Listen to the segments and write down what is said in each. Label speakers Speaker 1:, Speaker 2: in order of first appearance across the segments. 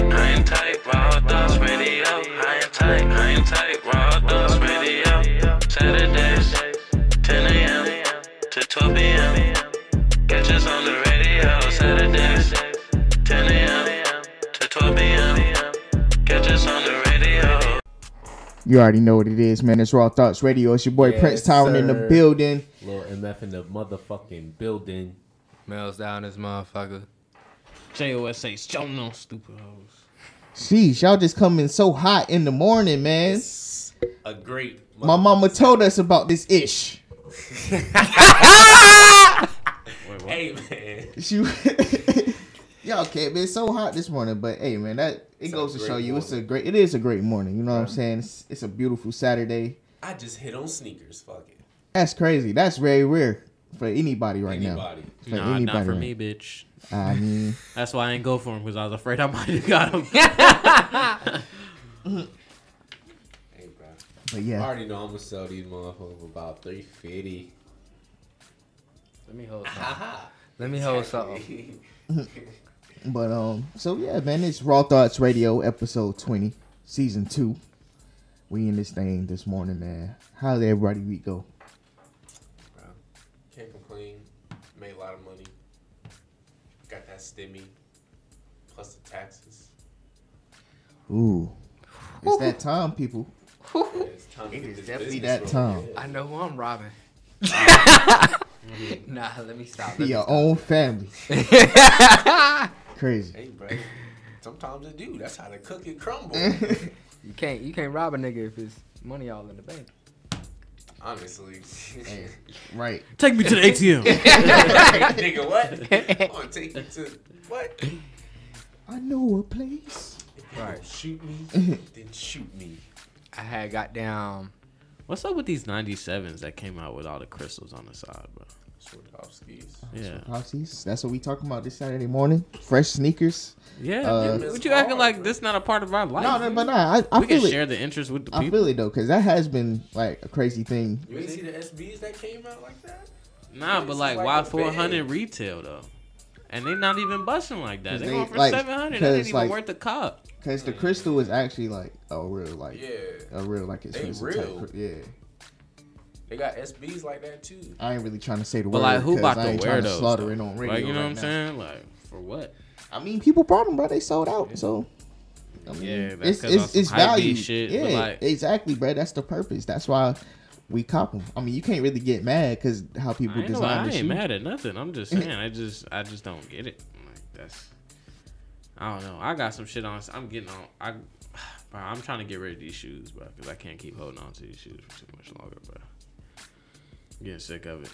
Speaker 1: tight, raw dogs radio. I ain't tight, I ain't tight, raw dogs radio. Saturdays, 10 a.m. to 12 p.m. Catch us on the radio. Saturdays, 10 a.m. to 12 p.m. Catch us on the radio.
Speaker 2: You already know what it is, man. It's Raw Thoughts Radio. It's your boy
Speaker 3: Yes,
Speaker 2: Prince Town in the
Speaker 3: sir.
Speaker 2: building.
Speaker 3: Little MF in the motherfucking building.
Speaker 4: Mel's down this motherfucker.
Speaker 5: JOSA, show no stupid hoes.
Speaker 2: Sheesh, y'all just coming so hot in the morning, man.
Speaker 3: A great.
Speaker 2: My mama told us about this ish.
Speaker 3: Hey man.
Speaker 2: She, y'all can't be so hot this morning, but hey, man, that it goes to
Speaker 3: great
Speaker 2: show you it's a great. It is a great morning. You know what I'm saying? It's, it's a beautiful Saturday.
Speaker 3: I just hit on sneakers. Fuck it.
Speaker 2: That's crazy. That's very rare for anybody right now.
Speaker 3: Anybody.
Speaker 2: For
Speaker 5: Nah, not for
Speaker 2: right
Speaker 5: me, bitch.
Speaker 2: now. I mean,
Speaker 5: That's why I didn't go for him because I was afraid I might have got him.
Speaker 3: Hey bro.
Speaker 2: but
Speaker 3: I
Speaker 2: yeah,
Speaker 3: already know I'm gonna sell these motherfuckers for about three fifty.
Speaker 4: Let me hold something. Let me hold something.
Speaker 2: but um, so yeah, man, it's Raw Thoughts Radio, episode twenty, season two. We in this thing this morning, man. How did everybody week go?
Speaker 3: Can't complain. Made a lot of money. Got that stimmy. Plus the taxes.
Speaker 2: Ooh, it's that time, people.
Speaker 3: Yeah, it's time to
Speaker 4: It
Speaker 3: get
Speaker 4: is
Speaker 3: this
Speaker 4: definitely
Speaker 3: business
Speaker 2: that
Speaker 3: rolling.
Speaker 2: time.
Speaker 3: Yeah.
Speaker 4: I know who I'm robbing. nah, let me stop.
Speaker 2: Be your own family. Crazy.
Speaker 3: Hey bro. Sometimes it do. That's how the cookie crumble.
Speaker 4: You can't you can't rob a nigga if it's money all in the bank.
Speaker 3: Honestly.
Speaker 2: Right.
Speaker 5: Take me to the ATM.
Speaker 3: Nigga, what? I'm gonna take you to what?
Speaker 2: I know a place.
Speaker 4: Right.
Speaker 3: Shoot me, then shoot me.
Speaker 4: I had got down
Speaker 5: What's up with these 97s that came out with all the crystals on the side, bro?
Speaker 3: Swordovskis.
Speaker 5: Yeah.
Speaker 2: Popsies. That's what we talking about this Saturday morning. Fresh sneakers.
Speaker 5: Yeah.
Speaker 2: Uh,
Speaker 5: dude, what you acting
Speaker 3: hard,
Speaker 5: like
Speaker 3: bro.
Speaker 5: this not a part of our life?
Speaker 2: No, no, but nah, I, I
Speaker 5: we can
Speaker 2: feel it.
Speaker 5: share the interest with the
Speaker 2: I
Speaker 5: people.
Speaker 2: feel it though, cause that has been like a crazy thing.
Speaker 3: You ain't see the SBs that came out like that?
Speaker 5: Nah, but
Speaker 3: It's
Speaker 5: like,
Speaker 3: like
Speaker 5: why
Speaker 3: a
Speaker 5: 400
Speaker 3: bag.
Speaker 5: retail though? And they not even busting like that.
Speaker 2: 'Cause
Speaker 5: They,
Speaker 2: they,
Speaker 5: going for
Speaker 2: like,
Speaker 5: 700. That
Speaker 2: 'cause,
Speaker 5: ain't even
Speaker 2: like-
Speaker 5: worth a cup.
Speaker 2: Cause the crystal is actually like a real like
Speaker 3: Yeah,
Speaker 2: a real like expensive
Speaker 3: real.
Speaker 2: type. cr- Yeah,
Speaker 3: they got SBs like that too.
Speaker 2: I ain't really trying to say the
Speaker 5: But
Speaker 2: word.
Speaker 5: like, who
Speaker 2: 'cause
Speaker 5: about
Speaker 2: I
Speaker 5: to
Speaker 2: ain't
Speaker 5: wear
Speaker 2: trying
Speaker 5: those?
Speaker 2: slaughter
Speaker 5: though?
Speaker 2: it on radio
Speaker 5: like, you know
Speaker 2: right
Speaker 5: what I'm
Speaker 2: now.
Speaker 5: saying? Like, for what?
Speaker 2: I mean, people bought them, bro. They sold out. So I mean,
Speaker 5: Yeah, that's
Speaker 2: it's
Speaker 5: 'cause on
Speaker 2: it's,
Speaker 5: some
Speaker 2: it's
Speaker 5: hype beat
Speaker 2: value.
Speaker 5: shit, but,
Speaker 2: yeah,
Speaker 5: like-
Speaker 2: exactly, bro. That's the purpose. That's why we cop them. I mean, you can't really get mad because how
Speaker 5: I
Speaker 2: people
Speaker 5: ain't, know- I
Speaker 2: design the
Speaker 5: ain't
Speaker 2: shoe.
Speaker 5: mad at nothing. I'm just saying. I just, I just don't get it. Like that's, I don't know. I got some shit on. I'm getting on. I, bro, I'm trying to get rid of these shoes, bro, because I can't keep holding on to these shoes for too much longer, bro. I'm getting sick of it.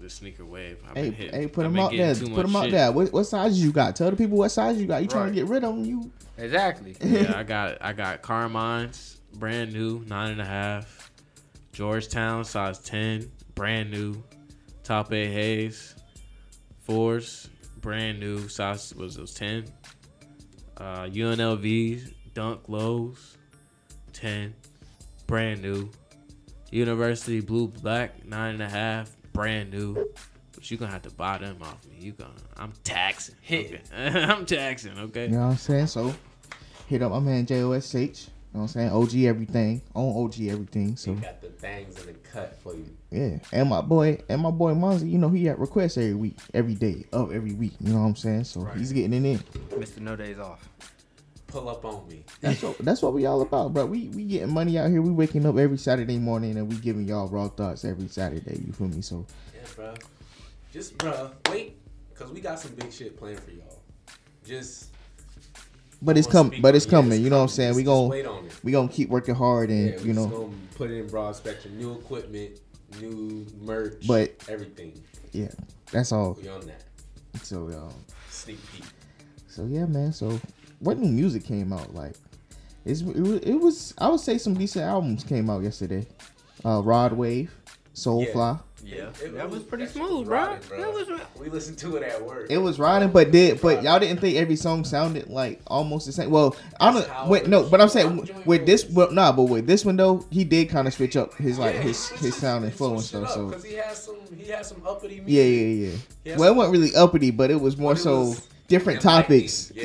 Speaker 5: The sneaker wave. I've
Speaker 2: Hey,
Speaker 5: been
Speaker 2: p-
Speaker 5: hit.
Speaker 2: hey, put
Speaker 5: I've
Speaker 2: them
Speaker 5: been
Speaker 2: out
Speaker 5: getting
Speaker 2: there.
Speaker 5: too
Speaker 2: Put
Speaker 5: much
Speaker 2: them out
Speaker 5: shit.
Speaker 2: there. What, what size you got? Tell the people what size you got. You trying
Speaker 4: Right.
Speaker 2: to get rid of them? You
Speaker 4: exactly.
Speaker 5: yeah, I got I got Carmine's brand new nine and a half, Georgetown size ten brand new, Top A Hayes, fours brand new size was those ten, uh, UNLV's Dunk lows, ten, brand new, University Blue Black nine and a half brand new. But you gonna have to buy them off me. You gonna I'm taxing. Okay. I'm taxing. Okay.
Speaker 2: You know what I'm saying? So hit up my man JOSH. You know what I'm saying? OG everything. On OG everything.
Speaker 3: They
Speaker 2: So
Speaker 3: got the things in the cut for you.
Speaker 2: yeah. And my boy and my boy Monzy, you know, he at requests every week, every day of every week. You know what I'm saying? So he's getting it in.
Speaker 4: Mr. No Days Off.
Speaker 3: Pull up on me.
Speaker 2: That's what that's what we all about, bro. We we getting money out here. We waking up every Saturday morning and we giving y'all raw thoughts every Saturday. You feel me? So
Speaker 3: Yeah, bro. Just, bro, wait, because we got some big shit planned for y'all. Just.
Speaker 2: but it's
Speaker 3: Don't
Speaker 2: coming
Speaker 3: speak
Speaker 2: but
Speaker 3: on
Speaker 2: it's
Speaker 3: it.
Speaker 2: coming.
Speaker 3: It's
Speaker 2: You know what I'm
Speaker 3: coming.
Speaker 2: saying?
Speaker 3: Just-
Speaker 2: We
Speaker 3: just
Speaker 2: gon'
Speaker 3: wait on it.
Speaker 2: we gonna keep working hard and
Speaker 3: yeah, we
Speaker 2: you know
Speaker 3: just gonna put in broad spectrum, new equipment, new merch,
Speaker 2: But-
Speaker 3: everything.
Speaker 2: yeah. That's all.
Speaker 3: We on that
Speaker 2: So um
Speaker 3: sneak peek.
Speaker 2: So yeah, man. So what new music came out? Like it's it, wa- it was I would say some decent albums came out yesterday. Uh, Rod Wave, Soulfly.
Speaker 4: Yeah.
Speaker 3: It- it
Speaker 4: That was pretty
Speaker 3: that shit
Speaker 4: smooth, bro.
Speaker 3: rotten,
Speaker 4: That was ri-
Speaker 3: We listened to it at work.
Speaker 2: It was riding, but did but y'all didn't think every song sounded like almost the same. Well, I
Speaker 3: That's
Speaker 2: don't
Speaker 3: how
Speaker 2: wait,
Speaker 3: it
Speaker 2: no,
Speaker 3: is.
Speaker 2: but I'm saying
Speaker 3: Join
Speaker 2: with this,
Speaker 3: yours.
Speaker 2: well, nah, but with this one though, he did kind of switch up his like
Speaker 3: Yeah,
Speaker 2: his
Speaker 3: switched
Speaker 2: his sound and
Speaker 3: he
Speaker 2: flow and
Speaker 3: switched it
Speaker 2: stuff.
Speaker 3: up
Speaker 2: So
Speaker 3: 'cause he has some, he has some uppity music.
Speaker 2: yeah, yeah, yeah.
Speaker 3: He has
Speaker 2: Well, it
Speaker 3: some-
Speaker 2: wasn't really uppity, but it was more
Speaker 3: but it
Speaker 2: so
Speaker 3: was-
Speaker 2: different topics. Yeah.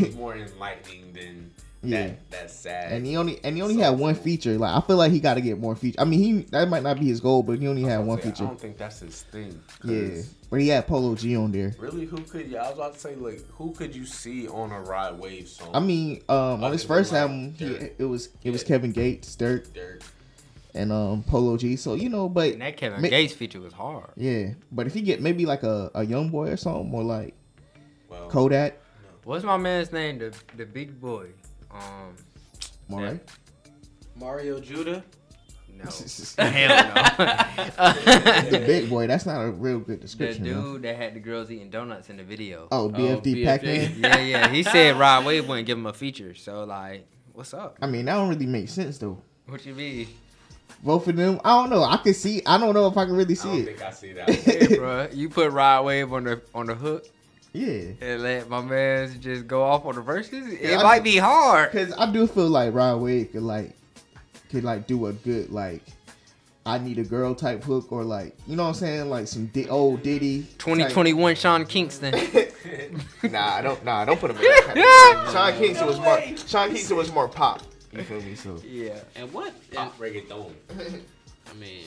Speaker 3: was more enlightening than
Speaker 2: Yeah.
Speaker 3: that. That's sad.
Speaker 2: and he only and he only had one feature. Like I feel like he got to get more feature. I mean, he that might not be his goal, but he only had one
Speaker 3: I
Speaker 2: feature.
Speaker 3: don't think that's his thing. 'cause
Speaker 2: Yeah, but he had Polo G on there.
Speaker 3: Really, who could? Yeah, I was about to say like, who could you see on a Ride Wave song?
Speaker 2: I mean, um, on
Speaker 3: Other
Speaker 2: his
Speaker 3: than,
Speaker 2: first
Speaker 3: like,
Speaker 2: album, he,
Speaker 3: Dirk.
Speaker 2: it was it was
Speaker 3: Yeah.
Speaker 2: Kevin Gates, Dirk,
Speaker 3: Dirk.
Speaker 2: and um Polo G. So you know, but
Speaker 4: And that Kevin
Speaker 2: Ma-
Speaker 4: Gates feature was hard.
Speaker 2: yeah, but if he get maybe like a a young boy or something, or like
Speaker 3: Well,
Speaker 2: Kodak,
Speaker 4: What's my man's name? The the big boy. Um,
Speaker 2: all right.
Speaker 3: Mario Judah.
Speaker 4: no.
Speaker 5: Hell
Speaker 2: the
Speaker 4: the
Speaker 2: big boy. That's not a real good description. huh?
Speaker 4: dude that had the girls eating donuts in the video.
Speaker 2: Oh, BFD
Speaker 5: BFD.
Speaker 2: Pac-Man.
Speaker 4: Yeah, yeah. He said Rod Wave wouldn't give him a feature. So like, what's up?
Speaker 2: I mean, that don't really make sense though.
Speaker 4: What you mean?
Speaker 2: Both of them. I don't know. I could see. I don't know if I can really
Speaker 3: I
Speaker 2: see
Speaker 3: don't
Speaker 2: it.
Speaker 3: think I see that.
Speaker 4: Yeah, bro. You put Rod Wave on the on the hook
Speaker 2: Yeah.
Speaker 4: and let my man just go off on the verses. It
Speaker 2: Yeah, I-
Speaker 4: might be hard.
Speaker 2: Cause I do feel like Rod Wave could like could like do a good like I need a girl type hook or like you know what I'm saying like some di- old Diddy. type-
Speaker 4: 2021 Sean Kingston.
Speaker 2: nah, don't nah, don't put him in that category. Sean Kingston was more Sean Kingston was more pop. You feel me? So
Speaker 4: yeah.
Speaker 5: And what? and-
Speaker 3: Pop reggaeton.
Speaker 5: I mean,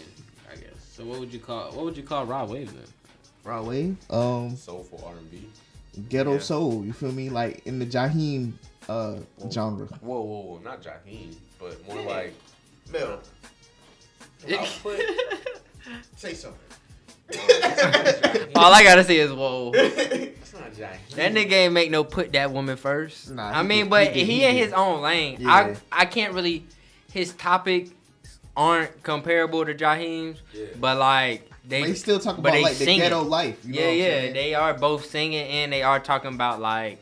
Speaker 5: I guess. So what would you call? What would you call Rod Wave then?
Speaker 2: Rod Wave, um,
Speaker 3: Soulful R&B.
Speaker 2: ghetto
Speaker 4: Yeah.
Speaker 2: soul. You feel me? Like in the Jaheim uh genre.
Speaker 3: Whoa, whoa, whoa! Not Jaheim, but more like
Speaker 2: Mel, say something.
Speaker 4: All I gotta say is whoa.
Speaker 3: it's not Jaheim.
Speaker 4: That nigga ain't make no put that woman first.
Speaker 2: Nah,
Speaker 4: I
Speaker 2: he
Speaker 4: mean,
Speaker 2: did-
Speaker 4: but
Speaker 2: he did-
Speaker 4: he,
Speaker 2: he
Speaker 4: in
Speaker 2: did.
Speaker 4: his own lane.
Speaker 2: Yeah.
Speaker 4: I I can't really. His topics aren't comparable to Jaheim's,
Speaker 3: Yeah.
Speaker 4: but like they,
Speaker 2: They still talk
Speaker 4: but
Speaker 2: about
Speaker 4: they
Speaker 2: like the
Speaker 4: singing.
Speaker 2: ghetto life. You know
Speaker 4: yeah,
Speaker 2: what I'm
Speaker 4: yeah,
Speaker 2: saying?
Speaker 4: they are both singing and they are talking about like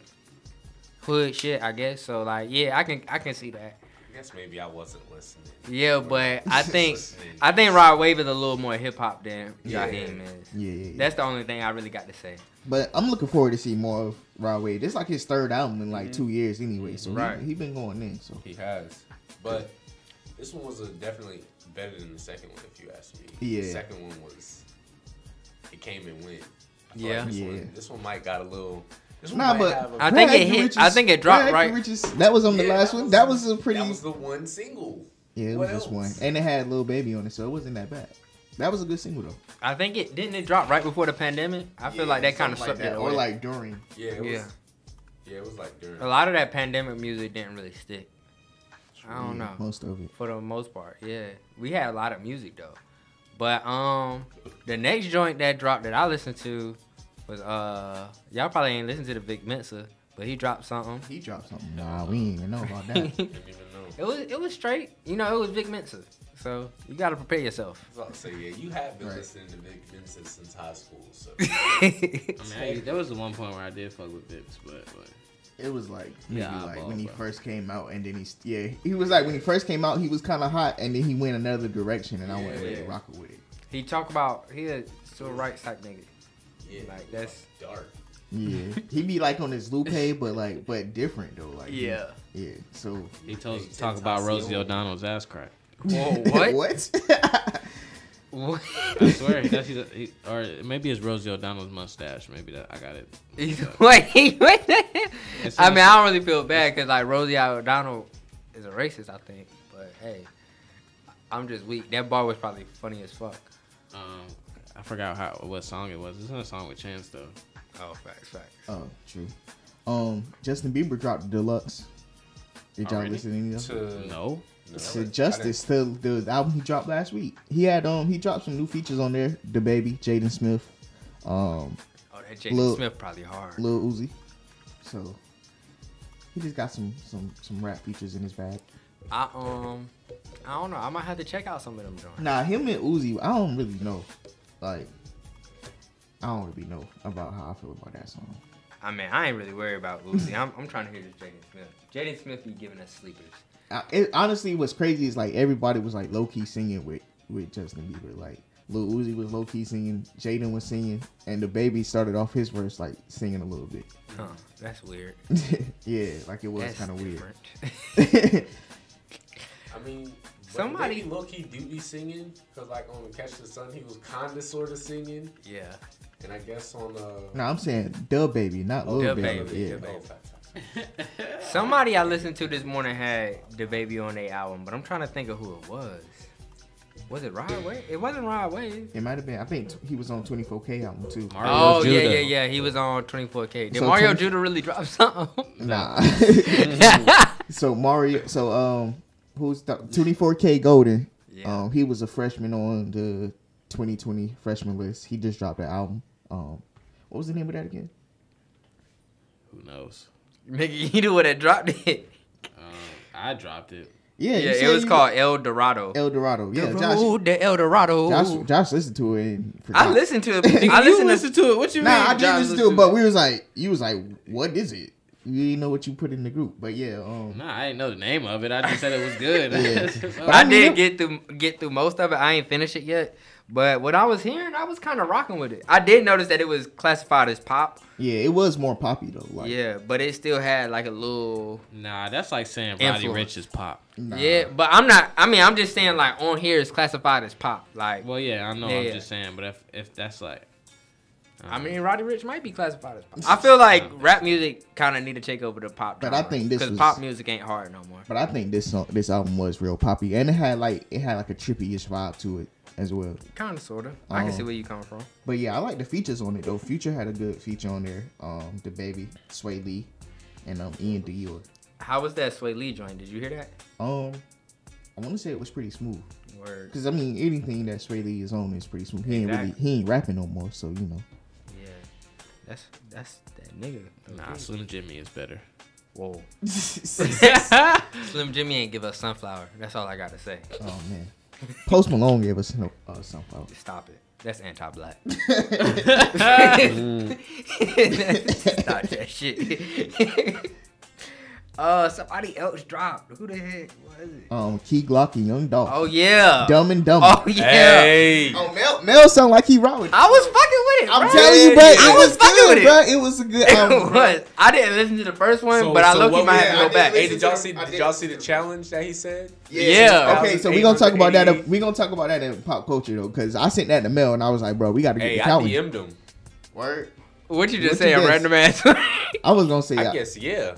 Speaker 4: hood shit, I guess. So like, yeah, I can I can see that.
Speaker 3: I guess maybe I wasn't listening.
Speaker 4: Yeah, but I think
Speaker 3: Listening.
Speaker 4: I think Rod Wave is a little more hip hop than
Speaker 2: Yeah.
Speaker 4: Jaheim is.
Speaker 2: Yeah, yeah, yeah.
Speaker 4: That's the only thing I really got to say.
Speaker 2: But I'm looking forward to see more of Rod Wave. This like his third album in like two years anyway, so
Speaker 4: Mm-hmm. Right.
Speaker 2: he, he been going in. So
Speaker 3: He has. But this one was a definitely better than the second one, if you ask me.
Speaker 2: Yeah.
Speaker 3: The second one was. It came and went. I feel
Speaker 4: Yeah.
Speaker 3: Like this,
Speaker 2: Yeah.
Speaker 3: One, this one might got a little. This one
Speaker 2: Nah,
Speaker 3: might
Speaker 2: but-
Speaker 3: have a,
Speaker 4: I think
Speaker 2: Brad
Speaker 4: it hit.
Speaker 2: Richards-
Speaker 4: I think it dropped
Speaker 2: Brad
Speaker 4: right.
Speaker 2: Richards, that was on the
Speaker 3: Yeah,
Speaker 2: last
Speaker 3: that
Speaker 2: one.
Speaker 3: was-
Speaker 2: that was a pretty.
Speaker 3: that was the one single.
Speaker 2: yeah, it
Speaker 3: what
Speaker 2: was just one,
Speaker 3: else?
Speaker 2: and it had Lil Baby on it, so it wasn't that bad. That was a good single though.
Speaker 4: I think it didn't it drop right before the pandemic. I feel
Speaker 3: Yeah,
Speaker 4: like that kind of
Speaker 2: Something like
Speaker 4: swept
Speaker 2: that,
Speaker 4: it
Speaker 2: or
Speaker 4: away.
Speaker 2: like during.
Speaker 3: Yeah. It was, yeah.
Speaker 4: Yeah.
Speaker 3: Yeah, it was like during.
Speaker 4: a lot of that pandemic music didn't really stick. I don't
Speaker 2: yeah,
Speaker 4: know.
Speaker 2: most of it.
Speaker 4: For the most part, yeah, we had a lot of music though. But um, the next joint that dropped that I listened to was uh, y'all probably ain't listened to the Big Mensa, but he dropped something.
Speaker 2: He dropped something. Nah, we ain't even know about that.
Speaker 4: it
Speaker 3: Didn't even know.
Speaker 4: was it was straight. You know, it was Big Mensa. So you gotta prepare yourself.
Speaker 3: I was about to say, yeah, you have been
Speaker 2: Right.
Speaker 3: listening to Vic Vincent since high school, so
Speaker 5: I mean, I, there was the one point where I did fuck with Vips, but, but
Speaker 2: It was like maybe
Speaker 5: Yeah,
Speaker 2: like
Speaker 5: eyeball,
Speaker 2: when he
Speaker 5: bro.
Speaker 2: first came out, and then he st- yeah he was like when he first came out he was kind of hot, and then he went another direction, and I wasn't
Speaker 3: Yeah.
Speaker 2: really rocking with it.
Speaker 4: He talk about he a civil rights type nigga.
Speaker 3: yeah, it
Speaker 4: Like,
Speaker 3: was,
Speaker 4: that's-
Speaker 3: dark.
Speaker 2: Yeah, he be like on his Lupe, but like but different though. Like he-
Speaker 4: Yeah.
Speaker 2: yeah. So
Speaker 5: he told us to talk about Rosie O'Donnell's ass crack.
Speaker 4: Whoa, what?
Speaker 2: what?
Speaker 4: What?
Speaker 5: I swear, that's either, he, or maybe it's Rosie O'Donnell's mustache. Maybe that I got it.
Speaker 4: wait, wait.
Speaker 5: It's
Speaker 4: I mean,
Speaker 5: not-
Speaker 4: I don't really feel bad because like Rosie O'Donnell is a racist, I think. But hey, I'm just weak. That bar was probably funny as fuck.
Speaker 5: Um, I forgot how what song it was. It's not a song with Chance though.
Speaker 4: Oh, facts, facts.
Speaker 2: oh, true. Um, Justin Bieber dropped the deluxe. Did y'all
Speaker 5: Already?
Speaker 2: listen to any of them?
Speaker 3: To,
Speaker 5: No,
Speaker 3: no,
Speaker 2: To Justice, the, the album he dropped last week. He had um he dropped some new features on there. The baby, Jaden Smith, um,
Speaker 4: Oh, that Jaden
Speaker 2: Lil-
Speaker 4: Smith probably hard.
Speaker 2: Lil Uzi. So he just got some some some rap features in his bag.
Speaker 4: I um, I don't know. I might have to check out some of them joints.
Speaker 2: Nah, him and Uzi, I don't really know. Like, I don't really know about how I feel about that song.
Speaker 4: I mean, I ain't really worried about Uzi. I'm, I'm trying to hear this Jaden Smith. Jaden Smith be giving us sleepers.
Speaker 2: I, it, honestly, what's crazy is like everybody was like low key singing with with Justin Bieber. Like Lil Uzi was low key singing, Jaden was singing, and the baby started off his verse like singing a little bit.
Speaker 4: Huh? That's weird.
Speaker 2: yeah, like it was
Speaker 4: That's
Speaker 2: kind of weird.
Speaker 4: different.
Speaker 3: I mean,
Speaker 4: Somebody-
Speaker 3: somebody low key do be singing because like on Catch the Sun, he was kinda sort of singing,
Speaker 4: yeah.
Speaker 3: And I guess on uh,
Speaker 2: No, I'm saying Dub Baby, not Lil
Speaker 4: Dub
Speaker 2: Baby.
Speaker 4: Baby,
Speaker 2: yeah.
Speaker 4: Dub
Speaker 3: oh, fact, fact.
Speaker 4: Somebody I listened to this morning had the baby on their album, but I'm trying to think of who it was. Was it Rod Wave? It wasn't Rod Wave.
Speaker 2: It might have been. I think t- he was on 24K album too.
Speaker 5: Mario
Speaker 4: Oh yeah,
Speaker 5: Judah.
Speaker 4: yeah, yeah. He was on 24K. Did
Speaker 2: So
Speaker 4: Mario
Speaker 2: 20
Speaker 4: Judah really drop something?
Speaker 2: Nah. so Mario. So um, who's the 24K Golden?
Speaker 4: Yeah.
Speaker 2: Um, he was a freshman on the 2020 freshman list. He just dropped an album. Um, what was the name of that again?
Speaker 5: Who knows?
Speaker 4: Nigga, you would have dropped it.
Speaker 5: Um, I dropped it.
Speaker 2: Yeah,
Speaker 4: Yeah,
Speaker 2: you
Speaker 4: it
Speaker 2: said
Speaker 4: was
Speaker 2: you-
Speaker 4: called El Dorado.
Speaker 2: El Dorado. Yeah,
Speaker 4: the
Speaker 2: Josh.
Speaker 4: road to El Dorado.
Speaker 2: Josh, Josh listened to it. And
Speaker 4: I
Speaker 2: forgot.
Speaker 4: listened to it.
Speaker 5: Nigga,
Speaker 4: I listened
Speaker 5: you
Speaker 4: to.
Speaker 5: listened to it. What you mean?
Speaker 2: Nah, I did
Speaker 5: Josh
Speaker 2: listen to
Speaker 5: listened
Speaker 2: it, but we was like, you was like, what is it? You didn't know what you put in the group, but yeah, um,
Speaker 5: Nah, I didn't know the name of it. I just said it was good.
Speaker 2: Yeah.
Speaker 5: So-
Speaker 4: I did
Speaker 2: knew-
Speaker 4: get through get through most of it. I ain't finished it yet. But what I was hearing, I was kind of rocking with it. I did notice that it was classified as pop.
Speaker 2: yeah, it was more poppy though. Like,
Speaker 4: yeah, but it still had like a little.
Speaker 5: Nah, that's like saying Roddy
Speaker 4: Influence.
Speaker 5: Rich is pop.
Speaker 2: nah.
Speaker 4: Yeah, but I'm not. I mean, I'm just saying like on here is classified as pop. Like,
Speaker 5: Well, yeah, I know.
Speaker 4: Yeah.
Speaker 5: I'm just saying, but if if that's like,
Speaker 4: I mean, Roddy Rich might be classified as pop. I feel like rap music kind of need to take over the pop.
Speaker 2: But I
Speaker 4: genre,
Speaker 2: think this was-
Speaker 4: pop music ain't hard no more.
Speaker 2: But I think this song, this album was real poppy, and it had like it had like a trippy-ish vibe to it as well.
Speaker 4: Kind of, sorta. I can
Speaker 2: Oh.
Speaker 4: see where you coming from.
Speaker 2: But yeah, I like the features on it though. Future had a good feature on there. Um, the baby Sway Lee, and um Ian Dior.
Speaker 4: How was that Sway Lee joint? Did you hear that?
Speaker 2: Um, I want to say it was pretty smooth,
Speaker 4: Word.
Speaker 2: cause I mean anything that Sway Lee is on is pretty smooth. He ain't really
Speaker 4: Exactly.
Speaker 2: he ain't rapping no more, so you know.
Speaker 4: Yeah, that's that's that nigga.
Speaker 5: nah, Slim Jimmy is better.
Speaker 4: Whoa. Slim Jimmy ain't give us sunflower. That's all I gotta say.
Speaker 2: Oh man, Post Malone gave us no uh, sunflower.
Speaker 4: Stop it. That's anti-black.
Speaker 5: Mm.
Speaker 4: Stop that shit. uh, somebody else dropped. Who the heck was it?
Speaker 2: Um, Key Glock and Young Dolph.
Speaker 4: Oh yeah.
Speaker 2: Dumb and Dumber.
Speaker 4: Oh yeah.
Speaker 5: Hey,
Speaker 2: Oh, Mel, Mel sound like he robbing.
Speaker 4: I was fucking with it.
Speaker 2: I'm
Speaker 4: bruh.
Speaker 2: telling you, bro. It
Speaker 4: I
Speaker 2: was,
Speaker 4: was fucking
Speaker 2: good, Um,
Speaker 4: with it.
Speaker 2: bro. It was a good album.
Speaker 4: It
Speaker 2: bro.
Speaker 4: was. I didn't listen to the first one,
Speaker 3: So-
Speaker 4: but I
Speaker 3: so
Speaker 4: look,
Speaker 3: what
Speaker 4: you might
Speaker 3: we-
Speaker 4: have
Speaker 2: I
Speaker 4: to go
Speaker 2: did
Speaker 4: back.
Speaker 3: Hey,
Speaker 2: listen-
Speaker 3: did y'all see?
Speaker 2: I
Speaker 3: Did
Speaker 2: did
Speaker 3: y'all
Speaker 2: listen
Speaker 3: see the
Speaker 2: to it.
Speaker 3: challenge that he said?
Speaker 4: Yeah.
Speaker 2: Okay, so we gonna talk about that.
Speaker 3: 880.
Speaker 2: We gonna talk about that in pop culture though, because I sent that to Mel and I was like, bro, we gotta get
Speaker 3: Hey,
Speaker 2: the
Speaker 3: I
Speaker 2: challenge.
Speaker 3: DM'd him.
Speaker 2: Word.
Speaker 4: What you just
Speaker 2: What
Speaker 4: say?
Speaker 2: you
Speaker 4: A
Speaker 2: guess?
Speaker 4: random ass.
Speaker 2: I was gonna say,
Speaker 3: I
Speaker 2: yeah,
Speaker 3: guess yeah.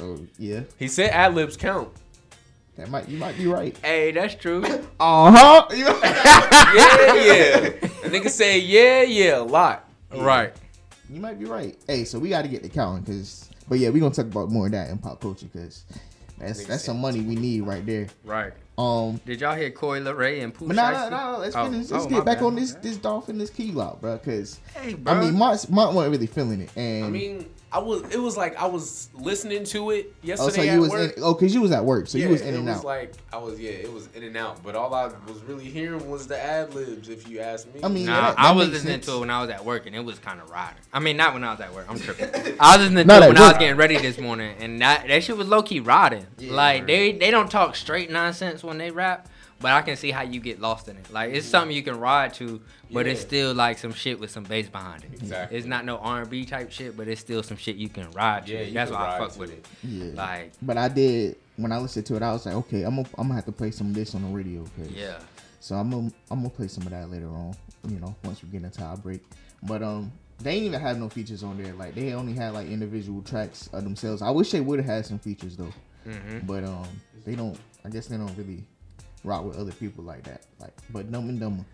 Speaker 2: oh, yeah,
Speaker 3: He said ad libs count.
Speaker 2: that might you might be right.
Speaker 4: hey, that's true.
Speaker 2: Uh huh.
Speaker 3: Yeah, yeah. The nigga say yeah, yeah a lot.
Speaker 4: Right.
Speaker 2: you might be right. Hey, so we gotta get the challenge, cause. But yeah, we gonna talk about more of that in pop culture, cause that's that's some money we need right there.
Speaker 4: Right.
Speaker 2: Um,
Speaker 4: Did y'all hear Corey LeRae and Pooh
Speaker 2: but no, no,
Speaker 4: Shiesty?
Speaker 2: no. Let's
Speaker 4: Oh,
Speaker 2: finish.
Speaker 4: oh,
Speaker 2: Let's
Speaker 4: my
Speaker 2: get back
Speaker 4: bad,
Speaker 2: on
Speaker 4: my
Speaker 2: this
Speaker 4: bad.
Speaker 2: this dolphin this key lock, bro, cause.
Speaker 4: Hey, bro.
Speaker 2: I mean, Mont, Mont wasn't really feeling it, and
Speaker 3: I mean, I was. It was like I was listening to it
Speaker 2: oh, so
Speaker 3: yesterday
Speaker 2: you
Speaker 3: at
Speaker 2: was
Speaker 3: work.
Speaker 2: in, oh, cause you was at work, so you was in
Speaker 3: it
Speaker 2: and
Speaker 3: was
Speaker 2: out.
Speaker 3: like I was yeah, it was in and out. But all I was really hearing was the ad libs. If you ask me,
Speaker 2: I mean,
Speaker 4: Nah,
Speaker 2: Yeah, that-
Speaker 4: I
Speaker 2: that
Speaker 4: was
Speaker 2: makes
Speaker 4: listening
Speaker 2: sense.
Speaker 4: to it when I was at work, and it was kind of riding. I mean, not when I was at work. I'm tripping. I was listening to
Speaker 2: Not
Speaker 4: it
Speaker 2: at
Speaker 4: when I was
Speaker 2: work.
Speaker 4: getting ready this morning, and that, that shit was low key riding.
Speaker 2: Yeah.
Speaker 4: like they they don't talk straight nonsense when they rap, but I can see how you get lost in it. Like it's something you can ride to, but it's
Speaker 3: Yeah.
Speaker 4: still like some shit with some bass behind it.
Speaker 3: Exactly.
Speaker 4: It's not no R and B type shit, but it's still some shit you can ride to.
Speaker 3: yeah, you
Speaker 4: That's
Speaker 3: can
Speaker 4: why I
Speaker 3: ride
Speaker 4: fuck
Speaker 3: to
Speaker 4: with it.
Speaker 3: it.
Speaker 2: yeah.
Speaker 4: Like
Speaker 2: but I did when I listened to it, I was like, okay, I'm gonna, I'm gonna have to play some of this on the radio. 'cause-
Speaker 4: yeah,
Speaker 2: So I'm gonna, I'm gonna play some of that later on. You know, once we get into our break. But um, they ain't even have no features on there. Like they only had like individual tracks of themselves. I wish they would have had some features though.
Speaker 4: Mhm.
Speaker 2: But um, they don't. I guess they don't really rock with other people like that. Like, but Dumb and Dumber.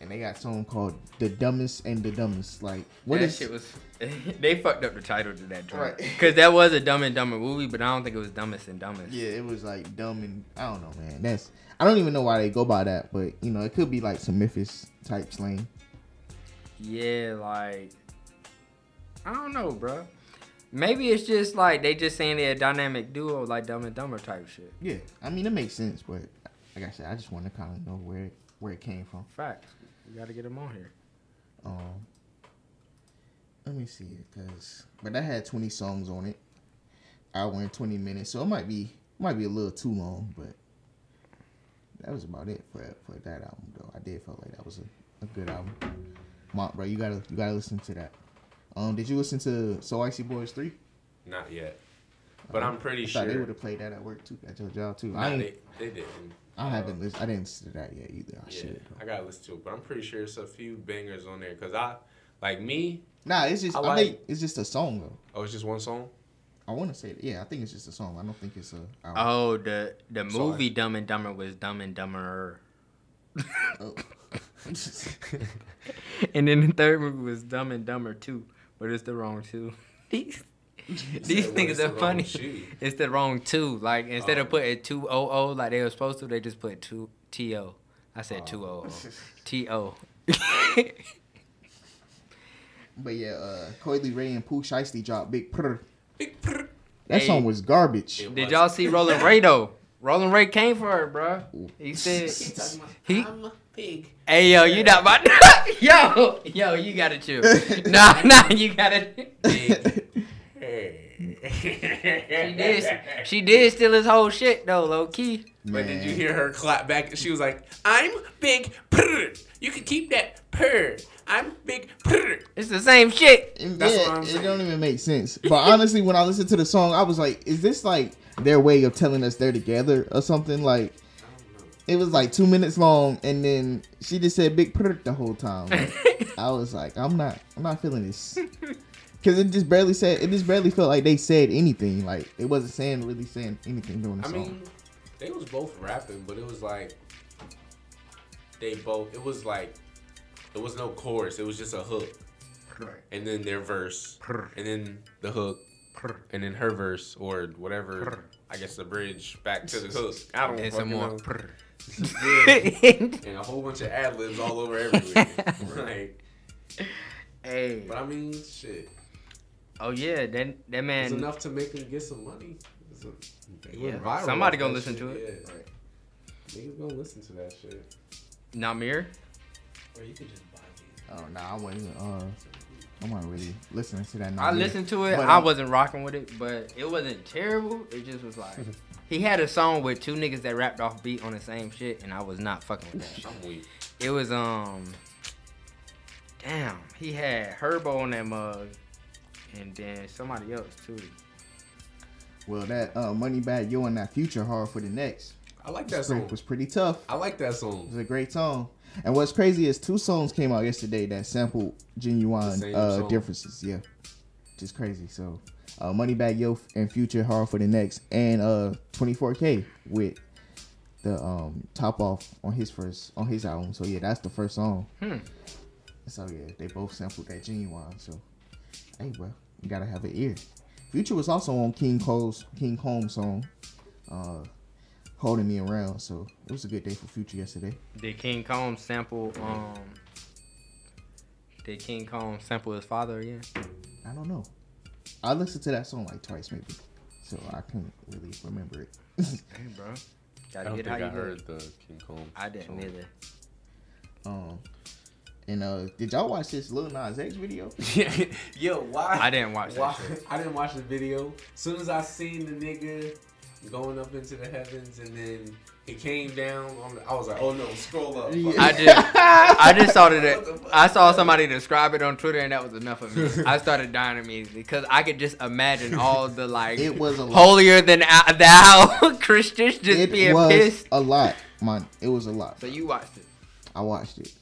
Speaker 2: And they got a song called "The Dumbest and the Dumbest." Like, what
Speaker 4: that
Speaker 2: is?
Speaker 4: shit was. they fucked up the title to that joint
Speaker 2: Right.
Speaker 4: because that was a Dumb and Dumber movie, but I don't think it was Dumbest and Dumbest.
Speaker 2: Yeah, it was like dumb and I don't know, man. That's I don't even know why they go by that, but you know, it could be like some Memphis type slang.
Speaker 4: Yeah, like I don't know, bruh. Maybe it's just like they just saying they're a dynamic duo, like Dumb and Dumber type shit.
Speaker 2: Yeah, I mean, it makes sense, but like I said, I just want to kind of know where it, where it came from.
Speaker 4: Facts. You gotta get them on here.
Speaker 2: Um, let me see it, cause but that had twenty songs on it, hour and twenty minutes, so it might be might be a little too long, but that was about it for for that album though. I did feel like that was a, a good album. Mont, bro, you gotta you gotta listen to that. Um, did you listen to So Icy Boys three?
Speaker 3: Not yet, but I'm pretty
Speaker 2: I thought they
Speaker 3: sure.
Speaker 2: would have played that at work too, at your job too.
Speaker 3: Nah,
Speaker 2: I ain't,
Speaker 3: they, they didn't.
Speaker 2: I haven't listened. I didn't listen to that yet either. I
Speaker 3: Yeah,
Speaker 2: should.
Speaker 3: I gotta listen to it, but I'm pretty sure it's a few bangers on there. Cause I, like me,
Speaker 2: Nah, it's just.
Speaker 3: I
Speaker 2: I,
Speaker 3: like-
Speaker 2: think it's just a song though.
Speaker 3: oh, it's just one song.
Speaker 2: I want to say that. Yeah, I think it's just a song. I don't think it's a.
Speaker 3: Uh,
Speaker 2: album.
Speaker 4: Oh, the the
Speaker 3: Sorry.
Speaker 4: movie Dumb and Dumber was Dumb and Dumberer,
Speaker 2: Oh.
Speaker 4: and then the third movie was Dumb and Dumber Two, but it's the wrong two. These these
Speaker 3: said, well, it's
Speaker 4: niggas
Speaker 3: the
Speaker 4: are
Speaker 3: wrong
Speaker 4: funny.
Speaker 3: shoe.
Speaker 4: It's the wrong two. Like instead
Speaker 3: Oh.
Speaker 4: of putting two o o like they were supposed to, they just put two t o. I said two o o
Speaker 3: Oh.
Speaker 4: t o.
Speaker 2: But yeah, uh, Coily Ray and Pooh Shiesty dropped Big Prr.
Speaker 3: Big prrr.
Speaker 2: That
Speaker 4: Hey.
Speaker 2: song was garbage.
Speaker 3: It
Speaker 4: Did
Speaker 3: was-
Speaker 4: y'all see Roland Ray though? Roland Ray came for her, bro. He
Speaker 3: He
Speaker 4: said,
Speaker 3: talking about,
Speaker 4: He-
Speaker 3: I'm a pig.
Speaker 4: "Hey yo, you not about yo yo you gotta chill. nah nah you gotta."
Speaker 3: Hey.
Speaker 4: She did. She did steal his whole shit though, low key.
Speaker 3: But did you
Speaker 2: Man.
Speaker 3: hear her clap back? She was like, "I'm big purr. You can keep that purr. I'm big purr."
Speaker 4: It's the same shit.
Speaker 2: And
Speaker 3: That's
Speaker 2: yeah,
Speaker 3: what I'm
Speaker 2: it
Speaker 3: saying.
Speaker 2: don't even make sense. But honestly, when I listened to the song, I was like, "Is this like their way of telling us they're together or something?" Like, it was like two minutes long, and then she just said "big purr" the whole time. Like, I was like, "I'm not, I'm not feeling this," because it just barely said, it just barely felt like they said anything. Like, it wasn't saying really saying anything during the
Speaker 3: I
Speaker 2: song.
Speaker 3: mean, they was both rapping, but it was like they both. It was like it was no chorus. It was just a hook, and then their verse, and then the hook, and then her verse or whatever. I guess the bridge back to the hook. I don't
Speaker 4: And
Speaker 3: fucking
Speaker 4: some more.
Speaker 3: know. Yeah.
Speaker 4: hey.
Speaker 3: and a whole bunch of ad libs all over everywhere. like, but I mean, shit.
Speaker 4: Oh yeah, that
Speaker 3: It's
Speaker 4: that man.
Speaker 3: enough to make them get some money. It's a- they went
Speaker 4: Yeah.
Speaker 3: viral
Speaker 4: Somebody
Speaker 3: off
Speaker 4: gonna
Speaker 3: that
Speaker 4: listen
Speaker 3: shit,
Speaker 4: to it.
Speaker 3: Yeah. Like, niggas gonna listen to that shit.
Speaker 4: Namir.
Speaker 3: Or you could just buy these.
Speaker 2: oh no, I wasn't. Uh, I'm not really listening to that.
Speaker 4: I
Speaker 2: now.
Speaker 4: listened to it.
Speaker 2: But,
Speaker 4: I
Speaker 2: um,
Speaker 4: wasn't rocking with it, but it wasn't terrible. It just was like he had a song with two niggas that rapped off beat on the same shit, and I was not fucking with that. shit.
Speaker 3: I'm weak.
Speaker 4: It was um, damn, he had Herbo on that mug, and then somebody else too.
Speaker 2: Well, that uh, money bag, yo, and that future hard for the next
Speaker 3: I like that
Speaker 2: was pretty,
Speaker 3: song.
Speaker 2: was pretty tough.
Speaker 3: I like that
Speaker 2: It
Speaker 3: song.
Speaker 2: was a great song. And what's crazy is two songs came out yesterday that sampled
Speaker 3: The
Speaker 2: genuine
Speaker 3: same
Speaker 2: uh,
Speaker 3: song.
Speaker 2: differences. Yeah, just crazy. So, uh, money bag, yo, and future hard for the next, and uh, 24k with the um top off on his first on his album. So yeah, that's the first song.
Speaker 4: Hmm.
Speaker 2: So yeah, they both sampled that genuine. So hey, well, you gotta have an ear. Future was also on King Cole's King Combs song, uh, holding me around. So it was a good day for Future yesterday.
Speaker 4: Did King Combs sample um? Did King Combs sample his father again?
Speaker 2: I don't know. I listened to that song like twice maybe, so I can't really remember it.
Speaker 4: Hey, bro.
Speaker 3: I
Speaker 4: Gotta
Speaker 3: don't
Speaker 4: get
Speaker 3: think
Speaker 4: how
Speaker 3: I
Speaker 4: you live.
Speaker 3: heard the King Kong.
Speaker 4: I didn't either.
Speaker 2: um, and uh, did y'all watch this Lil Nas X video?
Speaker 3: Yo, why?
Speaker 4: I didn't watch that
Speaker 3: why,
Speaker 4: shit.
Speaker 3: I didn't watch the video. Soon as I seen the nigga going up into the heavens and then he came down, on the, I was like, oh no, scroll up.
Speaker 2: Yeah.
Speaker 4: I just, I just saw that. I saw somebody describe it on Twitter, and that was enough of me. I started dying immediately because I could just imagine all the like
Speaker 2: It was a lot.
Speaker 4: holier than a- thou Christians just
Speaker 2: It
Speaker 4: being
Speaker 2: was
Speaker 4: pissed.
Speaker 2: a lot, man. It was a lot.
Speaker 4: So you watched it.
Speaker 2: I watched it.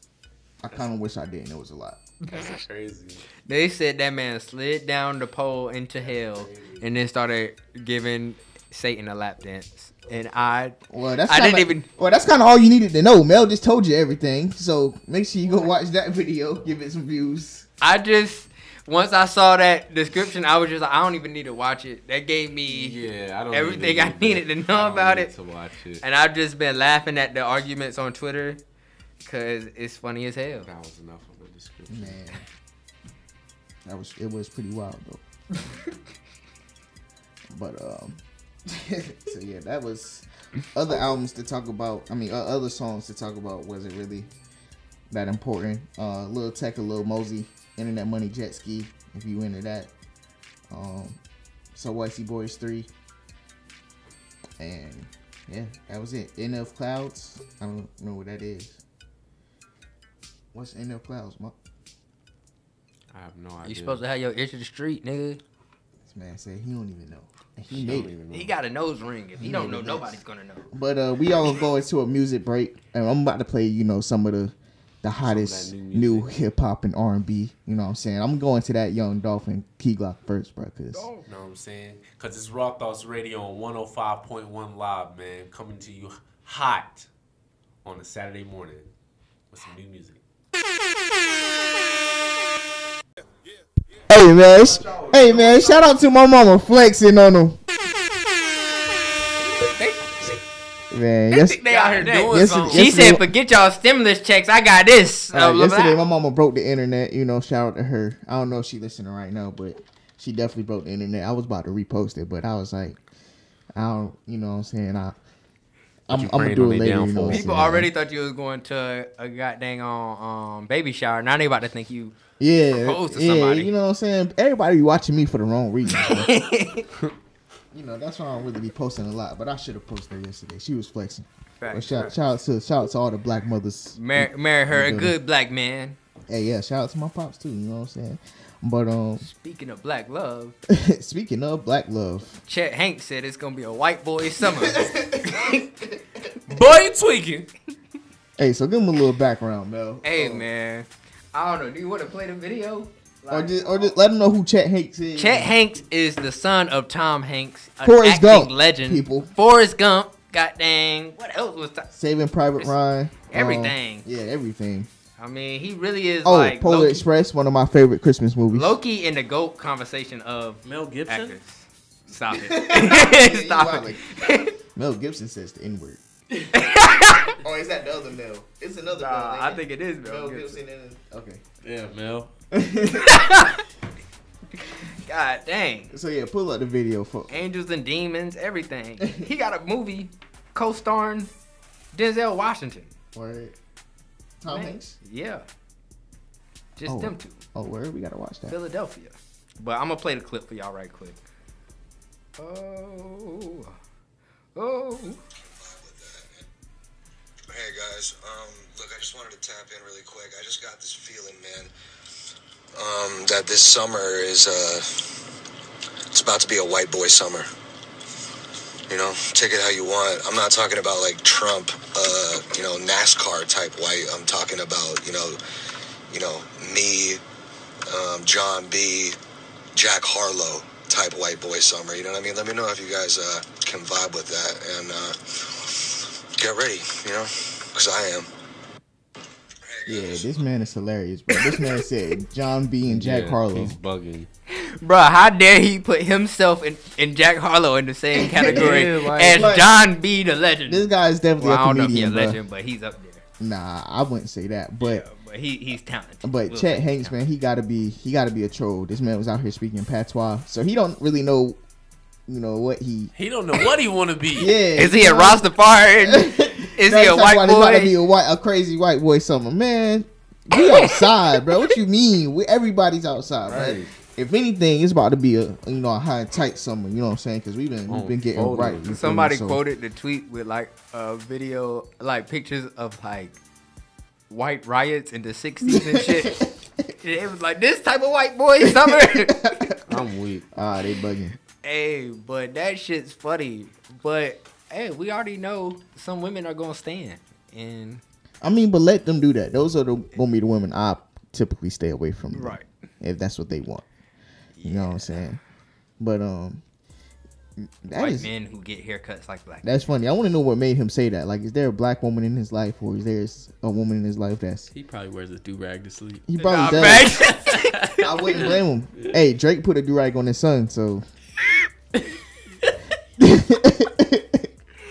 Speaker 2: I kind of wish I didn't. It was a lot.
Speaker 3: That's crazy.
Speaker 4: They said that man slid down the pole into hell, and then started giving Satan a lap dance. And I
Speaker 2: Well, that's
Speaker 4: I
Speaker 2: kinda,
Speaker 4: didn't even-
Speaker 2: Well, that's kind of all you needed to know. Mel just told you everything, so make sure you go watch that video. Give it some views.
Speaker 4: I just once I saw that description, I was just like, I don't even need to watch it. That gave me,
Speaker 3: Yeah, I don't.
Speaker 4: Everything
Speaker 3: need to
Speaker 4: I
Speaker 3: do that.
Speaker 4: needed to know
Speaker 3: I don't
Speaker 4: about
Speaker 3: need
Speaker 4: it.
Speaker 3: To watch it.
Speaker 4: and I've just been laughing at the arguments on Twitter because it's funny as hell.
Speaker 3: That was enough of a description.
Speaker 2: Man, that was it was pretty wild though. but um, so yeah, that was other albums to talk about. I mean, uh, other songs to talk about. Was it really that important? Uh, Lil Tech, a Lil Mosey, Internet Money, Jet Ski. If you into that, um, so Whitey Boys three, and yeah, that was it. End of Clouds. I don't know what that is. What's End of Clouds, Mark?
Speaker 3: I have no idea.
Speaker 4: You supposed to have your itch to the street, nigga.
Speaker 2: This man said he don't even know. And He made
Speaker 4: Shoot.
Speaker 2: it.
Speaker 4: He got a nose ring. If he don't
Speaker 2: made
Speaker 4: know,
Speaker 2: it.
Speaker 4: nobody's gonna know.
Speaker 2: But uh, we all go into a music break, and I'm about to play, you know, some of the the hottest
Speaker 3: new
Speaker 2: new, hip hop and R and B. You know what I'm saying? I'm going to that Young Dolphin Key Glock first, bro. Cause
Speaker 3: You know what I'm saying? Because it's Raw Thoughts Radio on 105.1 Live, man. Coming to you hot on a Saturday morning with some new music.
Speaker 2: hey man, sh- hey man, shout out to my mama flexing on them.
Speaker 4: They,
Speaker 2: Man,
Speaker 4: they
Speaker 2: yes,
Speaker 4: think they out here doing
Speaker 2: yes,
Speaker 4: something.
Speaker 2: yes,
Speaker 4: she said,
Speaker 2: yes.
Speaker 4: "Forget y'all stimulus checks. I got this."
Speaker 2: uh,
Speaker 4: Uh, blah,
Speaker 2: yesterday my
Speaker 4: blah.
Speaker 2: mama broke the internet. You know, shout out to her. I don't know if she listening right now, but she definitely broke the internet. I was about to repost it, but I was like, I don't, you know, what I'm saying I. I'm,
Speaker 3: you
Speaker 2: I'm gonna
Speaker 3: praying
Speaker 2: do it
Speaker 3: on they
Speaker 2: later. You know
Speaker 3: downfall.
Speaker 2: what I'm
Speaker 4: People
Speaker 2: saying?
Speaker 4: already thought you was going to a goddamn um, baby shower. Now they about to think you.
Speaker 2: yeah,
Speaker 4: propose to
Speaker 2: yeah,
Speaker 4: somebody.
Speaker 2: you know what I'm saying. Everybody be watching me for the wrong reason. you know that's why I don't really be posting a lot, but I should have posted yesterday. She was flexing. But
Speaker 4: Facts,
Speaker 2: shout,
Speaker 4: facts.
Speaker 2: shout out to shout out to all the black mothers.
Speaker 4: Marry, marry her a
Speaker 2: Mhm.
Speaker 4: good black man.
Speaker 2: Hey, yeah, shout out to my pops too. You know what I'm saying. But um,
Speaker 4: Speaking of black love,
Speaker 2: speaking of black love,
Speaker 4: Chet Hank said it's gonna be a white boy summer.
Speaker 3: Boy, you tweaking.
Speaker 2: hey, so give him a little background, Mel.
Speaker 4: hey
Speaker 2: Uh,
Speaker 4: man, I don't know. Do you want to play the video?
Speaker 2: Or just, or just let him know who Chet Hanks is.
Speaker 4: Chet Hanks is the son of Tom Hanks, an
Speaker 2: Forrest
Speaker 4: acting
Speaker 2: Gump,
Speaker 4: legend.
Speaker 2: people.
Speaker 4: Forrest Gump. God dang. What else was? Th-
Speaker 2: Saving Private Ryan. Um,
Speaker 4: everything.
Speaker 2: yeah, everything.
Speaker 4: I mean, he really is
Speaker 2: Oh,
Speaker 4: like
Speaker 2: Polar
Speaker 4: Loki,
Speaker 2: Express, one of my favorite Christmas movies.
Speaker 4: Loki in the goat conversation of
Speaker 5: Mel Gibson.
Speaker 4: actors. Stop it.
Speaker 2: you
Speaker 4: Stop
Speaker 2: wildin'.
Speaker 4: it.
Speaker 2: Mel Gibson says the N word. oh, is that the other Mel? It's another
Speaker 4: Nah, I think it is Mel Gibson.
Speaker 2: and okay.
Speaker 5: Yeah, Mel.
Speaker 4: God dang.
Speaker 2: So yeah, pull up the video for.
Speaker 4: Angels and demons, everything. He got a movie co-starring Denzel Washington.
Speaker 2: Word. Tom
Speaker 4: Man,
Speaker 2: Hanks.
Speaker 4: Yeah. Just
Speaker 2: Oh.
Speaker 4: them two.
Speaker 2: Oh, word. We gotta watch that.
Speaker 4: Philadelphia. But I'm gonna play the clip for y'all right quick. Oh, oh,
Speaker 6: uh, Hey guys, um, look, I just wanted to tap in really quick. I just got this feeling, man, um, that this summer is uh, it's about to be a white boy summer. You know, take it how you want. I'm not talking about like Trump, uh, you know, NASCAR type white. I'm talking about you know, you know, me, um, John B, Jack Harlow type white boy summer. You know what I mean? Let me know if you guys uh, can vibe with that and. Uh, get ready, you know, because I am.
Speaker 2: Yeah, this man is hilarious, bro. This man said John B and Jack Harlow.
Speaker 3: He's bugging.
Speaker 4: Bruh, how dare he put himself and, and Jack Harlow in the same category
Speaker 5: Yeah, like-
Speaker 4: as
Speaker 2: Like-
Speaker 4: John B. the legend?
Speaker 2: This guy is definitely
Speaker 4: well, I
Speaker 2: a
Speaker 4: don't know if he's a
Speaker 2: comedian, bro.
Speaker 4: legend, but he's up there.
Speaker 2: Nah, I wouldn't say that, but
Speaker 4: Yeah, but he he's talented.
Speaker 2: But
Speaker 4: We'll
Speaker 2: Chet
Speaker 4: say
Speaker 2: Hanks, man, he gotta be he gotta be a troll. This man was out here speaking patois, so he don't really know, you know what he.
Speaker 5: He don't know what he want to be.
Speaker 2: Yeah,
Speaker 4: Is
Speaker 2: you
Speaker 4: he a
Speaker 2: know?
Speaker 4: Rastafarian? Is
Speaker 2: Now
Speaker 4: he
Speaker 2: you
Speaker 4: a
Speaker 2: talking
Speaker 4: white
Speaker 2: about it's about to be
Speaker 4: boy?
Speaker 2: a white, a crazy white boy summer, man. We outside, bro. What you mean? We everybody's outside, right?
Speaker 3: Right.
Speaker 2: If anything, it's about to be a you know a high and tight summer. You know what I'm saying? Because we've been we've
Speaker 3: Oh,
Speaker 2: been getting
Speaker 3: folded.
Speaker 2: right. you feel me?
Speaker 4: Somebody
Speaker 2: So-
Speaker 4: quoted the tweet with like a video, like pictures of like white riots in the 60s and shit. It was like this type of white boy summer.
Speaker 3: I'm weak.
Speaker 2: Ah, they bugging.
Speaker 4: hey, but that shit's funny. But hey, we already know some women are gonna stand, and
Speaker 2: I mean, but let them do that. Those are the gonna be the women I typically stay away from. though,
Speaker 4: Right.
Speaker 2: If that's what they want. You know what I'm saying? But um that
Speaker 4: white
Speaker 2: is-
Speaker 4: men who get haircuts like black.
Speaker 2: that's funny. I want to know what made him say that. Like, is there a black woman in his life, or is there s- a woman in his life that's
Speaker 5: He probably wears a do rag to sleep.
Speaker 2: he probably
Speaker 4: Nah,
Speaker 2: does.
Speaker 4: facts.
Speaker 2: I wouldn't blame him. Hey, Drake put a do rag on his son, so
Speaker 4: Yo,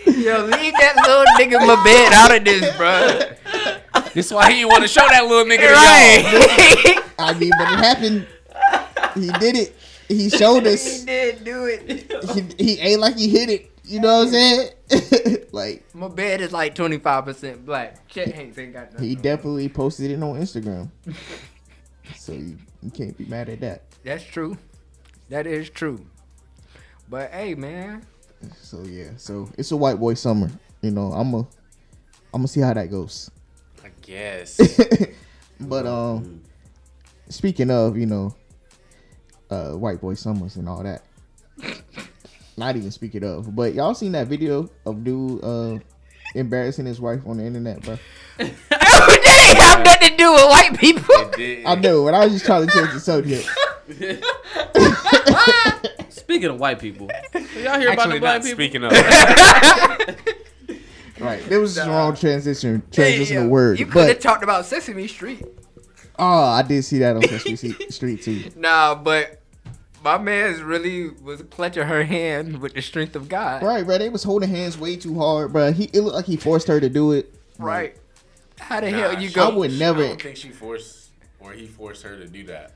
Speaker 4: leave that little nigga my bed out of this, bro.
Speaker 5: That's why he want to show that little nigga
Speaker 4: Right.
Speaker 2: I mean, but it happened. He did it. He showed us.
Speaker 4: did do it.
Speaker 2: He, he ain't like he hit it. You know what I'm saying? like
Speaker 4: My bed is like 25% black. Chet Hanks ain't got nothing.
Speaker 2: He
Speaker 4: on.
Speaker 2: definitely posted it on Instagram. so you, you can't be mad at that.
Speaker 4: That's true. That is true. But hey, man.
Speaker 2: So yeah, so it's a white boy summer. You know, I'm a I'm gonna see how that goes.
Speaker 5: I guess.
Speaker 2: but um speaking of, you know, uh white boy summers and all that. not even speak it of. But y'all seen that video of dude uh embarrassing his wife on the internet, bro?
Speaker 4: that ain't have nothing to do with white people.
Speaker 2: I know, but I was just trying to change the subject.
Speaker 5: Speaking of white people, y'all hear about
Speaker 3: Actually,
Speaker 5: the black
Speaker 3: not
Speaker 5: people?
Speaker 3: speaking of.
Speaker 2: Right. There was just the wrong transition transitional word.
Speaker 4: You could have
Speaker 2: But
Speaker 4: talked about Sesame Street.
Speaker 2: oh I did see that on Sesame Se- Street too.
Speaker 4: Nah, but my man's really was clutching her hand with the strength of God. Right.
Speaker 2: Right, bro. They was holding hands way too hard, bro. He it looked like he forced her to do it.
Speaker 4: How the
Speaker 3: Nah,
Speaker 4: hell you
Speaker 3: she-
Speaker 2: I
Speaker 4: go?
Speaker 2: would
Speaker 3: I
Speaker 2: never
Speaker 3: don't think she forced or he forced her to do that.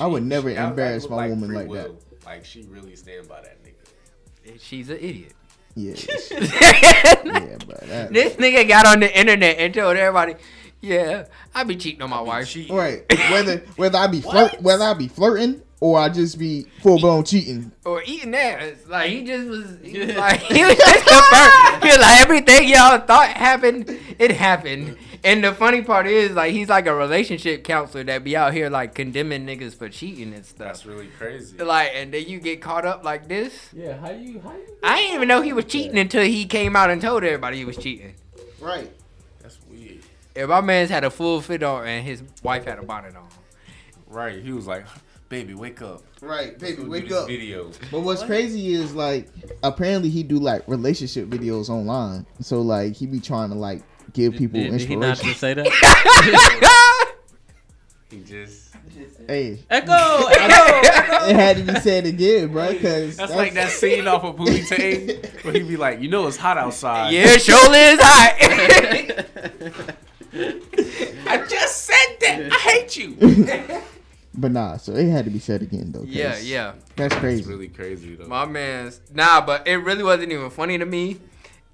Speaker 2: I would
Speaker 3: She-
Speaker 2: never
Speaker 3: that- that
Speaker 2: embarrass
Speaker 3: looked
Speaker 2: my woman
Speaker 3: free
Speaker 2: like that.
Speaker 3: will. Like she really stand by that nigga.
Speaker 4: She's an idiot.
Speaker 2: Yeah. yeah, bro. That,
Speaker 4: This nigga got on the internet and told everybody, "Yeah, I be cheating on my wife." She
Speaker 2: Right. Whether whether I be flirt, whether I be flirting or I just be full blown cheating.
Speaker 4: or eating ass. Like he just was, he was like he was just confirmed. He was like everything y'all thought happened, it happened. And the funny part is, like he's like a relationship counselor that be out here like condemning niggas for cheating and
Speaker 3: That's
Speaker 4: stuff.
Speaker 3: really crazy.
Speaker 4: Like, and then you get caught up like this.
Speaker 5: Yeah, how you how you
Speaker 4: I didn't even know he was cheating until he came out and told everybody he was cheating.
Speaker 2: Right.
Speaker 3: That's weird.
Speaker 4: And my man's had a full fit on and his wife had a bonnet on.
Speaker 3: Right. He was like, "Baby, wake up.
Speaker 2: Right,
Speaker 3: Let's
Speaker 2: baby,
Speaker 3: go do
Speaker 2: wake
Speaker 3: this
Speaker 2: up.
Speaker 3: Video.
Speaker 2: But what's crazy is like apparently he do like relationship videos online. So like he be trying to like give people
Speaker 5: did, did he not
Speaker 2: inspiration.
Speaker 5: just say that?
Speaker 3: He just.
Speaker 2: Hey,
Speaker 5: Echo, echo.
Speaker 2: it had to be said again, bro. Because
Speaker 3: That's, like that scene off of Booty Tang where he be like, "You know it's hot outside."
Speaker 4: yeah, Shola is hot.
Speaker 3: I just said that. I hate you.
Speaker 2: But nah, so it had to be said again though. 'cause
Speaker 4: yeah, yeah.
Speaker 2: That's
Speaker 3: It's
Speaker 2: crazy.
Speaker 3: really crazy though.
Speaker 4: My man's nah, but it really wasn't even funny to me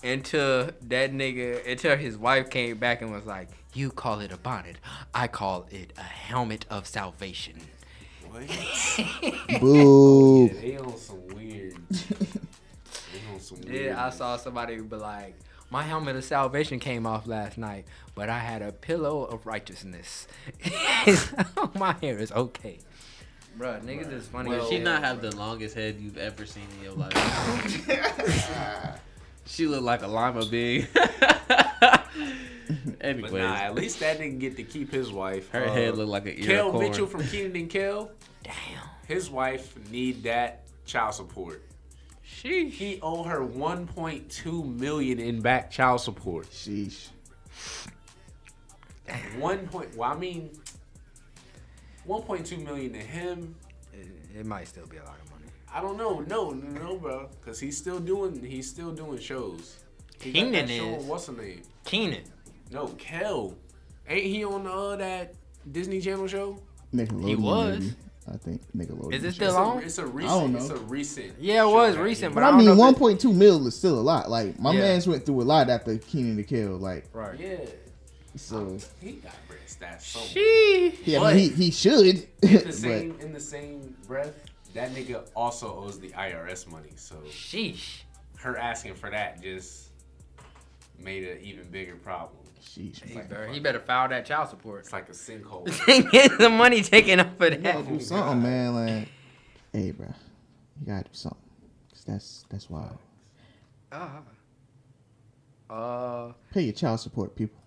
Speaker 4: until that nigga until his wife came back and was like, "You call it a bonnet, I call it a helmet of salvation."
Speaker 2: Boo.
Speaker 3: they on some weird. They on some weird.
Speaker 4: Yeah, I saw somebody be like, "My helmet of salvation came off last night, but I had a pillow of righteousness. My hair is okay." Bruh, niggas is funny.
Speaker 5: Did
Speaker 4: as
Speaker 5: she
Speaker 4: hell.
Speaker 5: not have the longest head you've ever seen in your life? she looked like a llama being.
Speaker 3: But
Speaker 5: Anyways,
Speaker 3: nah, at least that didn't get to keep his wife.
Speaker 5: her
Speaker 3: Uh,
Speaker 5: head looked like an ear
Speaker 3: Kel
Speaker 5: of corn.
Speaker 3: Mitchell from Keenan and Kel. Damn. His wife need that child support.
Speaker 4: Sheesh.
Speaker 3: He owe her 1.2 million in back child support.
Speaker 2: Sheesh.
Speaker 3: One point. Well, I mean, 1.2 million to him.
Speaker 4: It, it might still be a lot of money.
Speaker 3: I don't know. No, no, no, bro. Cause he's still doing. He's still doing shows. He got
Speaker 4: Keenan
Speaker 3: that show on-
Speaker 4: is.
Speaker 3: What's the name?
Speaker 4: Keenan.
Speaker 3: No, Kel. Ain't he on uh, that Disney Channel show?
Speaker 2: Nickelodeon.
Speaker 4: He was.
Speaker 2: maybe. I think Nickelodeon.
Speaker 4: Is it
Speaker 2: sure.
Speaker 4: still
Speaker 3: It's a-
Speaker 4: on?
Speaker 3: It's a
Speaker 2: I don't
Speaker 3: recent.
Speaker 2: know.
Speaker 3: It's a recent.
Speaker 4: Yeah, it
Speaker 3: show
Speaker 4: was
Speaker 3: that he-
Speaker 4: recent,
Speaker 2: But
Speaker 4: but I
Speaker 2: I
Speaker 4: don't know
Speaker 2: mean,
Speaker 4: if it-
Speaker 2: one point two mil is still a lot. Like my
Speaker 4: Yeah.
Speaker 2: man's went through a lot after Keenan the Kill. Like
Speaker 4: Right.
Speaker 3: Yeah,
Speaker 2: so,
Speaker 3: he got breasts that so.
Speaker 4: She.
Speaker 2: yeah, I
Speaker 3: But-
Speaker 2: mean, he he should.
Speaker 3: In the
Speaker 2: but
Speaker 3: same in the same breath, that nigga also owes the IRS money. So
Speaker 4: Sheesh.
Speaker 3: her asking for that just made an even bigger problem.
Speaker 2: sheesh,
Speaker 4: He better, he better file that child support.
Speaker 3: It's like a sinkhole.
Speaker 4: Get the money taken off of
Speaker 2: you gotta
Speaker 4: that.
Speaker 2: do something, man. Like, hey, bro, you gotta do something. 'Cause that's that's wild.
Speaker 4: Uh, uh,
Speaker 2: Pay your child support, people.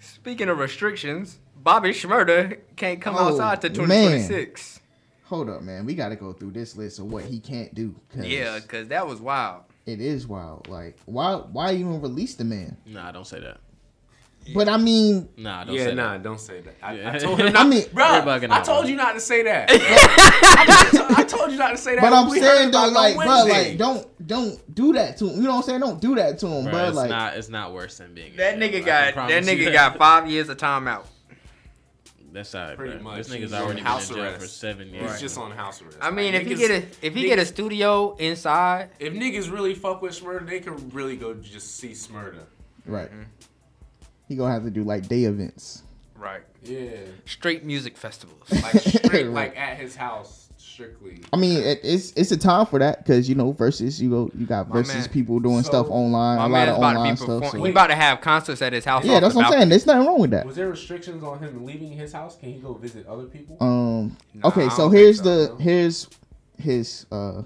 Speaker 4: speaking of restrictions, Bobby Schmurda can't come
Speaker 2: Oh,
Speaker 4: outside to
Speaker 2: man.
Speaker 4: 2026.
Speaker 2: Hold up, man. We gotta go through this list of what he can't do. 'cause
Speaker 4: Yeah, because that was wild.
Speaker 2: it is wild. Like, why why even release the man?
Speaker 5: Nah, don't say that.
Speaker 2: But I mean,
Speaker 5: Nah, don't
Speaker 3: yeah,
Speaker 5: say
Speaker 3: nah,
Speaker 5: that.
Speaker 3: don't say that. I,
Speaker 5: Yeah.
Speaker 3: I told him
Speaker 2: I
Speaker 3: not.
Speaker 2: mean,
Speaker 3: Bro,
Speaker 5: You're bugging
Speaker 3: I
Speaker 5: out,
Speaker 3: told
Speaker 5: bro.
Speaker 3: you not to say that. I, told, I told you not to say that.
Speaker 2: But I'm
Speaker 3: We heard
Speaker 2: saying though,
Speaker 3: about it
Speaker 2: like,
Speaker 3: on
Speaker 2: bro,
Speaker 3: Wednesday.
Speaker 2: like, don't don't do that to him. You know what I'm saying? Don't do that to him,
Speaker 5: Bruh,
Speaker 2: bro.
Speaker 5: it's
Speaker 2: Like,
Speaker 5: not. It's not worse than being. in
Speaker 4: That
Speaker 5: jail. I
Speaker 4: nigga
Speaker 5: can
Speaker 4: got that
Speaker 5: promise you
Speaker 4: nigga got five years of timeout.
Speaker 5: That's all right,
Speaker 3: Pretty
Speaker 5: bro.
Speaker 3: much.
Speaker 5: This nigga's
Speaker 3: He's
Speaker 5: already
Speaker 3: on
Speaker 5: been
Speaker 3: house
Speaker 5: in jail
Speaker 3: arrest.
Speaker 5: for seven
Speaker 3: He's
Speaker 5: years.
Speaker 3: just on house arrest.
Speaker 4: I mean,
Speaker 3: Like,
Speaker 4: if he
Speaker 3: niggas-
Speaker 4: get a if he get a studio inside,
Speaker 3: if niggas really fuck with Smyrna, they could really go just see Smyrna.
Speaker 2: right?
Speaker 4: Mm-hmm.
Speaker 2: He gonna have to do like day events.
Speaker 4: right?
Speaker 3: Yeah,
Speaker 4: Straight music festivals.
Speaker 3: like strict,
Speaker 2: Right.
Speaker 3: like at his house, strictly.
Speaker 2: I mean, it, it's it's a time for that because you know versus you go you got
Speaker 4: My
Speaker 2: versus
Speaker 4: man.
Speaker 2: people doing
Speaker 3: So,
Speaker 2: stuff online,
Speaker 4: My
Speaker 2: a lot
Speaker 4: man's
Speaker 2: of
Speaker 4: about to be
Speaker 2: online stuff.
Speaker 4: performing.
Speaker 2: So.
Speaker 4: He about to have concerts at his house.
Speaker 2: Yeah,
Speaker 4: off
Speaker 2: that's
Speaker 4: the
Speaker 2: what I'm saying.
Speaker 4: balcony.
Speaker 2: There's nothing wrong with that.
Speaker 3: Was there restrictions on him leaving his house? Can he go visit other people?
Speaker 2: Um,
Speaker 4: Nah,
Speaker 2: okay,
Speaker 4: I
Speaker 2: so
Speaker 4: don't think
Speaker 2: here's
Speaker 4: so,
Speaker 2: the
Speaker 3: no.
Speaker 2: here's his uh,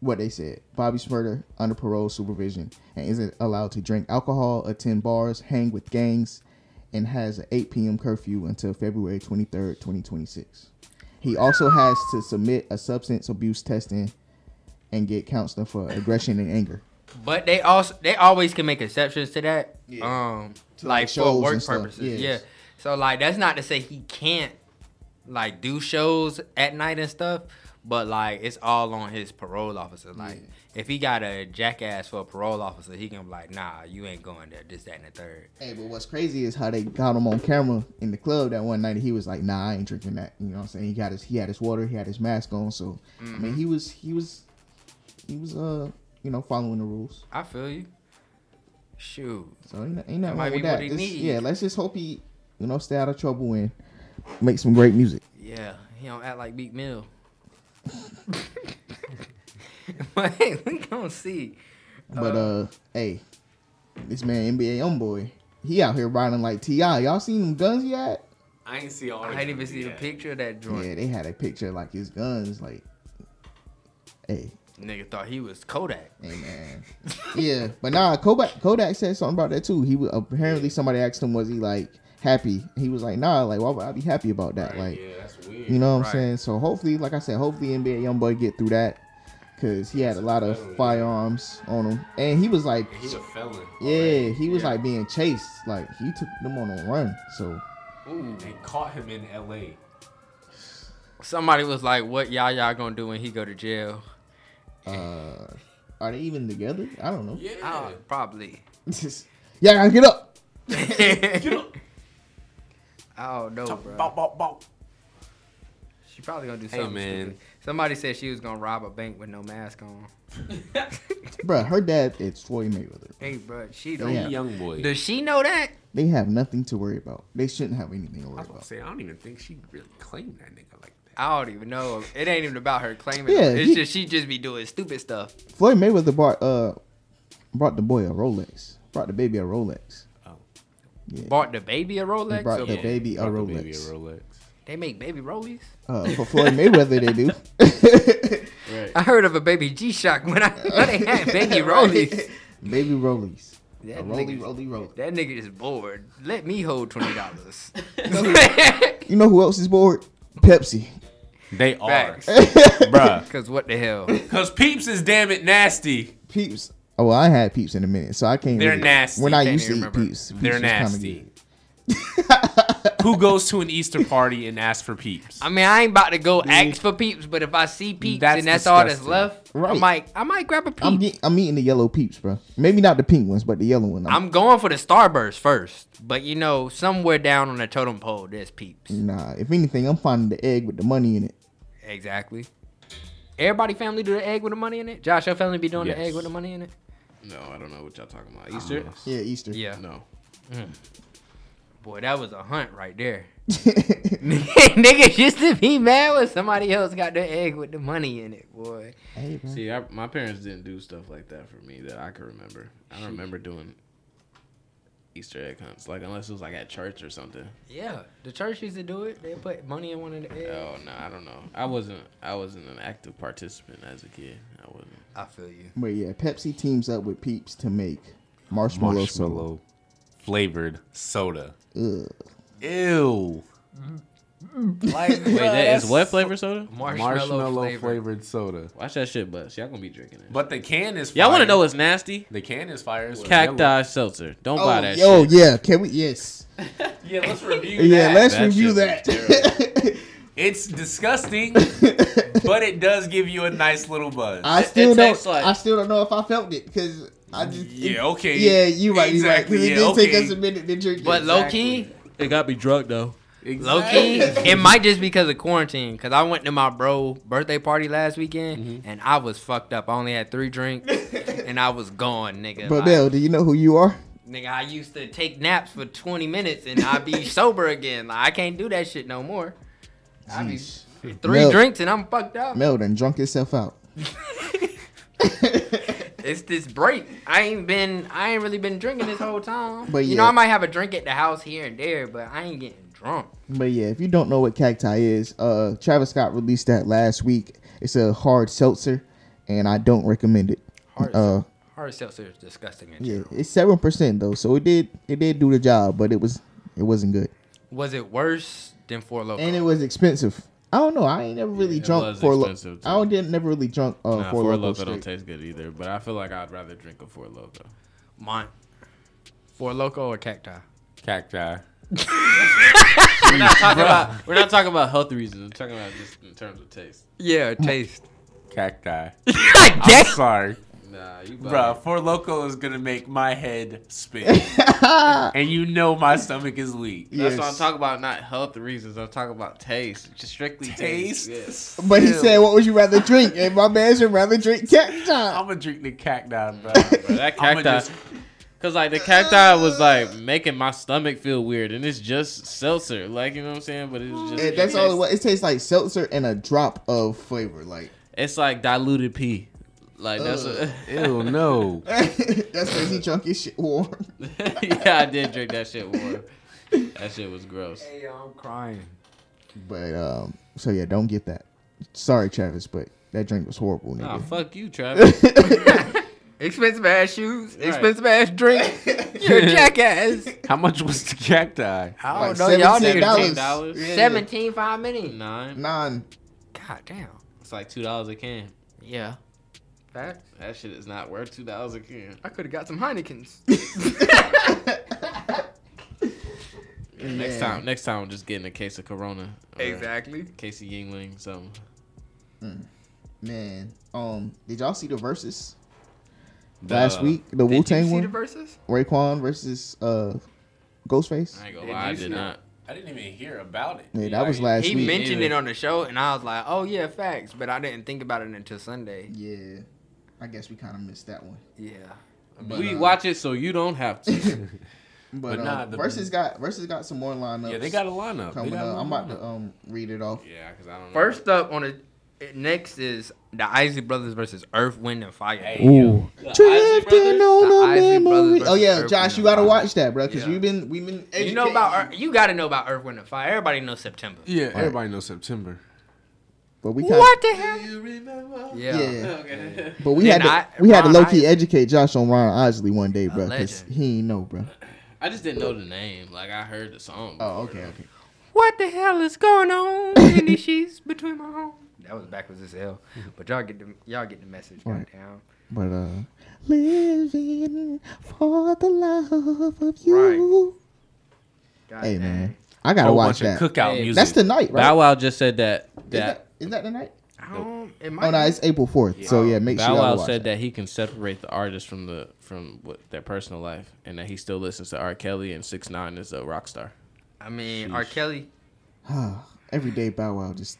Speaker 2: what they said. Bobby Smurder under parole supervision and isn't allowed to drink alcohol, attend bars, hang with gangs, and has an 8 p.m. curfew until February 23rd, 2026. He also has to submit a substance abuse testing and get counseling for aggression and anger.
Speaker 4: But they also they always can make exceptions to that. Um like for
Speaker 2: shows
Speaker 4: work
Speaker 2: and stuff,
Speaker 4: purposes.
Speaker 2: yes.
Speaker 4: Yeah. So like that's not to say he can't like do shows at night and stuff, but like it's all on his parole officer. Like if he got a jackass for a parole officer, he can be like, nah, you ain't going there, this, that, and the third.
Speaker 2: Hey, but what's crazy is how they got him on camera in the club that one night. and He was like, "Nah, I ain't drinking that." You know what I'm saying? He got his he had his water, he had his mask on. So I
Speaker 4: Mm-hmm.
Speaker 2: mean, he was he was he was uh you know following the rules.
Speaker 4: I feel you. Shoot.
Speaker 2: So ain't, ain't nothing
Speaker 4: might
Speaker 2: wrong
Speaker 4: be
Speaker 2: with that.
Speaker 4: what he
Speaker 2: Just-
Speaker 4: need.
Speaker 2: yeah, let's just hope he you know stay out of trouble and make some great music.
Speaker 4: Yeah, he don't act like Big Mill. but hey, we gonna see.
Speaker 2: But
Speaker 4: Uh-huh.
Speaker 2: uh, hey, this man NBA young boy, he out here riding like Ti. Y'all seen them guns yet?
Speaker 3: I ain't see all.
Speaker 4: I didn't even see the
Speaker 3: picture.
Speaker 4: picture of that joint.
Speaker 2: Yeah, they had a picture like his guns. Like, hey,
Speaker 4: Nigga thought he was Kodak.
Speaker 2: Hey man. yeah, but nah, Kodak Kodak said something about that too. He wa- apparently somebody asked him, was he like happy? He was like, nah, like why would I be happy about that? like,
Speaker 3: yeah, that's weird.
Speaker 2: you know what
Speaker 4: Right.
Speaker 2: I'm saying? So hopefully, like I said, hopefully NBA YoungBoy get through that because he had a lot of
Speaker 3: Definitely.
Speaker 2: firearms on him, and he was like,
Speaker 3: he's a felon.
Speaker 2: yeah, he was like being chased. Like he took them on a run. So
Speaker 3: Ooh, they caught him in L.A.
Speaker 4: Somebody was like, "What y'all y'all gonna do when he go to jail?"
Speaker 2: uh, are they even together? I don't know.
Speaker 3: Yeah.
Speaker 4: Oh, probably.
Speaker 2: yeah, I gotta get up.
Speaker 4: I don't know, bro. She probably gonna do
Speaker 3: Hey,
Speaker 4: something.
Speaker 3: man.
Speaker 4: stupid. Somebody said she was gonna rob a bank with no mask on.
Speaker 2: Bruh, her dad is Floyd Mayweather.
Speaker 4: Hey, bro, she
Speaker 2: They
Speaker 4: don't.
Speaker 2: have-
Speaker 3: Young boy.
Speaker 4: Does she know that?
Speaker 2: They have nothing to worry about. They shouldn't have anything to
Speaker 3: I
Speaker 2: worry
Speaker 3: was about
Speaker 2: about.
Speaker 3: to say, I don't even think she really claimed that nigga like that.
Speaker 4: I don't even know. It ain't even about her claiming.
Speaker 2: Yeah,
Speaker 4: it. it's
Speaker 2: he-
Speaker 4: just she just be doing stupid stuff.
Speaker 2: Floyd Mayweather bought uh brought the boy a Rolex. Brought the baby a Rolex.
Speaker 4: Bought the baby a
Speaker 2: He
Speaker 4: Rolex.
Speaker 2: brought
Speaker 4: or-
Speaker 2: the baby a
Speaker 3: Probably maybe
Speaker 2: Rolex.
Speaker 3: a Rolex.
Speaker 4: They make baby Rollies.
Speaker 2: Uh, for Floyd Mayweather, they do.
Speaker 4: I heard of a baby G Shock when I when they had baby Rollies.
Speaker 2: baby Rolex.
Speaker 4: That
Speaker 2: A Rolly,
Speaker 4: nigga's-
Speaker 2: Rolly, Rolly.
Speaker 4: That nigga is bored. Let me hold twenty dollars.
Speaker 2: You know who else is bored? Pepsi.
Speaker 3: They are,
Speaker 4: Facts.
Speaker 3: bruh.
Speaker 4: Cause what the hell?
Speaker 3: Cause Peeps is damn it nasty.
Speaker 2: Peeps. Oh, well, I ain't had peeps in a minute, so I can't.
Speaker 3: They're
Speaker 2: really-
Speaker 3: nasty.
Speaker 2: When I
Speaker 4: Can't
Speaker 2: used to
Speaker 4: even
Speaker 2: eat
Speaker 4: remember.
Speaker 2: peeps, peeps
Speaker 3: They're
Speaker 2: was kinda
Speaker 3: nasty.
Speaker 2: good.
Speaker 3: Who goes to an Easter party and asks for Peeps?
Speaker 4: I mean, I ain't about to go ask for peeps, but if I see peeps
Speaker 3: That's
Speaker 4: and that's
Speaker 3: disgusting.
Speaker 4: all that's left,
Speaker 2: Right.
Speaker 4: I'm like, I might grab a peep.
Speaker 2: I'm
Speaker 4: I'm,
Speaker 2: get, I'm eating the yellow peeps, bro. Maybe not the pink ones, but the yellow one. I'm,
Speaker 4: going for the Starburst first, but you know, somewhere down on the totem pole, there's peeps.
Speaker 2: nah, if anything, I'm finding the egg with the money in it.
Speaker 4: Exactly. Everybody family do the egg with the money in it. Josh, your family be doing the egg
Speaker 3: Yes.
Speaker 4: with the money in it.
Speaker 5: No, I don't know what y'all talking about. Easter?
Speaker 2: Yeah, Easter.
Speaker 4: Yeah.
Speaker 5: No.
Speaker 4: Boy, that was a hunt right there. Niggas used to be mad when somebody else got the egg with the money in it, boy.
Speaker 2: Hey, bro.
Speaker 5: See, I, my parents didn't do stuff like that for me that I can remember. I don't remember doing Easter egg hunts, like unless it was like at church or something.
Speaker 4: Yeah, the church used to do it. They put money in one of the eggs.
Speaker 5: Oh no, I don't know. I wasn't. I wasn't an active participant as a kid. I wasn't.
Speaker 4: I feel you.
Speaker 2: But yeah, Pepsi teams up with Peeps to make marshmallow, marshmallow.
Speaker 3: Marshmallow flavored soda.
Speaker 2: soda. Ugh.
Speaker 3: Ew.
Speaker 4: Mm-hmm.
Speaker 3: Like,
Speaker 5: Wait, that is what flavor soda?
Speaker 4: Marshmallow, flavor.
Speaker 3: flavored soda.
Speaker 5: Watch that shit, bust. Y'all gonna be drinking it.
Speaker 3: But the can is. Fire.
Speaker 5: Y'all want to know what's nasty?
Speaker 3: The can is fire. Is
Speaker 5: Cacti seltzer. Don't buy that.
Speaker 2: Oh, yo,
Speaker 5: shit.
Speaker 2: yeah. Can we? Yes.
Speaker 3: Yeah, let's review.
Speaker 2: Yeah.
Speaker 3: that.
Speaker 2: Let's
Speaker 5: That
Speaker 2: review
Speaker 5: shit
Speaker 2: that.
Speaker 3: It's disgusting, but it does give you a nice little buzz.
Speaker 2: I
Speaker 5: It- it
Speaker 2: still don't.
Speaker 5: tastes like-
Speaker 2: I still don't know if I felt it because I just. it-
Speaker 3: yeah. Okay.
Speaker 2: yeah, you right.
Speaker 3: Exactly.
Speaker 2: You right. 'cause
Speaker 3: yeah,
Speaker 2: it did
Speaker 3: okay.
Speaker 2: take us a minute to drink.
Speaker 4: But
Speaker 2: it.
Speaker 4: low key,
Speaker 5: It got me drunk though.
Speaker 4: low key, it might just because of quarantine. Cause I went to my bro birthday party last weekend and I was fucked up. I only had three drinks and I was gone, nigga.
Speaker 2: But
Speaker 4: Like,
Speaker 2: Bill, do you know who you are?
Speaker 4: nigga, I used to take naps for 20 minutes and I'd be sober again. Like I can't do that shit no more. I be
Speaker 2: Jeez.
Speaker 4: three
Speaker 2: Mel-
Speaker 4: drinks and I'm fucked up.
Speaker 2: Meldon drunk himself out.
Speaker 4: It's this break. I ain't been. I ain't really been drinking this whole time.
Speaker 2: But
Speaker 4: you
Speaker 2: yeah.
Speaker 4: know, I might have a drink at the house here and there, but I ain't getting drunk.
Speaker 2: But yeah, if you don't know what cacti is, uh, Travis Scott released that last week. It's a hard seltzer, and I don't recommend it.
Speaker 4: Hard,
Speaker 2: Uh,
Speaker 4: hard seltzer is disgusting. In
Speaker 2: Yeah,
Speaker 4: general.
Speaker 2: it's seven percent though, so it did it did do the job, but it was it wasn't good,
Speaker 4: Was it worse than Four Loko?
Speaker 2: and it was expensive. I don't know. I ain't never really
Speaker 5: Yeah, it
Speaker 2: drunk
Speaker 5: was
Speaker 2: for. Lo-
Speaker 5: expensive, too.
Speaker 2: I didn't never really drunk uh,
Speaker 5: Nah,
Speaker 2: for
Speaker 5: Oh, Four
Speaker 2: local
Speaker 5: Loko don't
Speaker 2: straight.
Speaker 5: taste good either, but I feel like I'd rather drink a Four Loko.
Speaker 4: Mine. Four Loko or Cacti?
Speaker 3: Cacti.
Speaker 5: We're not talking about we're not talking about health reasons. I'm talking about just in terms of taste.
Speaker 4: Yeah, taste.
Speaker 3: Cacti.
Speaker 4: I
Speaker 3: I'm sorry.
Speaker 5: Nah, you
Speaker 3: Bruh, Four Loco is gonna make my head spin. and you know my stomach is weak.
Speaker 5: That's what I'm
Speaker 2: Yes.
Speaker 5: talking about. Not health reasons. I'm talking about taste. Just strictly taste.
Speaker 3: Taste.
Speaker 5: Yes.
Speaker 2: But he said, "What would you rather drink?" And my man should rather drink cacti.
Speaker 3: I'm gonna drink the cacti, bro.
Speaker 5: Bro, that
Speaker 3: I'ma
Speaker 5: cacti,
Speaker 3: just-
Speaker 5: cause like the cacti was like making my stomach feel weird, and it's just seltzer, like you know what I'm saying. But it's just
Speaker 2: And that's all it was. It tastes like seltzer and a drop of flavor. Like
Speaker 5: It's like diluted pee, like that's what,
Speaker 3: Ew, no.
Speaker 2: that's crazy he drunk his shit warm.
Speaker 5: yeah. I did drink that shit warm. That shit was gross.
Speaker 4: I'm crying.
Speaker 2: But um, so yeah, don't get that. Sorry, Travis, but that drink was horrible, nigga.
Speaker 5: Nah, fuck you, Travis.
Speaker 4: Expensive ass shoes,
Speaker 5: Right.
Speaker 4: expensive ass drink. You're a jackass.
Speaker 3: How much was the cacti?
Speaker 4: I don't
Speaker 2: Like
Speaker 4: know. Y'all
Speaker 2: $17.
Speaker 4: niggas
Speaker 5: Ten dollars,
Speaker 2: Yeah.
Speaker 4: seventeen five mini.
Speaker 5: nine.
Speaker 2: Nine.
Speaker 4: God damn.
Speaker 5: It's like two dollars a can.
Speaker 4: Yeah. Fact.
Speaker 5: That shit is not worth two dollars a can.
Speaker 4: I could have got some Heinekens.
Speaker 5: Next
Speaker 2: Yeah.
Speaker 5: time, next time, I'm just getting a case of Corona. or
Speaker 4: exactly.
Speaker 5: A case of Yingling, something.
Speaker 2: Man, um, did y'all see the verses
Speaker 5: The-
Speaker 2: last week? The
Speaker 4: Did
Speaker 2: Wu
Speaker 4: you see
Speaker 2: Tang
Speaker 4: the
Speaker 2: one,
Speaker 4: verses?
Speaker 2: Raekwon versus uh, Ghostface.
Speaker 5: I ain't
Speaker 4: Did
Speaker 5: gonna lie, I
Speaker 4: you
Speaker 5: did
Speaker 4: see
Speaker 5: not.
Speaker 3: I didn't even hear about it.
Speaker 2: Yeah, that was
Speaker 5: He
Speaker 2: last
Speaker 4: He
Speaker 2: week.
Speaker 5: meant-
Speaker 4: mentioned
Speaker 5: either.
Speaker 4: it on the show, and I was like, "Oh yeah, facts," but I didn't think about it until Sunday.
Speaker 2: yeah, I guess we kind of missed that one.
Speaker 4: Yeah.
Speaker 2: But,
Speaker 5: we
Speaker 2: uh,
Speaker 5: watch it so you don't have to.
Speaker 2: But,
Speaker 3: But
Speaker 2: um,
Speaker 3: nah, the-
Speaker 2: versus got versus got some more lineups.
Speaker 3: Yeah, they got a lineup. They
Speaker 2: coming
Speaker 3: got a
Speaker 2: up. I'm
Speaker 3: lineup.
Speaker 2: about to um read it off.
Speaker 5: yeah, because I don't know.
Speaker 4: First up on the next is the Isley Brothers versus Earth, Wind, and Fire.
Speaker 3: Hey, yo.
Speaker 5: The Isley
Speaker 2: Drifting
Speaker 5: Brothers?
Speaker 2: on
Speaker 4: The
Speaker 2: a
Speaker 4: Isley Brothers
Speaker 2: memory.
Speaker 4: versus
Speaker 2: Oh yeah,
Speaker 4: Earth
Speaker 2: Josh,
Speaker 4: and
Speaker 2: you
Speaker 4: the
Speaker 2: gotta
Speaker 4: Wild.
Speaker 2: watch that, bro, because
Speaker 4: Yeah.
Speaker 2: you've been we've been educating.
Speaker 4: You know about Ear- you got to know about Earth, Wind, and Fire. Everybody knows September.
Speaker 3: Yeah, everybody knows September.
Speaker 2: but we kinda,
Speaker 4: What the hell?
Speaker 2: Yeah.
Speaker 4: Yeah.
Speaker 5: Okay.
Speaker 2: but we
Speaker 4: Then
Speaker 2: had to
Speaker 4: I-
Speaker 2: we had to
Speaker 4: Ron
Speaker 2: low key
Speaker 4: Isley-
Speaker 2: educate Josh on Ron Isley one day, bro, because
Speaker 4: legend.
Speaker 2: he ain't know, bro.
Speaker 5: I just didn't know the name. Like I heard the song.
Speaker 2: Oh,
Speaker 5: before,
Speaker 2: okay,
Speaker 5: though.
Speaker 2: okay.
Speaker 4: What the hell is going on in these sheets between my home? That was backwards as hell, but y'all get the y'all get the message.
Speaker 2: Right.
Speaker 4: Goddamn.
Speaker 2: But uh living for the love of
Speaker 4: you.
Speaker 2: you.
Speaker 4: God
Speaker 2: Hey
Speaker 4: damn.
Speaker 2: man. I gotta
Speaker 3: Whole
Speaker 2: watch
Speaker 3: bunch
Speaker 2: that.
Speaker 3: of cookout
Speaker 5: Hey,
Speaker 3: music.
Speaker 2: That's the night, right?
Speaker 5: Bow Wow just said that
Speaker 2: is,
Speaker 5: that
Speaker 2: that, is that the night?
Speaker 4: I don't. It might
Speaker 2: Oh no, it's April fourth. So yeah, make sure
Speaker 5: Bow
Speaker 2: y'all
Speaker 5: Wow
Speaker 2: watch
Speaker 5: said
Speaker 2: that.
Speaker 5: that he can separate the artist from the from what, their personal life, and that he still listens to R. Kelly and Six Nine is a rock star.
Speaker 4: I mean, R. Kelly.
Speaker 2: Every day Bow Wow just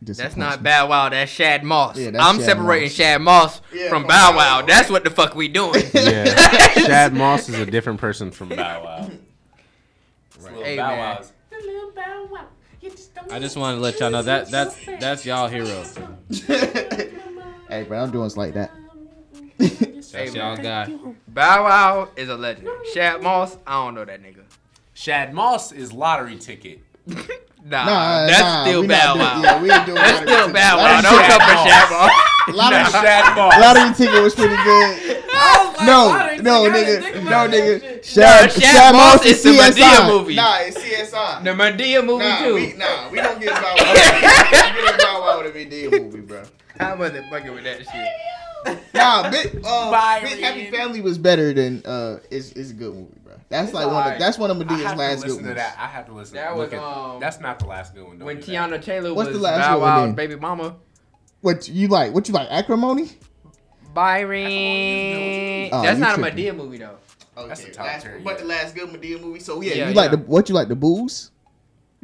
Speaker 4: That's
Speaker 2: disappoints
Speaker 4: not
Speaker 2: me.
Speaker 4: Bow Wow. That's Shad Moss.
Speaker 2: Yeah, that's
Speaker 4: I'm
Speaker 2: Shad
Speaker 4: separating
Speaker 2: Moss.
Speaker 4: Shad Moss
Speaker 2: Yeah,
Speaker 4: from
Speaker 2: from
Speaker 4: Bow
Speaker 2: Bow
Speaker 4: Wow.
Speaker 2: Wow.
Speaker 4: That's what the fuck we doing.
Speaker 3: Yeah. Shad Moss is a different person from Bow Wow.
Speaker 4: Hey,
Speaker 3: Hey,
Speaker 4: man.
Speaker 3: Bow Wow's
Speaker 5: I just want to let y'all know that that's that's y'all hero.
Speaker 2: Hey bro, I'm doing like that.
Speaker 5: That's y'all guy.
Speaker 4: Bow Wow is a legend. Shad Moss. I don't know that nigga.
Speaker 3: Shad Moss is lottery ticket.
Speaker 4: Nah,
Speaker 2: Nah,
Speaker 4: Ah, that's
Speaker 2: nah,
Speaker 4: still
Speaker 2: we not
Speaker 4: Bow
Speaker 2: doing-
Speaker 4: Wow.
Speaker 2: Yeah, we ain't doing
Speaker 4: That's
Speaker 2: lottery
Speaker 4: still
Speaker 2: ticket.
Speaker 4: Bow Wow.
Speaker 2: Lottery
Speaker 4: Don't
Speaker 3: Shad
Speaker 4: come for Shad Moss.
Speaker 2: Lottery,
Speaker 3: Shad Moss.
Speaker 2: lottery ticket was pretty good. No, no, nigga, no, nigga. Shad,
Speaker 4: Nah, Shad
Speaker 2: Shad
Speaker 4: Moss
Speaker 2: Moss is
Speaker 4: is the
Speaker 2: CSI.
Speaker 4: Madea movie.
Speaker 2: Nah, it's CSI.
Speaker 4: The Medea movie
Speaker 2: nah,
Speaker 4: too.
Speaker 2: we, nah, we don't get Bow Wow. we get Bow Wow with a Madea movie, bro.
Speaker 4: I wasn't fucking with that shit.
Speaker 2: Nah, Big, uh, Big Happy Family was better than uh, it's it's a good movie, bro. That's like one of
Speaker 3: alright.
Speaker 2: that's one of
Speaker 3: I have
Speaker 2: Medea's last
Speaker 3: to
Speaker 2: good
Speaker 3: listen to
Speaker 2: ones.
Speaker 3: that. I have to listen.
Speaker 4: That
Speaker 3: Look
Speaker 4: was,
Speaker 3: at-
Speaker 4: um,
Speaker 3: that's not the last good one. Don't
Speaker 4: When
Speaker 3: do that.
Speaker 4: Tiana Taylor
Speaker 2: What's
Speaker 4: was
Speaker 2: the last one
Speaker 4: Bow
Speaker 2: we
Speaker 4: Wow's
Speaker 2: did?
Speaker 4: baby mama.
Speaker 2: What you like? What you like? Acrimony?
Speaker 4: Byron.
Speaker 2: Oh,
Speaker 4: That's
Speaker 2: you
Speaker 4: not a
Speaker 2: tripping.
Speaker 4: Medea movie though.
Speaker 2: Okay,
Speaker 3: That's a top tier, yeah.
Speaker 2: last good Medea movie. So Oh, yeah,
Speaker 4: Yeah,
Speaker 2: you like
Speaker 4: yeah.
Speaker 2: the what you like the booze?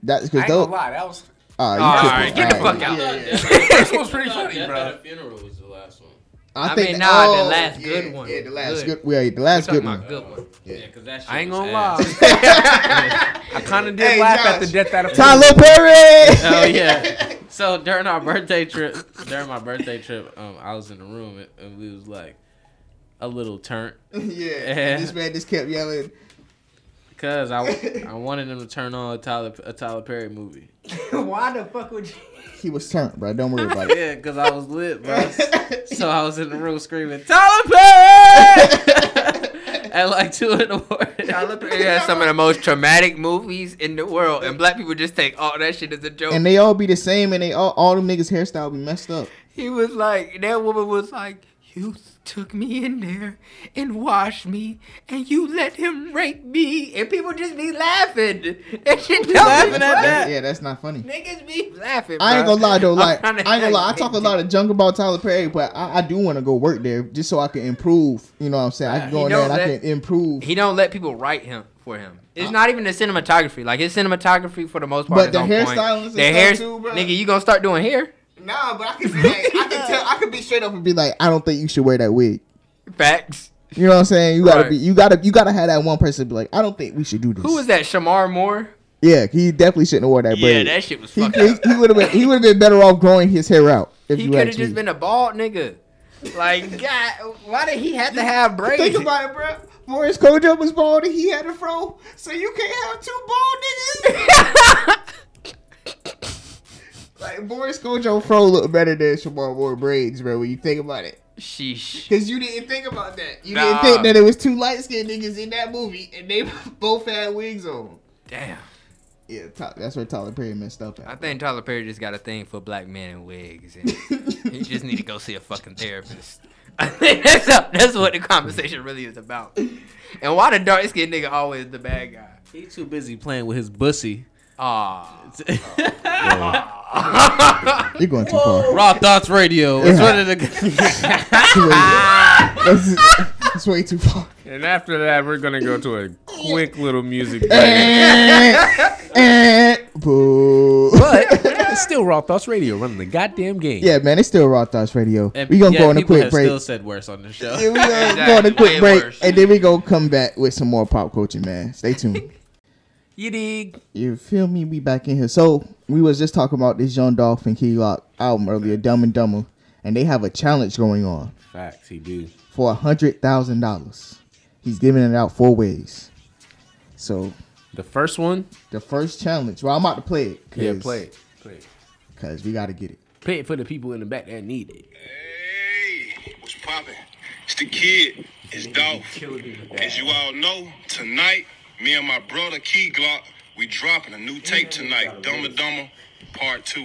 Speaker 2: That's
Speaker 3: I
Speaker 2: because
Speaker 3: ain't gonna
Speaker 2: those.
Speaker 3: lie, that was
Speaker 2: All
Speaker 4: All
Speaker 2: right,
Speaker 4: right, get the fuck out.
Speaker 3: first one's pretty funny, bro.
Speaker 5: funeral was the last one.
Speaker 4: I mean, nah, the last good one.
Speaker 2: Oh, Yeah, the last
Speaker 4: Good.
Speaker 2: good. Yeah, the last
Speaker 4: Talking
Speaker 2: good
Speaker 4: about
Speaker 2: one.
Speaker 4: good one.
Speaker 5: Yeah, cause that shit
Speaker 3: I ain't
Speaker 5: was
Speaker 3: gonna
Speaker 5: ass.
Speaker 3: lie. I kind of did
Speaker 2: Hey,
Speaker 3: laugh
Speaker 2: Josh.
Speaker 3: at the death out of
Speaker 2: Tyler Perry.
Speaker 5: Oh yeah. So during our birthday trip, during my birthday trip, um, I was in the room and- and we was like a little turnt
Speaker 2: yeah. This man just kept yelling.
Speaker 5: cause I I wanted him to turn on a Tyler a Tyler Perry movie.
Speaker 4: Why the fuck would you?
Speaker 2: He was turned, bro. Don't worry about it.
Speaker 5: Yeah, cause I was lit, bro. so I was in the room screaming Tyler Perry at like two in the morning.
Speaker 4: Tyler Perry has some of the most traumatic movies in the world, and black people just take all that shit as a joke.
Speaker 2: And they all be the same, and they all all them niggas hairstyle be messed up.
Speaker 4: He was like, that woman was like, you took me in there and washed me, and you let him rape me, and people just be laughing. And shit don't
Speaker 5: laughing
Speaker 4: be
Speaker 5: at
Speaker 4: funny.
Speaker 5: that?
Speaker 2: Yeah, that's not funny.
Speaker 4: Niggas be laughing.
Speaker 2: I ain't
Speaker 4: bro.
Speaker 2: gonna lie though,
Speaker 4: I'm
Speaker 2: like I
Speaker 4: trying
Speaker 2: ain't
Speaker 4: to
Speaker 2: gonna lie. I talk a
Speaker 4: hate
Speaker 2: lot of junk about Tyler Perry, but I, I do want to go work there just so I can improve. You know what I'm saying? I can
Speaker 4: He
Speaker 2: go in there and I
Speaker 4: knows
Speaker 2: can
Speaker 4: that-
Speaker 2: improve.
Speaker 4: He don't let people write him for him. It's not even the cinematography. Like his cinematography for the most part.
Speaker 2: Uh. But
Speaker 4: is
Speaker 2: the
Speaker 4: on
Speaker 2: hairstylist
Speaker 4: point.
Speaker 2: and
Speaker 4: the
Speaker 2: stuff
Speaker 4: hair,
Speaker 2: too, bruh.
Speaker 4: nigga, you gonna start doing hair?
Speaker 2: Nah, but I can be like, I can tell, I can be straight up and be like, I don't think you should wear that wig.
Speaker 4: Facts.
Speaker 2: You know what I'm saying? You gotta
Speaker 4: Right.
Speaker 2: be, you gotta, you gotta have that one person be like, I don't think we should do this.
Speaker 4: Who was that? Shamar Moore.
Speaker 2: Yeah, he definitely shouldn't have wore that
Speaker 4: Yeah,
Speaker 2: braid.
Speaker 4: that shit was
Speaker 2: he
Speaker 4: fucked up.
Speaker 2: he, would have been he would have been better off growing his hair out. If
Speaker 4: He
Speaker 2: you
Speaker 4: could have
Speaker 2: ask
Speaker 4: just
Speaker 2: me.
Speaker 4: been a bald nigga. Like, God, why did he have to have braids?
Speaker 2: Think about it, bro. Morris Kojo was bald and he had a fro, so you can't have two bald niggas. like Morris Kojo fro look better than Shamar Moore braids, bro. When you think about it,
Speaker 4: Sheesh.
Speaker 2: because you didn't think about that. You
Speaker 4: Nah.
Speaker 2: didn't think that it was two light skinned niggas in that movie, and they both had wigs on.
Speaker 4: Damn.
Speaker 2: Yeah, Ty- that's where Tyler Perry messed up at.
Speaker 4: I think Tyler Perry just got a thing for black men in wigs. And he just need to go see a fucking therapist. I think that's, that's what the conversation really is about. And why the dark skinned nigga always the bad guy?
Speaker 5: He too busy playing with his bussy.
Speaker 4: Aw.
Speaker 2: Oh. You're going too far.
Speaker 5: Raw Thoughts Radio. It's
Speaker 2: Yeah.
Speaker 5: one of the.
Speaker 2: That's, that's way too far.
Speaker 3: And after that, we're gonna go to a quick little music break.
Speaker 2: Eh, boo.
Speaker 3: it's still Raw Thoughts Radio running the goddamn game.
Speaker 2: Yeah, man, it's still Raw Thoughts Radio.
Speaker 5: And
Speaker 2: we gonna
Speaker 5: yeah,
Speaker 2: go on a
Speaker 5: people
Speaker 2: quick
Speaker 5: have
Speaker 2: break.
Speaker 5: Still said worse on the show.
Speaker 2: Yeah, we gonna
Speaker 4: Exactly,
Speaker 2: go on a
Speaker 4: way
Speaker 2: quick break,
Speaker 4: worse.
Speaker 2: and then we gonna come back with some more pop culture, man. Stay tuned.
Speaker 5: You dig?
Speaker 2: you feel me? We back in here. So we was just talking about this Young Dolph and Key Lock album earlier, Dumb and Dumber, and they have a challenge going on
Speaker 3: Facts, he do.
Speaker 2: for a hundred thousand dollars. He's giving it out four ways. So
Speaker 3: The first one,
Speaker 2: the first challenge, well, I'm about to play it.
Speaker 3: yeah, play it, play it,
Speaker 2: because we gotta get it.
Speaker 3: play it for the people in the back that need it.
Speaker 7: Hey, what's poppin'? It's the kid. It's Dolph. As you all know, tonight, me and my brother Key Glock, we dropping a new tape tonight, Dumb and Dumber Part 2.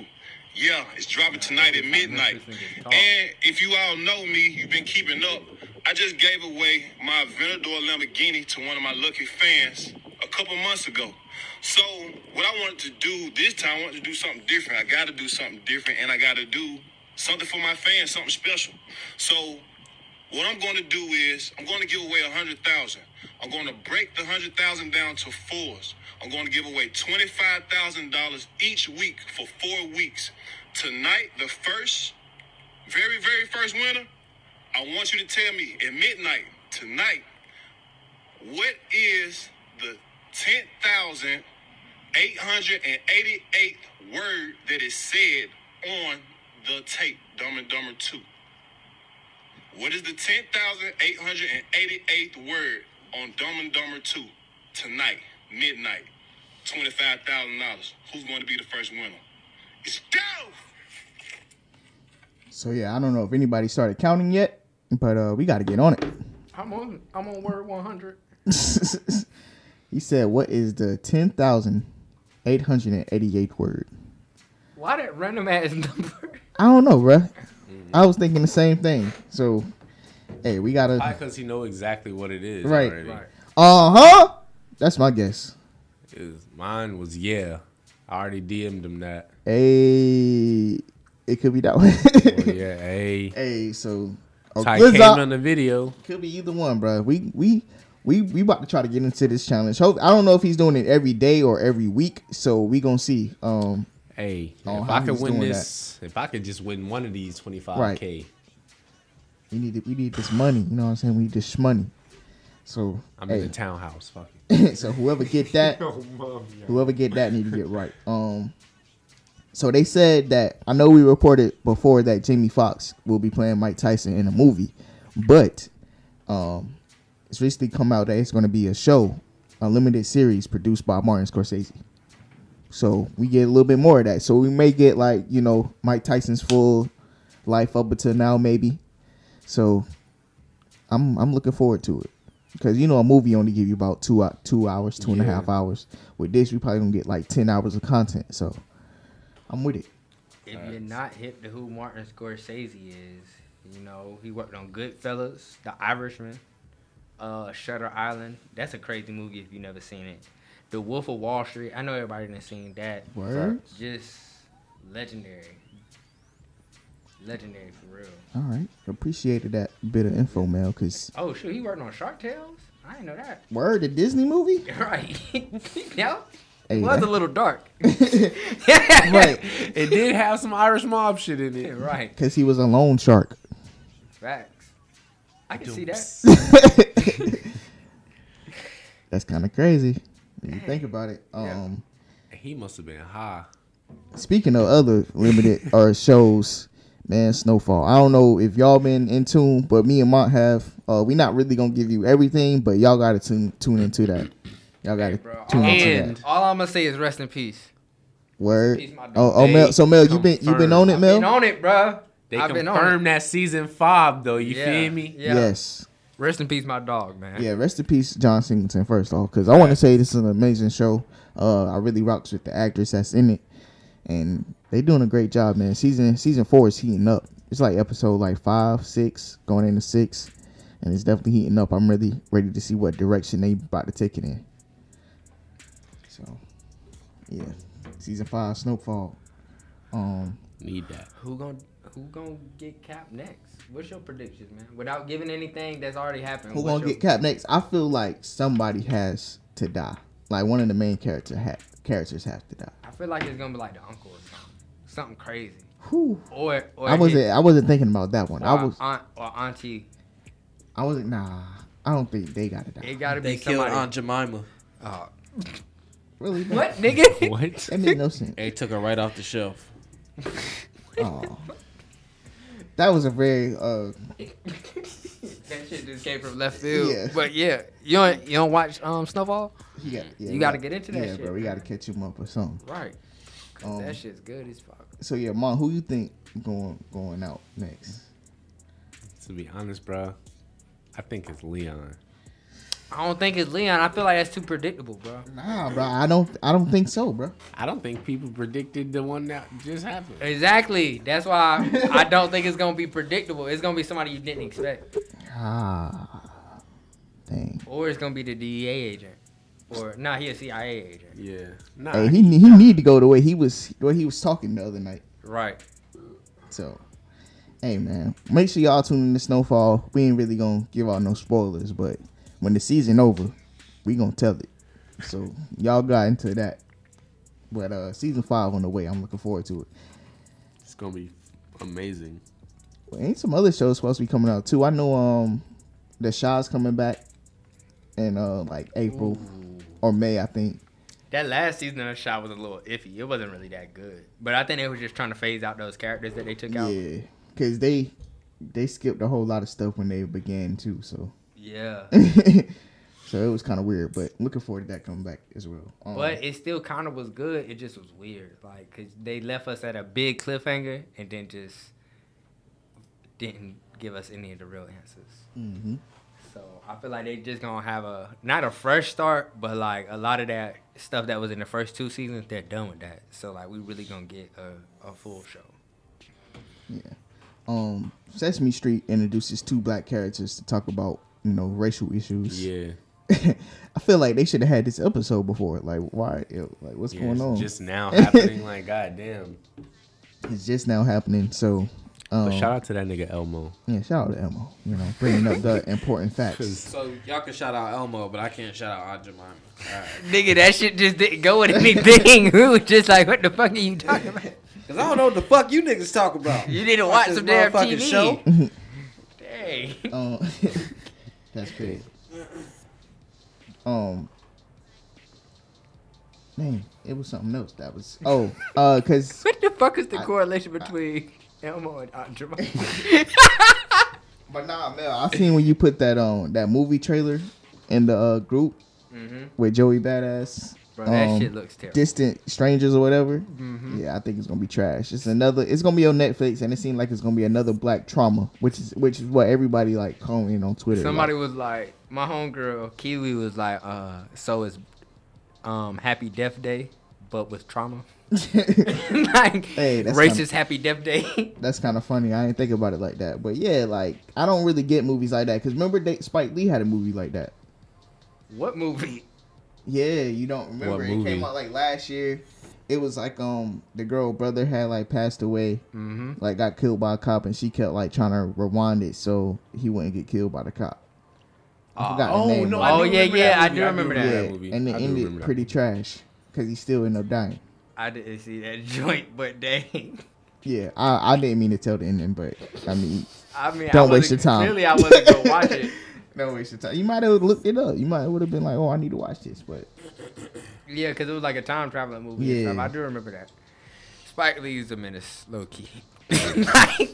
Speaker 7: Yeah, it's dropping tonight at midnight. And if you all know me, you've been keeping up. I just gave away my Aventador Lamborghini to one of my lucky fans a couple months ago. So what I wanted to do this time, I wanted to do something different. I got to do something different, and I got to do something for my fans, something special. So what I'm going to do is I'm going to give away a hundred thousand. I'm going to break the hundred thousand down to fours. I'm going to give away twenty-five thousand dollars each week for four weeks. Tonight, the first, very, very first winner. I want you to tell me at midnight tonight what is the ten thousand eight hundred and eighty-eighth word that is said on the tape Dumb and Dumber Two. What is the 10,888th word on Dumb and Dumber 2 tonight, midnight? $25,000. Who's going to be the first winner? It's Dolph!
Speaker 2: So yeah, I don't know if anybody started counting yet, but uh, we gotta get on it.
Speaker 4: I'm on I'm on word one hundred.
Speaker 2: he said, "What is the ten thousand eight hundred and eighty-eight word?"
Speaker 4: Why that random ass number?
Speaker 2: I don't know, bruh. I was thinking the same thing. So, hey, we gotta.
Speaker 3: Why? Because he know exactly what it is.
Speaker 2: Right.
Speaker 3: already.
Speaker 4: Right.
Speaker 2: Uh huh. That's my guess.
Speaker 3: Is- mine was yeah. I already DM'd him that.
Speaker 2: Hey, it could be that one.
Speaker 3: Well, Oh, yeah, hey.
Speaker 2: Hey, so oh,
Speaker 3: Ty
Speaker 2: good
Speaker 3: came
Speaker 2: job.
Speaker 3: on the video.
Speaker 2: could be either one, bruh. We we. We, we about to try to get into this challenge. Hope I don't know if he's doing it every day or every week, so we gonna see. Um,
Speaker 3: Hey,
Speaker 2: Oh,
Speaker 3: if
Speaker 2: how
Speaker 3: I
Speaker 2: he
Speaker 3: could
Speaker 2: was
Speaker 3: win
Speaker 2: doing
Speaker 3: this, if I could just win one of these 25k.
Speaker 2: We need to, we need this money. You know what I'm saying? We need this money. So
Speaker 3: I'm in
Speaker 2: hey,
Speaker 3: the townhouse. Fuck it.
Speaker 2: so whoever get that, whoever get that need to get right. Um, so they said that I know we reported before that Jamie Foxx will be playing Mike Tyson in a movie, but um, it's recently come out that it's going to be a show a limited series produced by Martin Scorsese. So we get a little bit more of that. So we may get like you know Mike Tyson's full life up until now, maybe. So I'm I'm looking forward to it because you know a movie only give you about two hou- two hours, two and a half hours. With this, we probably gonna get like ten hours of content. So I'm with it.
Speaker 4: If you're not hip to who Martin Scorsese is, you know, he worked on Goodfellas, The Irishman, uh, Shutter Island. That's a crazy movie if you never seen it. The Wolf of Wall Street. I know everybody done seen that.
Speaker 2: Word.
Speaker 4: Just legendary. Legendary for real.
Speaker 2: All right, appreciated that bit of info, Mel. Cause
Speaker 4: Oh shoot, he worked on Shark Tales? I didn't know that.
Speaker 2: word, the Disney movie.
Speaker 4: Right. yeah.
Speaker 2: Hey,
Speaker 4: It was a
Speaker 2: that-
Speaker 4: little dark.
Speaker 2: right,
Speaker 5: It did have some Irish mob shit in it.
Speaker 4: right.
Speaker 2: because he was a loan shark.
Speaker 4: Facts. I can see that.
Speaker 2: That's kind of crazy. If you think about it. Um,
Speaker 5: He must have been high.
Speaker 2: Speaking of other limited or shows, man, Snowfall. I don't know if y'all been in tune, but me and Mont have. Uh, we not really gonna give you everything, but y'all gotta tune tune into that. Y'all gotta
Speaker 4: Bro,
Speaker 2: tune into
Speaker 4: and
Speaker 2: that.
Speaker 4: all I'm gonna say is rest in peace.
Speaker 2: Word.
Speaker 4: Peace, my dude.
Speaker 2: Oh, oh, Mel. So Mel, you been you been
Speaker 5: confirmed.
Speaker 2: on it,
Speaker 4: Been
Speaker 2: Mel?
Speaker 4: on it, bruh.
Speaker 5: They
Speaker 4: I've been on
Speaker 5: confirmed that season five though. You
Speaker 4: Yeah,
Speaker 5: feel me?
Speaker 4: Yeah.
Speaker 2: Yes.
Speaker 4: Rest in peace, my dog, man.
Speaker 2: Yeah, rest in peace, John Singleton. First off, because I want to say this is an amazing show. Uh, I really rocks with the actress that's in it, and they doing a great job, man. Season season four is heating up. It's like episode like five, six, going into six, and it's definitely heating up. I'm really ready to see what direction they about to take it in. So, yeah, season five, Snowfall. Um,
Speaker 5: Need that.
Speaker 4: Who gon' who gon' get capped next? What's your predictions, man? Without giving anything that's already happened.
Speaker 2: who gonna
Speaker 4: what's your-
Speaker 2: get capped next? I feel like somebody has to die. Like one of the main character ha- characters have to die.
Speaker 4: I feel like it's gonna be like the uncle or something, something crazy.
Speaker 2: Whew.
Speaker 4: Or or
Speaker 2: I wasn't.
Speaker 4: it-
Speaker 2: I wasn't thinking about that one.
Speaker 4: Or
Speaker 2: I was.
Speaker 4: aunt or auntie.
Speaker 2: I wasn't. Nah. I don't think they got to
Speaker 4: It
Speaker 2: die.
Speaker 4: gotta
Speaker 5: They
Speaker 4: be
Speaker 5: killed
Speaker 4: somebody.
Speaker 5: Aunt Jemima.
Speaker 2: Really?
Speaker 4: What nigga?
Speaker 5: What?
Speaker 2: That made no sense.
Speaker 5: They took her right off the shelf.
Speaker 2: Oh. That was a very. Uh,
Speaker 4: that shit just came from left field.
Speaker 2: Yeah.
Speaker 4: But yeah, you don't you don't watch um Snowfall?
Speaker 2: he got, yeah,
Speaker 4: You
Speaker 2: we
Speaker 4: gotta
Speaker 2: got-
Speaker 4: get into that
Speaker 2: Yeah,
Speaker 4: shit,
Speaker 2: bro. We
Speaker 4: man.
Speaker 2: got to catch him up or something.
Speaker 4: Right. 'Cause
Speaker 2: Um,
Speaker 4: that shit's good as fuck.
Speaker 2: So yeah, mom. Who you think going going out next?
Speaker 5: To be honest, bro, I think it's Leon.
Speaker 4: I don't think it's Leon. I feel like that's too predictable, bro.
Speaker 2: Nah, bro. I don't. I don't think so, bro.
Speaker 5: I don't think people predicted the one that just happened.
Speaker 4: Exactly. That's why I don't think it's gonna be predictable. It's gonna be somebody you didn't expect,
Speaker 2: Ah. Dang.
Speaker 4: or it's gonna be the DEA agent, or nah, he a CIA agent.
Speaker 5: Yeah. Nah.
Speaker 2: Hey, he ne- he need to go the way he was the way he was talking the other night.
Speaker 4: Right.
Speaker 2: So, hey man, make sure y'all tune in to Snowfall. We ain't really gonna give out no spoilers, but when the season over, we gonna tell it. So y'all got into that. But uh season five on the way. I'm looking forward to it.
Speaker 5: It's gonna be amazing.
Speaker 2: Well, ain't some other shows supposed to be coming out too? I know um the Shaw's coming back in uh like April or May, I think.
Speaker 4: That last season of Shot was a little iffy. It wasn't really that good, but I think they were just trying to phase out those characters that they took out.
Speaker 2: Yeah, because they they skipped a whole lot of stuff when they began too. So
Speaker 4: Yeah.
Speaker 2: so it was kind of weird, but looking forward to that coming back as well. Um,
Speaker 4: But it still kind of was good. It just was weird, like, cause they left us at a big cliffhanger and then just didn't give us any of the real answers.
Speaker 2: hmm
Speaker 4: So I feel like they just gonna have a not a fresh start, but like a lot of that stuff that was in the first two seasons, they're done with that. So like we really gonna get a, a full show.
Speaker 2: um, Sesame Street introduces two black characters to talk about you know racial issues.
Speaker 5: Yeah.
Speaker 2: I feel like they should have had this episode before. Like why? yo, Like what's
Speaker 5: yeah
Speaker 2: going
Speaker 5: it's
Speaker 2: on? Oh.
Speaker 5: Just now happening. like goddamn.
Speaker 2: it's just now happening. So. Um,
Speaker 5: But shout out to that nigga Elmo.
Speaker 2: yeah, shout out to Elmo. You know, bringing up the important facts.
Speaker 5: So y'all can shout out Elmo, but I can't shout out Aunt Jemima.
Speaker 4: Nigga, that shit just didn't go with anything. we was just like, what the fuck are you talking about?
Speaker 5: Cause I don't know what the fuck you niggas talk about.
Speaker 4: You didn't watch
Speaker 5: this
Speaker 4: some damn
Speaker 5: motherfucking
Speaker 4: TV.
Speaker 5: show.
Speaker 4: Dang.
Speaker 2: Um, that's crazy. Um, man, it was something else that was. Oh, uh, cause
Speaker 4: What the fuck is the correlation between Elmo and Aunt Jemima?
Speaker 2: But nah, Mel, I seen when you put that um that movie trailer in the uh, group, with Joey Badass.
Speaker 5: Mm-hmm. Bro, that
Speaker 2: um,
Speaker 5: shit Mm-hmm. looks terrible.
Speaker 2: Distant Strangers or whatever. Yeah, I think it's gonna be trash. It's another. It's gonna be on Netflix, and it seemed like it's gonna be another Black trauma, which is which is what everybody like calling on Twitter.
Speaker 5: Somebody
Speaker 2: like,
Speaker 5: was like, my homegirl Kiwi was like, uh, so is um Happy Death Day, but with trauma. like
Speaker 2: Hey, that's
Speaker 5: racist
Speaker 2: kinda-
Speaker 5: Happy Death Day.
Speaker 2: that's kind of funny. I didn't think about it like that, but yeah, like I don't really get movies like that because remember they, Spike Lee had a movie like that.
Speaker 5: what movie?
Speaker 2: Yeah, you don't remember. It
Speaker 8: movie?
Speaker 2: came out like last year. It was like um the girl brother had like passed away,
Speaker 5: Mm-hmm.
Speaker 2: like got killed by a cop, and she kept like trying to rewind it so he wouldn't get killed by the cop.
Speaker 3: Uh,
Speaker 2: I forgot the name.
Speaker 5: no,
Speaker 2: of
Speaker 5: I
Speaker 2: it.
Speaker 5: Oh, yeah,
Speaker 3: remember
Speaker 5: yeah,
Speaker 3: that
Speaker 5: I
Speaker 3: movie.
Speaker 5: do remember that.
Speaker 2: yeah,
Speaker 3: movie.
Speaker 2: and it
Speaker 3: I do remember
Speaker 2: ended
Speaker 3: that
Speaker 2: pretty
Speaker 3: movie.
Speaker 2: trash because he still ended up dying.
Speaker 5: I didn't see that joint, but dang.
Speaker 2: Yeah, I, I didn't mean to tell the ending, but I mean,
Speaker 5: I mean,
Speaker 2: Don't
Speaker 5: I
Speaker 2: waste your
Speaker 5: wasn't-
Speaker 2: time.
Speaker 5: Clearly, I wasn't gonna watch it.
Speaker 2: no waste of time. You might have looked it up. You might would have been like, oh, I need to watch this, but
Speaker 5: Yeah, because it was like a time traveling movie.
Speaker 2: Yeah.
Speaker 5: Yeah. I do remember that. Spike Lee's a menace, low key. like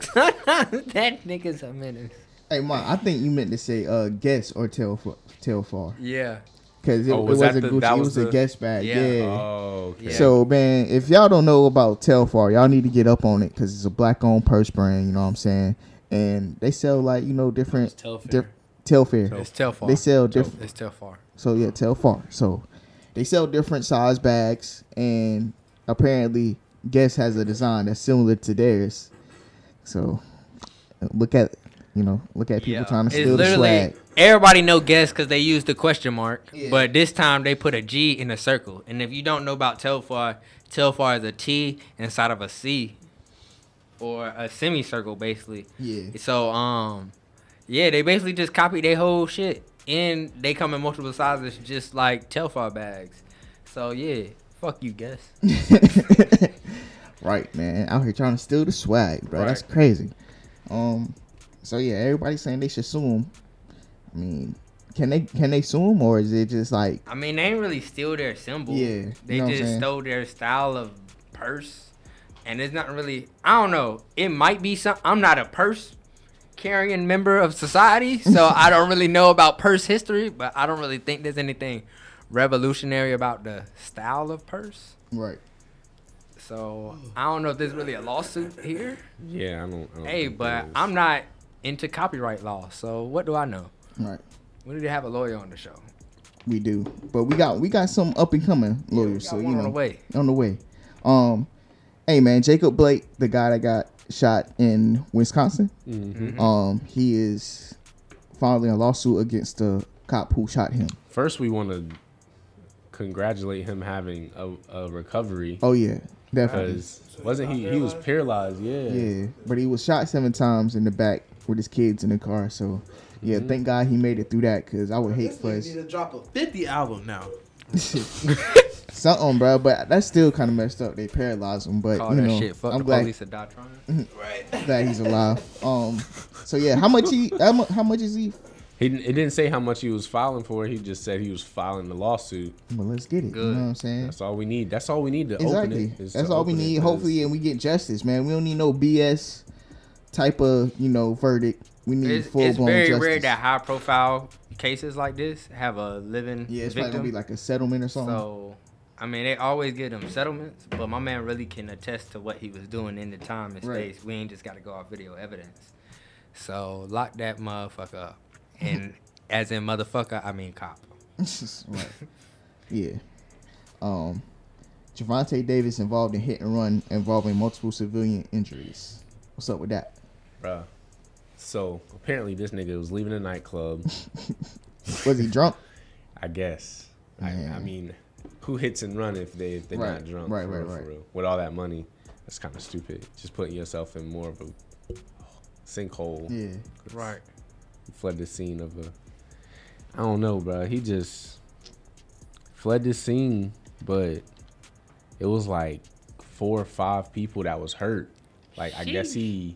Speaker 5: sometimes that nigga's a menace.
Speaker 2: hey, Ma, I think you meant to say uh guess or tell fa- tell far
Speaker 5: Yeah.
Speaker 2: because it,
Speaker 3: Oh,
Speaker 2: it
Speaker 3: was that
Speaker 2: wasn't
Speaker 3: the-
Speaker 2: Gucci.
Speaker 3: that
Speaker 2: it
Speaker 3: was
Speaker 2: was
Speaker 3: the-
Speaker 2: a guess bag.
Speaker 5: Yeah.
Speaker 2: yeah.
Speaker 3: Oh, okay.
Speaker 5: Yeah.
Speaker 2: So man, if y'all don't know about Telfar, y'all need to get up on it because it's a black-owned purse brand. You know what I'm saying? And they sell like you know different
Speaker 8: Telfair.
Speaker 2: diff- Telfair.
Speaker 5: It's Telfar.
Speaker 2: They sell different.
Speaker 5: It's Telfar.
Speaker 2: So yeah, Telfar. So they sell different size bags, and apparently Guess has a design that's similar to theirs. So look at you know look at people trying to
Speaker 5: It's
Speaker 2: steal the swag.
Speaker 5: Everybody know guess because they use the question mark,
Speaker 2: Yeah.
Speaker 5: but this time they put a G in a circle. And if you don't know about Telfar, Telfar is a T inside of a C, or a semicircle basically.
Speaker 2: Yeah.
Speaker 5: So um, yeah, they basically just copied their whole shit, and they come in multiple sizes, just like Telfar bags. So yeah, fuck you, guess.
Speaker 2: right, man. Out here trying to steal the swag, bro. That's
Speaker 5: Right.
Speaker 2: crazy. Um, so yeah, everybody's saying they should sue him. I mean, can they can they sue him or is it just like
Speaker 5: I mean, they ain't really steal their symbol.
Speaker 2: Yeah, you
Speaker 5: They
Speaker 2: know what I'm
Speaker 5: just
Speaker 2: saying?
Speaker 5: stole their style of purse. And it's not really, I don't know. It might be some, I'm not a purse carrying member of society, so I don't really know about purse history, but I don't really think there's anything revolutionary about the style of purse.
Speaker 2: right?
Speaker 5: So I don't know if there's really a lawsuit here.
Speaker 3: Yeah, I don't. I don't
Speaker 5: Hey,
Speaker 3: think
Speaker 5: but
Speaker 3: that is-
Speaker 5: I'm not into copyright law, so what do I know?
Speaker 2: Right.
Speaker 5: We need to have a lawyer on the show.
Speaker 2: We do, but we got we got some up and coming lawyers.
Speaker 5: got
Speaker 2: so you
Speaker 5: one
Speaker 2: know,
Speaker 5: on the way.
Speaker 2: On the way. Um, hey man, Jacob Blake, the guy that got shot in Wisconsin.
Speaker 5: Mm-hmm.
Speaker 2: Um, he is filing a lawsuit against the cop who shot him.
Speaker 3: First, we want to congratulate him having a, a recovery
Speaker 2: Oh yeah, definitely.
Speaker 3: because wasn't he? He was paralyzed. Yeah.
Speaker 2: Yeah, but he was shot seven times in the back with his kids in the car. So, yeah,
Speaker 5: Mm-hmm.
Speaker 2: thank God he made it through that because I would hate
Speaker 8: This
Speaker 2: for
Speaker 8: nigga
Speaker 2: us.
Speaker 8: need to drop a 50 album now.
Speaker 2: Something, bro. But that's still kind of messed up. They paralyzed him, but
Speaker 5: Call
Speaker 2: you
Speaker 5: that
Speaker 2: know,
Speaker 5: shit. Fuck
Speaker 2: I'm
Speaker 5: the
Speaker 2: glad
Speaker 5: police or die trying.
Speaker 2: that he's alive. Um, so yeah, how much he? How much, how much is he?
Speaker 3: He didn't- it didn't say how much he was filing for. He just said he was filing the lawsuit.
Speaker 2: Well, let's get it. You
Speaker 5: Good.
Speaker 2: know what I'm saying?
Speaker 3: That's all we need. That's all we need to
Speaker 2: exactly.
Speaker 3: open it. is
Speaker 2: That's
Speaker 3: to
Speaker 2: all we
Speaker 3: open it,
Speaker 2: need.
Speaker 3: 'cause
Speaker 2: Hopefully, and we get justice, man. We don't need no BS type of you know verdict. We need
Speaker 5: It's,
Speaker 2: full
Speaker 5: it's
Speaker 2: blown
Speaker 5: very
Speaker 2: justice.
Speaker 5: rare that high profile cases like this have a living
Speaker 2: yeah, it's probably
Speaker 5: victim.
Speaker 2: gonna be like a settlement or something.
Speaker 5: so, I mean, they always give them settlements, but my man really can attest to what he was doing in the time and
Speaker 2: Right.
Speaker 5: space. We ain't just got to go off video evidence. So lock that motherfucker up, and as in motherfucker, I mean cop.
Speaker 2: right. Yeah. Um, Javante Davis involved in hit and run involving multiple civilian injuries. What's up with that?
Speaker 3: Bruh. So apparently, this nigga was leaving a nightclub.
Speaker 2: Was he drunk?
Speaker 3: I guess. I, I
Speaker 2: Man.
Speaker 3: mean, who hits and run if they if they're
Speaker 2: Right,
Speaker 3: not drunk?
Speaker 2: right,
Speaker 3: for
Speaker 2: right,
Speaker 3: real, for
Speaker 2: right.
Speaker 3: real. With all that money, that's kind of stupid. Just putting yourself in more of a sinkhole.
Speaker 2: yeah.
Speaker 5: Right.
Speaker 3: Fled the scene of a. I don't know, bro. He just fled the scene, but it was like four or five people that was hurt. Like I guess he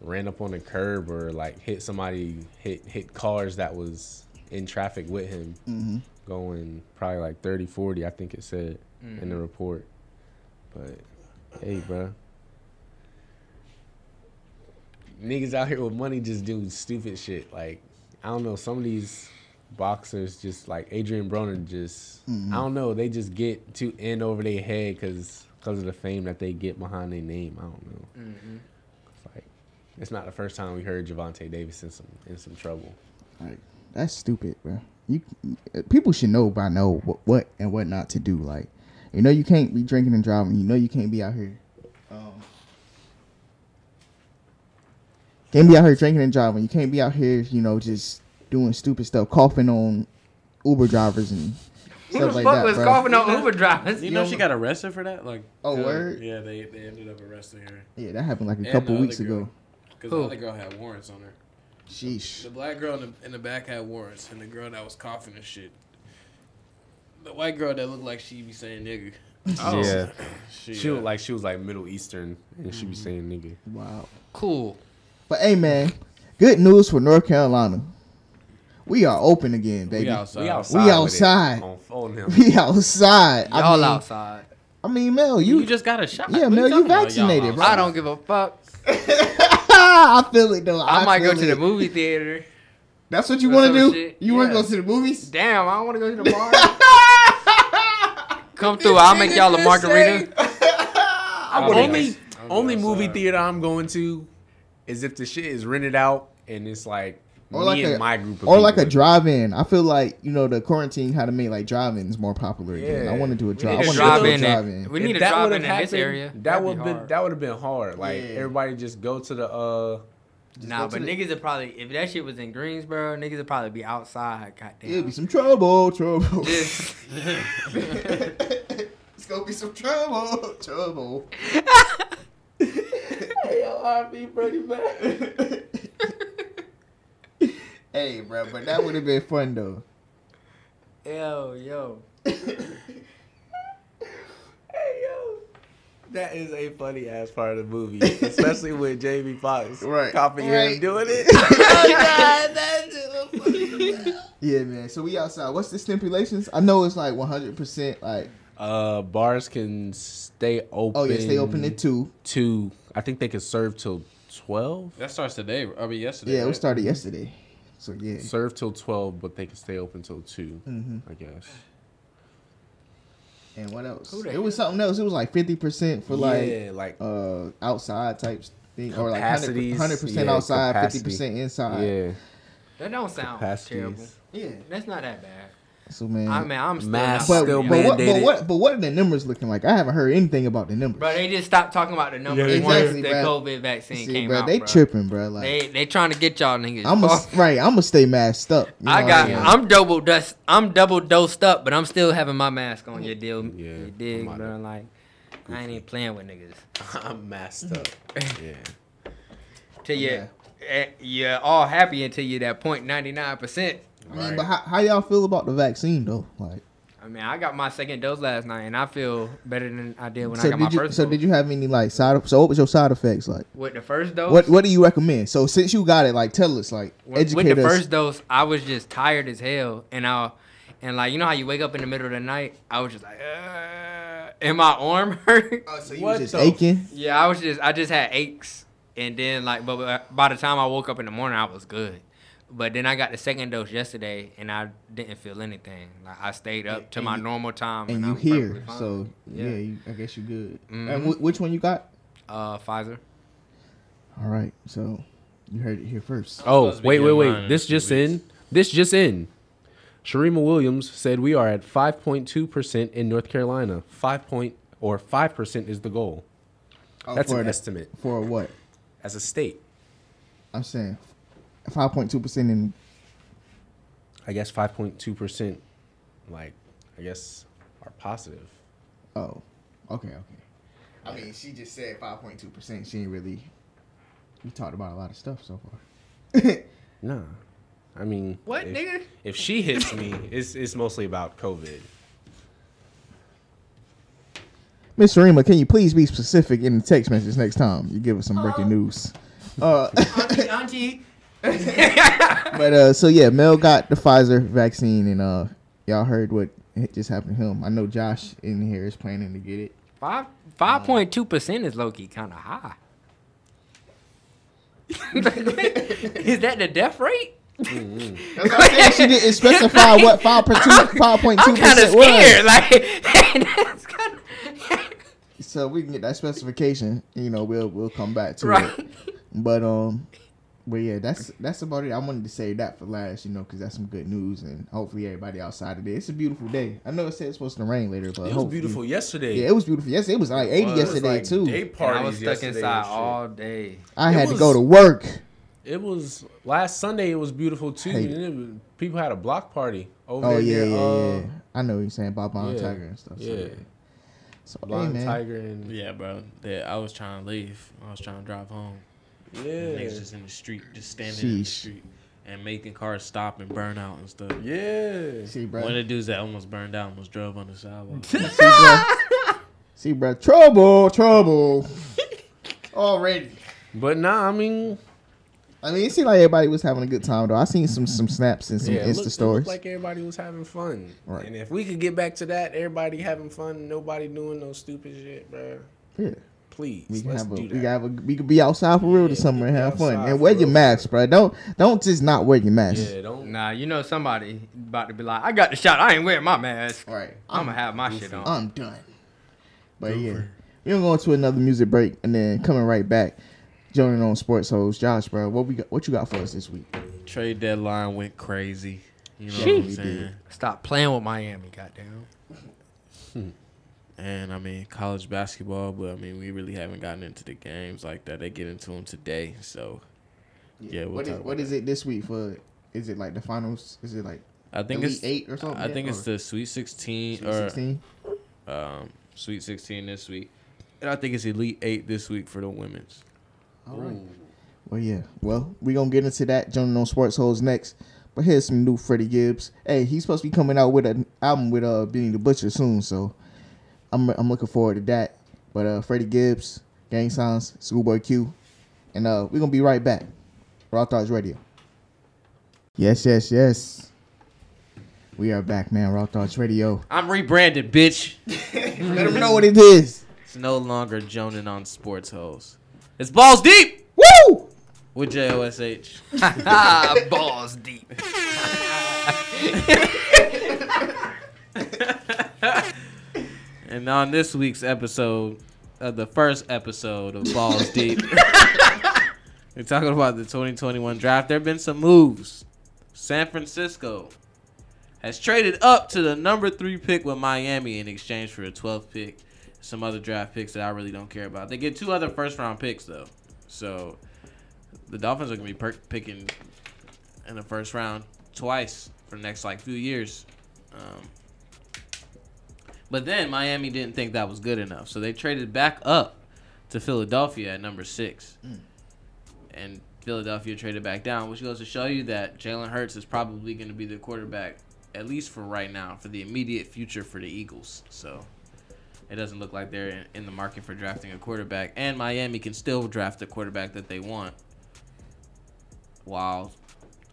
Speaker 3: ran up on the curb or like hit somebody, hit hit cars that was in traffic with him
Speaker 2: Mm-hmm.
Speaker 3: going probably like 30, 40, I think it said in the report. But hey, bro. Niggas out here with money just do stupid shit. Like, I don't know, some of these boxers just like Adrian Broner just I don't know they just get too in over their head because of the fame that they get behind their name I don't know it's like it's not the first time we heard Javante Davis in some in some trouble
Speaker 2: Like that's stupid, bro. You people should know by now what, what and what not to do. Like, you know, you can't be drinking and driving. You know, you can't be out here. Um, can't be out here drinking and driving. You can't be out here, you know, just doing stupid stuff, coughing on Uber drivers and
Speaker 4: Who
Speaker 2: stuff
Speaker 4: the
Speaker 2: like
Speaker 4: fuck
Speaker 2: that,
Speaker 4: was
Speaker 2: bro.
Speaker 4: coughing on Uber drivers?
Speaker 5: You know she got arrested for that? Like
Speaker 2: Oh,
Speaker 5: uh,
Speaker 2: word?
Speaker 5: Yeah, they, they ended up arresting her.
Speaker 2: Yeah, that happened like a
Speaker 5: the
Speaker 2: couple
Speaker 5: other
Speaker 2: weeks
Speaker 5: girl.
Speaker 2: ago.
Speaker 5: Because the
Speaker 4: Who?
Speaker 5: other girl had warrants on her.
Speaker 2: Sheesh.
Speaker 5: The black girl in the, in the back had warrants, and the girl that was coughing and shit. The white girl that looked like she be saying nigga.
Speaker 4: Oh,
Speaker 3: yeah
Speaker 5: She,
Speaker 3: she
Speaker 5: uh,
Speaker 3: was like she was like Middle Eastern and she be saying nigga
Speaker 2: Wow.
Speaker 4: Cool.
Speaker 2: But hey, man, good news for North Carolina. We are open again, baby.
Speaker 5: we outside.
Speaker 3: with it.
Speaker 2: outside.
Speaker 3: on phone him
Speaker 2: We outside. I
Speaker 4: Y'all
Speaker 2: mean-
Speaker 4: outside.
Speaker 2: I mean, Mel,
Speaker 5: You,
Speaker 2: you,
Speaker 5: just got a shot.
Speaker 2: Yeah,
Speaker 5: What
Speaker 2: Mel, you
Speaker 5: talking about?
Speaker 2: vaccinated,
Speaker 5: Y'all
Speaker 2: bro.
Speaker 5: outside.
Speaker 4: I don't give a fuck.
Speaker 2: I feel it though.
Speaker 4: I, might go
Speaker 2: feel
Speaker 4: to the
Speaker 2: it.
Speaker 4: movie theater.
Speaker 2: That's what you
Speaker 4: or
Speaker 2: want to
Speaker 4: some
Speaker 2: do?
Speaker 4: shit.
Speaker 2: You want to
Speaker 4: Yeah.
Speaker 2: go to the movies?
Speaker 4: Damn, I don't want to go to the bar. Come through. I'll make y'all a margarita.
Speaker 2: I
Speaker 5: would've-
Speaker 2: wouldn't.
Speaker 5: Only-
Speaker 3: only only
Speaker 5: nice. outside.
Speaker 4: uh,
Speaker 3: movie theater I'm going to is if the shit is rented out and it's like
Speaker 2: Or
Speaker 3: me
Speaker 2: like
Speaker 3: and
Speaker 2: a-
Speaker 3: my group of
Speaker 2: Or like a
Speaker 3: people.
Speaker 2: drive-in. I feel like you know the quarantine had to make like drive-ins more popular again.
Speaker 3: Yeah.
Speaker 2: I want to do a
Speaker 3: We
Speaker 2: drive. I
Speaker 3: need a
Speaker 2: want to do a
Speaker 4: drive-in and-
Speaker 2: drive-in.
Speaker 4: we-
Speaker 3: If
Speaker 4: need a
Speaker 3: that
Speaker 4: drive-in
Speaker 3: would've
Speaker 4: in this
Speaker 3: happened,
Speaker 4: area.
Speaker 3: That
Speaker 4: That'd
Speaker 3: would
Speaker 4: be
Speaker 3: been
Speaker 4: hard.
Speaker 3: that would have been hard. Like
Speaker 2: Yeah.
Speaker 3: everybody just go to the uh
Speaker 4: Nah,
Speaker 2: go to
Speaker 4: but
Speaker 2: the-
Speaker 4: niggas would probably if that shit was in Greensboro, niggas would probably be outside. Goddamn.
Speaker 2: It'll be some trouble, trouble.
Speaker 4: Just
Speaker 2: it's gonna be some trouble, trouble. hey, yo, R.B. Brady back. hey, bro, but that would have been fun though.
Speaker 4: yo yo.
Speaker 3: That is a funny ass part of the movie. Especially with Jamie Foxx
Speaker 2: Right.
Speaker 3: copying
Speaker 2: Right.
Speaker 3: him doing it.
Speaker 2: Yeah, man. So we outside. What's the stipulations? I know it's like 100. percent Like,
Speaker 3: Uh bars can stay open
Speaker 2: oh yeah, stay open at two.
Speaker 3: to I think they can serve till twelve.
Speaker 5: That starts today. I mean, yesterday.
Speaker 2: Yeah,
Speaker 5: right?
Speaker 2: we started yesterday. So yeah,
Speaker 3: Serve till twelve, but they can stay open till 2 I guess.
Speaker 2: and what else?
Speaker 4: Who the
Speaker 2: It was something else. It was like 50 percent for like
Speaker 3: yeah, like
Speaker 2: uh outside types thing, or like 100
Speaker 3: Capacities.
Speaker 2: percent
Speaker 3: Yeah,
Speaker 2: outside, 50
Speaker 3: capacity.
Speaker 2: percent inside.
Speaker 3: yeah.
Speaker 4: That don't sound terrible.
Speaker 3: Capacities.
Speaker 2: yeah.
Speaker 4: That's not that bad.
Speaker 2: So man,
Speaker 4: I mean, I'm still
Speaker 3: Mass
Speaker 4: not
Speaker 2: Mm. but,
Speaker 3: still
Speaker 4: fucking
Speaker 2: but,
Speaker 4: mad.
Speaker 2: what, but
Speaker 3: mandated.
Speaker 2: what but what are the numbers looking like? I haven't heard anything about the numbers.
Speaker 4: Bro, they just stopped talking about the numbers
Speaker 2: Yeah, exactly,
Speaker 4: once the
Speaker 2: bro.
Speaker 4: COVID vaccine
Speaker 2: See,
Speaker 4: came
Speaker 2: bro,
Speaker 4: out.
Speaker 2: they
Speaker 4: bro.
Speaker 2: tripping, bro. Like
Speaker 4: They they trying to get y'all niggas.
Speaker 2: I'm
Speaker 4: Fuck.
Speaker 2: a, right. I'm gonna stay masked up. you
Speaker 4: I
Speaker 2: know
Speaker 4: got.
Speaker 2: what mean?
Speaker 4: I'm double dust. I'm double dosed up, but I'm still having my mask on. You deal.
Speaker 3: Yeah,
Speaker 4: you dig,
Speaker 3: I'm outta
Speaker 4: bro? Like, I ain't even playing with niggas.
Speaker 3: I'm masked up. yeah.
Speaker 4: Till you,
Speaker 2: Yeah.
Speaker 4: eh, you're all happy until you that point ninety nine percent.
Speaker 2: I mean, but how, how y'all feel about the vaccine though? Like,
Speaker 4: I mean, I got my second dose last night, and I feel better than I did when
Speaker 2: so
Speaker 4: I got
Speaker 2: did
Speaker 4: my
Speaker 2: you?
Speaker 4: first.
Speaker 2: so
Speaker 4: dose.
Speaker 2: did you have any like side? So what was your side effects like?
Speaker 4: With the first dose.
Speaker 2: What What do you recommend? So since you got it, like tell us, like
Speaker 4: with,
Speaker 2: educate
Speaker 4: with the
Speaker 2: us.
Speaker 4: first dose, I was just tired as hell, and I, and like you know how you wake up in the middle of the night, I was just like, uh, and my arm hurt.
Speaker 2: so you
Speaker 3: What
Speaker 2: just
Speaker 3: the-
Speaker 2: aching.
Speaker 4: yeah, I was just, I just had aches, and then like, but- but by the time I woke up in the morning, I was good. But then I got the second dose yesterday, and I didn't feel anything. Like I stayed up to
Speaker 2: And
Speaker 4: my
Speaker 2: you-
Speaker 4: normal time,
Speaker 2: And you
Speaker 4: I'm
Speaker 2: here,
Speaker 4: perfectly fine.
Speaker 2: so yeah,
Speaker 4: Yeah.
Speaker 2: you, I guess you good.
Speaker 4: Mhm.
Speaker 2: And wh- which one you got?
Speaker 4: uh, Pfizer.
Speaker 2: All right, so you heard it here first.
Speaker 3: Oh,
Speaker 5: supposed to be
Speaker 3: wait, wait,
Speaker 5: getting
Speaker 3: wait.
Speaker 5: mine in
Speaker 3: This
Speaker 5: two
Speaker 3: just
Speaker 5: weeks.
Speaker 3: in. This just in. Sharima Williams said we are at 5.2% in North Carolina. 5 point or 5% is the goal.
Speaker 2: Oh,
Speaker 3: That's
Speaker 2: for
Speaker 3: an
Speaker 2: the-
Speaker 3: estimate
Speaker 2: for what?
Speaker 3: as a state.
Speaker 2: I'm saying five point two percent in
Speaker 3: I guess 5.2% like I guess are positive.
Speaker 2: oh, okay, okay. I mean, she just said five point two percent. She ain't really. We talked about a lot of stuff so far.
Speaker 3: Nah. I mean,
Speaker 4: What,
Speaker 3: if,
Speaker 4: nigga?
Speaker 3: If she hits me, it's it's mostly about COVID.
Speaker 2: Miss Rima, can you please be specific in the text message next time you give us some breaking news? Uh,
Speaker 4: Auntie,
Speaker 2: but uh, so yeah, Mel got the Pfizer vaccine, and uh, y'all heard what had just happened to him. I know Josh in here is planning to get it.
Speaker 4: five
Speaker 2: Uh,
Speaker 4: five point two percent is low key kind of high. is that the death rate?
Speaker 2: That's what I'm saying. She didn't specify what five point two five point two
Speaker 4: I'm kind of
Speaker 2: percent was.
Speaker 4: scared. Like, that's kind of
Speaker 2: So we can get that specification. You know, we'll we'll come back to
Speaker 4: right.
Speaker 2: it. But um, but yeah, that's that's about it. I wanted to say that for last, you know, because that's some good news, and hopefully everybody outside of it. It's a beautiful day. I know it said it's supposed to rain later, but
Speaker 3: It was
Speaker 2: hopefully-
Speaker 3: beautiful yesterday.
Speaker 2: Yeah, it was beautiful. Yes, it was like eighty
Speaker 3: It was
Speaker 2: yesterday
Speaker 3: like
Speaker 2: too.
Speaker 3: Day
Speaker 4: And
Speaker 3: parties
Speaker 4: I was stuck
Speaker 3: yesterday and
Speaker 4: inside
Speaker 3: shit.
Speaker 4: all day.
Speaker 2: I had
Speaker 9: was-
Speaker 2: to go to work.
Speaker 9: It was last Sunday. It was beautiful too.
Speaker 2: Hey.
Speaker 9: And it was, people had a block party over
Speaker 2: Oh
Speaker 9: there.
Speaker 2: yeah, yeah,
Speaker 9: uh,
Speaker 2: yeah. I know what you're saying Bob Bond
Speaker 9: yeah.
Speaker 2: Tiger and stuff. So,
Speaker 9: Yeah.
Speaker 2: so hey,
Speaker 9: Blind
Speaker 2: man.
Speaker 9: Tiger and
Speaker 5: Yeah, bro. Yeah, I was trying to leave. I was trying to drive home.
Speaker 9: yeah,
Speaker 5: Niggas just in the street, just standing in the
Speaker 2: Sheesh.
Speaker 5: street and making cars stop and burn out and stuff.
Speaker 9: yeah.
Speaker 2: See, bro.
Speaker 5: One of the dudes that almost burned out almost drove on the sidewalk.
Speaker 2: See, bro. See, bro. Trouble, trouble. Already.
Speaker 9: But nah, I mean,
Speaker 2: I mean, it seemed like everybody was having a good time though. I seen some some snaps and some
Speaker 9: yeah, it
Speaker 2: Insta
Speaker 9: looked, it
Speaker 2: stories.
Speaker 9: looked like everybody was having fun.
Speaker 2: Right.
Speaker 9: And if we could get back to that, everybody having fun, nobody doing no stupid shit, bro.
Speaker 2: yeah,
Speaker 9: Please,
Speaker 2: we can
Speaker 9: let's
Speaker 2: have a
Speaker 9: do
Speaker 2: we
Speaker 9: that.
Speaker 2: can have a we could be outside for real
Speaker 9: Yeah,
Speaker 2: this summer and
Speaker 9: be
Speaker 2: have fun
Speaker 9: outside
Speaker 2: and
Speaker 9: for
Speaker 2: wear your
Speaker 9: real.
Speaker 2: mask, bro. Don't don't just not wear your mask.
Speaker 9: yeah, don't.
Speaker 4: Nah, you know somebody about to be like, I got the shot. I ain't wearing my mask.
Speaker 2: All right,
Speaker 4: I'm gonna have my shit on.
Speaker 2: I'm done. But yeah, we're gonna go into another music break and then coming right back. Joining on sports host Josh, bro. What we got? What you got for us this week?
Speaker 5: Trade deadline went crazy. You know what I'm
Speaker 2: Jeez.
Speaker 5: saying?
Speaker 4: Stop playing with Miami, goddamn.
Speaker 5: And I mean college basketball, but I mean we really haven't gotten into the games like that. They get into them today, so Yeah, we'll
Speaker 2: what is
Speaker 5: talk about
Speaker 2: what is it this week for? Is it like the finals? Is it like
Speaker 5: I think
Speaker 2: Elite
Speaker 5: it's
Speaker 2: Eight or something
Speaker 5: I
Speaker 2: yet,
Speaker 5: think
Speaker 2: or-
Speaker 5: it's the Sweet 16
Speaker 2: Sweet
Speaker 5: or
Speaker 2: 16?
Speaker 5: um Sweet 16 this week, and I think it's Elite Eight this week for the women's.
Speaker 2: All right. Well, yeah. Well, we gonna get into that. Joining on sports hoes next. But here's some new Freddie Gibbs. Hey, he's supposed to be coming out with an album with uh Benny the Butcher soon, so I'm I'm looking forward to that. But uh Freddie Gibbs, Gang Signs, Schoolboy Q, and uh we're gonna be right back. Raw Thoughts Radio. Yes, yes, yes. We are back, man. Raw Thoughts Radio.
Speaker 5: I'm rebranded, bitch.
Speaker 2: Let them know what it is.
Speaker 5: It's no longer joning on sports hoes. It's balls deep
Speaker 2: Woo!
Speaker 5: with JOSH.
Speaker 4: Ah, balls deep.
Speaker 5: And on this week's episode, uh, the first episode of Balls Deep, we're talking about the 2021 draft. There have been some moves. San Francisco has traded up to the number three pick with Miami in exchange for a 12th pick. Some other draft picks that I really don't care about. They get two other first round picks, though. So the Dolphins are going to be per- picking in the first round twice for the next like few years. Um, but then Miami didn't think that was good enough, so they traded back up to Philadelphia at number six, and Philadelphia traded back down, which goes to show you that Jalen Hurts is probably going to be the quarterback at least for right now, for the immediate future for the Eagles. So it doesn't look like they're in, in the market for drafting a quarterback, and Miami can still draft the quarterback that they want, while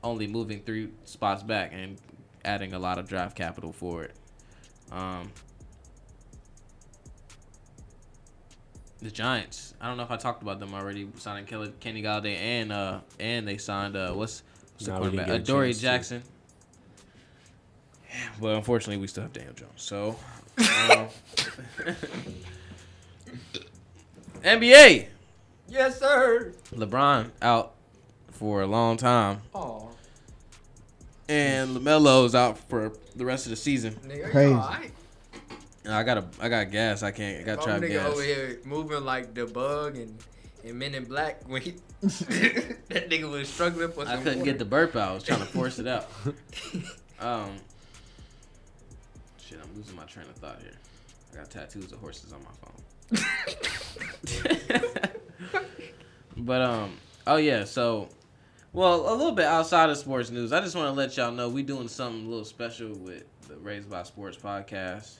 Speaker 5: only moving three spots back and adding a lot of draft capital for it. Um, the Giants. I don't know if I talked about them already. Signing Kelly, Kenny Galladay, and uh, and they signed uh, what's what's the
Speaker 9: Nah, we didn't
Speaker 5: quarterback?
Speaker 9: get a
Speaker 5: Adoree
Speaker 9: chance to.
Speaker 5: Jackson. But unfortunately, we still have Daniel Jones. So, um, NBA.
Speaker 4: Yes, sir.
Speaker 5: LeBron out for a long time,
Speaker 4: Oh,
Speaker 5: and Lamelo's out for the rest of the season.
Speaker 4: nigga,
Speaker 2: Crazy.
Speaker 4: you alright?
Speaker 5: And I got a, I got gas. I can't. I got
Speaker 4: My
Speaker 5: trapped
Speaker 4: Oh, nigga
Speaker 5: gas.
Speaker 4: over here moving like the bug and, and Men in Black when he that nigga was struggling for.
Speaker 5: I
Speaker 4: Some
Speaker 5: couldn't get the burp out. I was trying to force it out. Um, shit, I'm losing my train of thought here. I got tattoos of horses on my phone. but um, oh yeah, so well, a little bit outside of sports news, I just want to let y'all know we doing something a little special with the Raised by Sports podcast.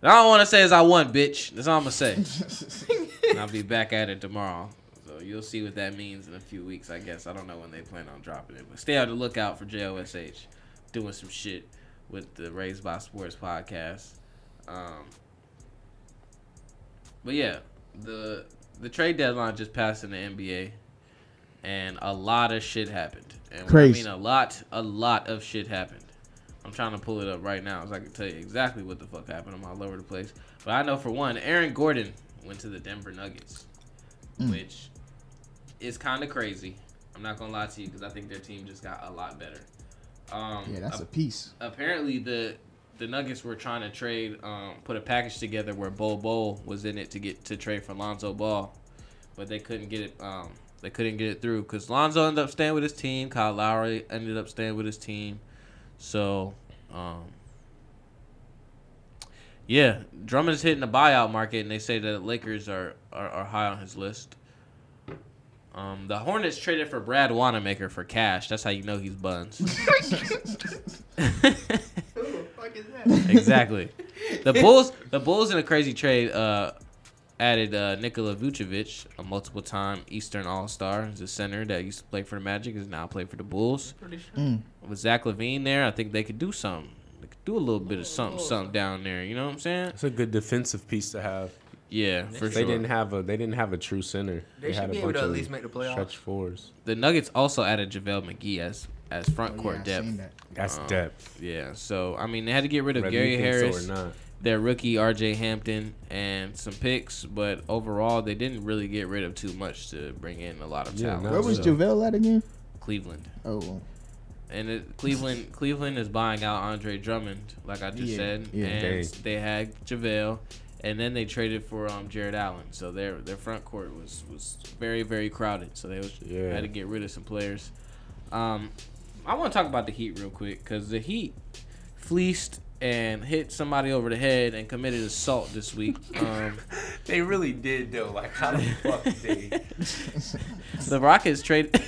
Speaker 5: And all I want to say is I won, bitch. That's all I'm gonna say. and I'll be back at it tomorrow. So you'll see what that means in a few weeks, I guess. I don't know when they plan on dropping it, but stay on the lookout for JOSH doing some shit with the Raised by Sports podcast. Um, but yeah, the the trade deadline just passed in the NBA, and a lot of shit happened. And
Speaker 2: Crazy.
Speaker 5: I mean, a lot, a lot of shit happened. I'm trying to pull it up right now so I can tell you exactly what the fuck happened. I'm all over the place. But I know for one, Aaron Gordon went to the Denver Nuggets, which is kind of crazy. I'm not going to lie to you because I think their team just got a lot better. Um,
Speaker 2: Yeah, that's
Speaker 5: a-
Speaker 2: a piece.
Speaker 5: apparently the the Nuggets were trying to trade, um, put a package together where Bo Bo was in it to get to trade for Lonzo Ball, but they couldn't get it. Um, they couldn't get it through because Lonzo ended up staying with his team. Kyle Lowry ended up staying with his team. So, um, yeah, Drummond's hitting the buyout market, and they say that Lakers are are, are high on his list. Um, the Hornets traded for Brad Wanamaker for cash. That's how you know he's buns. exactly. The Bulls, the Bulls in a crazy trade uh, added uh, Nikola Vucevic, a multiple-time Eastern All-Star, He's a center that used to play for the Magic, is now playing for the Bulls.
Speaker 9: Mm.
Speaker 5: With Zach Levine there, I think they could do something. They could do a little bit of something, something down there. You know what I'm saying?
Speaker 9: It's a good defensive piece to have.
Speaker 5: Yeah, for
Speaker 9: They
Speaker 5: sure.
Speaker 9: didn't have a they didn't have a true center.
Speaker 4: They should
Speaker 9: had
Speaker 4: be
Speaker 9: a
Speaker 4: able
Speaker 9: bunch
Speaker 4: to at
Speaker 9: of
Speaker 4: least make the playoffs.
Speaker 9: Stretch fours.
Speaker 5: The Nuggets also added JaVale McGee as as
Speaker 9: Oh,
Speaker 5: front court
Speaker 2: yeah, I
Speaker 5: depth.
Speaker 2: seen that.
Speaker 9: That's depth.
Speaker 5: Yeah, so I mean they had to get rid
Speaker 9: Uh,
Speaker 5: of
Speaker 9: Whether
Speaker 5: Gary
Speaker 9: you think so
Speaker 5: Harris.
Speaker 9: or not.
Speaker 5: their rookie RJ Hampton and some picks, but overall they didn't really get rid of too much to bring in a lot of
Speaker 9: Yeah,
Speaker 5: talent.
Speaker 9: no.
Speaker 2: Where was
Speaker 9: So-
Speaker 2: JaVale at again?
Speaker 5: Cleveland
Speaker 2: Oh,
Speaker 5: and it, Cleveland Cleveland is buying out Andre Drummond, like I just
Speaker 2: Yeah,
Speaker 5: said,
Speaker 2: yeah,
Speaker 5: and
Speaker 9: dang.
Speaker 5: they had Javale, and then they traded for um Jared Allen, so their their front court was was very very crowded, so they was,
Speaker 9: Yeah.
Speaker 5: had to get rid of some players. Um, I want to talk about the Heat real quick because the Heat fleeced and hit somebody over the head and committed assault this week. Um,
Speaker 3: They really did though. Like how the fuck they?
Speaker 5: the Rockets traded.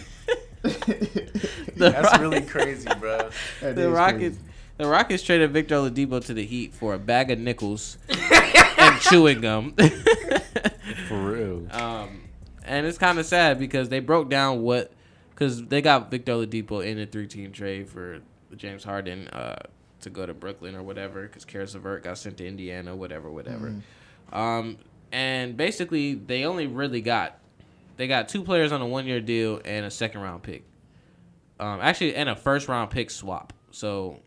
Speaker 3: That's really crazy, bro.
Speaker 5: the Rockets. The Rockets traded Victor Oladipo to the Heat for a bag of nickels and chewing gum.
Speaker 9: For real.
Speaker 5: um, and it's kind of sad because they broke down what, because they got Victor Oladipo in a three-team trade for James Harden uh, to go to Brooklyn or whatever, because Karis LeVert got sent to Indiana, whatever, whatever. Um, and basically, they only really got they got two players on a one-year deal and a second-round pick. Um, actually, and a first-round pick swap. So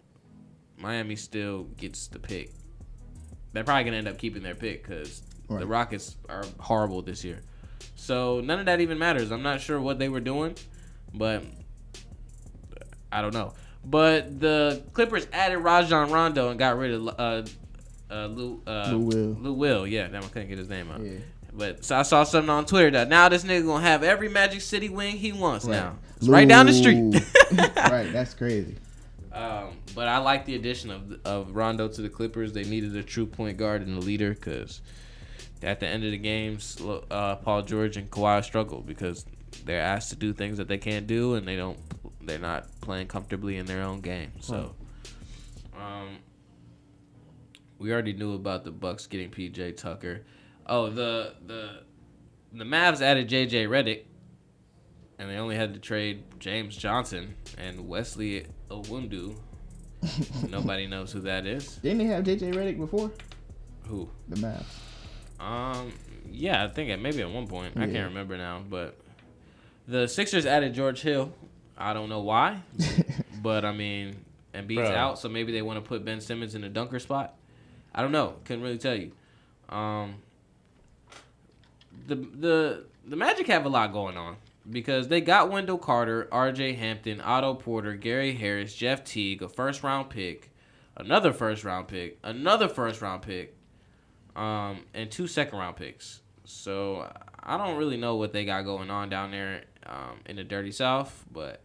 Speaker 5: Miami still gets the pick. They're probably gonna end up keeping their pick because the
Speaker 2: Right.
Speaker 5: Rockets are horrible this year. So none of that even matters. I'm not sure what they were doing, but I don't know. But the Clippers added Rajon Rondo and got rid of uh, uh, Lou, uh,
Speaker 2: Lou Will.
Speaker 5: Lou Will, yeah. Damn, I couldn't get his name out.
Speaker 2: Yeah.
Speaker 5: But so I saw something on Twitter that now this nigga gonna have every Magic City wing he wants
Speaker 2: Right.
Speaker 5: now. It's right down the street.
Speaker 2: right, that's crazy.
Speaker 5: Um, but I like the addition of of Rondo to the Clippers. They needed a true point guard and a leader because at the end of the games, lo- uh, Paul George and Kawhi struggle because they're asked to do things that they can't do and they don't. They're not playing comfortably in their own game. So, um, we already knew about the Bucks getting PJ Tucker. Oh, the the the Mavs added JJ Redick and they only had to trade James Johnson and Wesley Owundu. Nobody knows who that is.
Speaker 2: Didn't they have JJ Redick before?
Speaker 5: Who?
Speaker 2: The Mavs.
Speaker 5: Um, yeah, I think at maybe at one point I
Speaker 2: Yeah.
Speaker 5: can't remember now, but the Sixers added George Hill. I don't know why, but I mean, and beats
Speaker 9: Bro.
Speaker 5: out, so maybe they want to put Ben Simmons in the dunker spot. I don't know. Couldn't really tell you. Um, the the the Magic have a lot going on because they got Wendell Carter, R.J. Hampton, Otto Porter, Gary Harris, Jeff Teague, a first round pick, another first round pick, another first round pick, um, and two second round picks. So I don't really know what they got going on down there um, in the Dirty South, but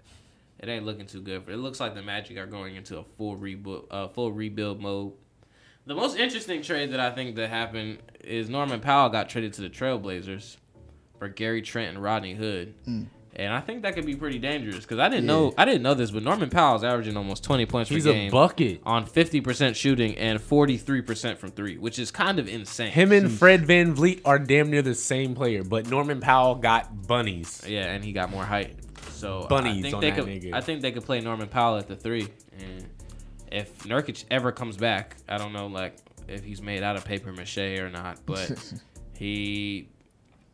Speaker 5: it ain't looking too good. For it looks like the Magic are going into a full rebuild, uh, full rebuild mode. The most interesting trade that I think that happened is Norman Powell got traded to the Trailblazers for Gary Trent and Rodney Hood. And I think that could be pretty dangerous because I didn't know I didn't know this, but Norman Powell's averaging almost twenty points
Speaker 9: He's
Speaker 5: per
Speaker 9: a
Speaker 5: game
Speaker 9: bucket.
Speaker 5: on fifty percent shooting and forty three percent from three, which is kind of insane.
Speaker 9: Him and Fred Van Vliet are damn near the same player, but Norman Powell got bunnies.
Speaker 5: Yeah, and he got more height. So I
Speaker 9: Bunnies
Speaker 5: think
Speaker 9: on
Speaker 5: they
Speaker 9: that
Speaker 5: could.
Speaker 9: nigga.
Speaker 5: I think they could play Norman Powell at the three, and if Nurkic ever comes back, I don't know like if he's made out of paper mache or not, but he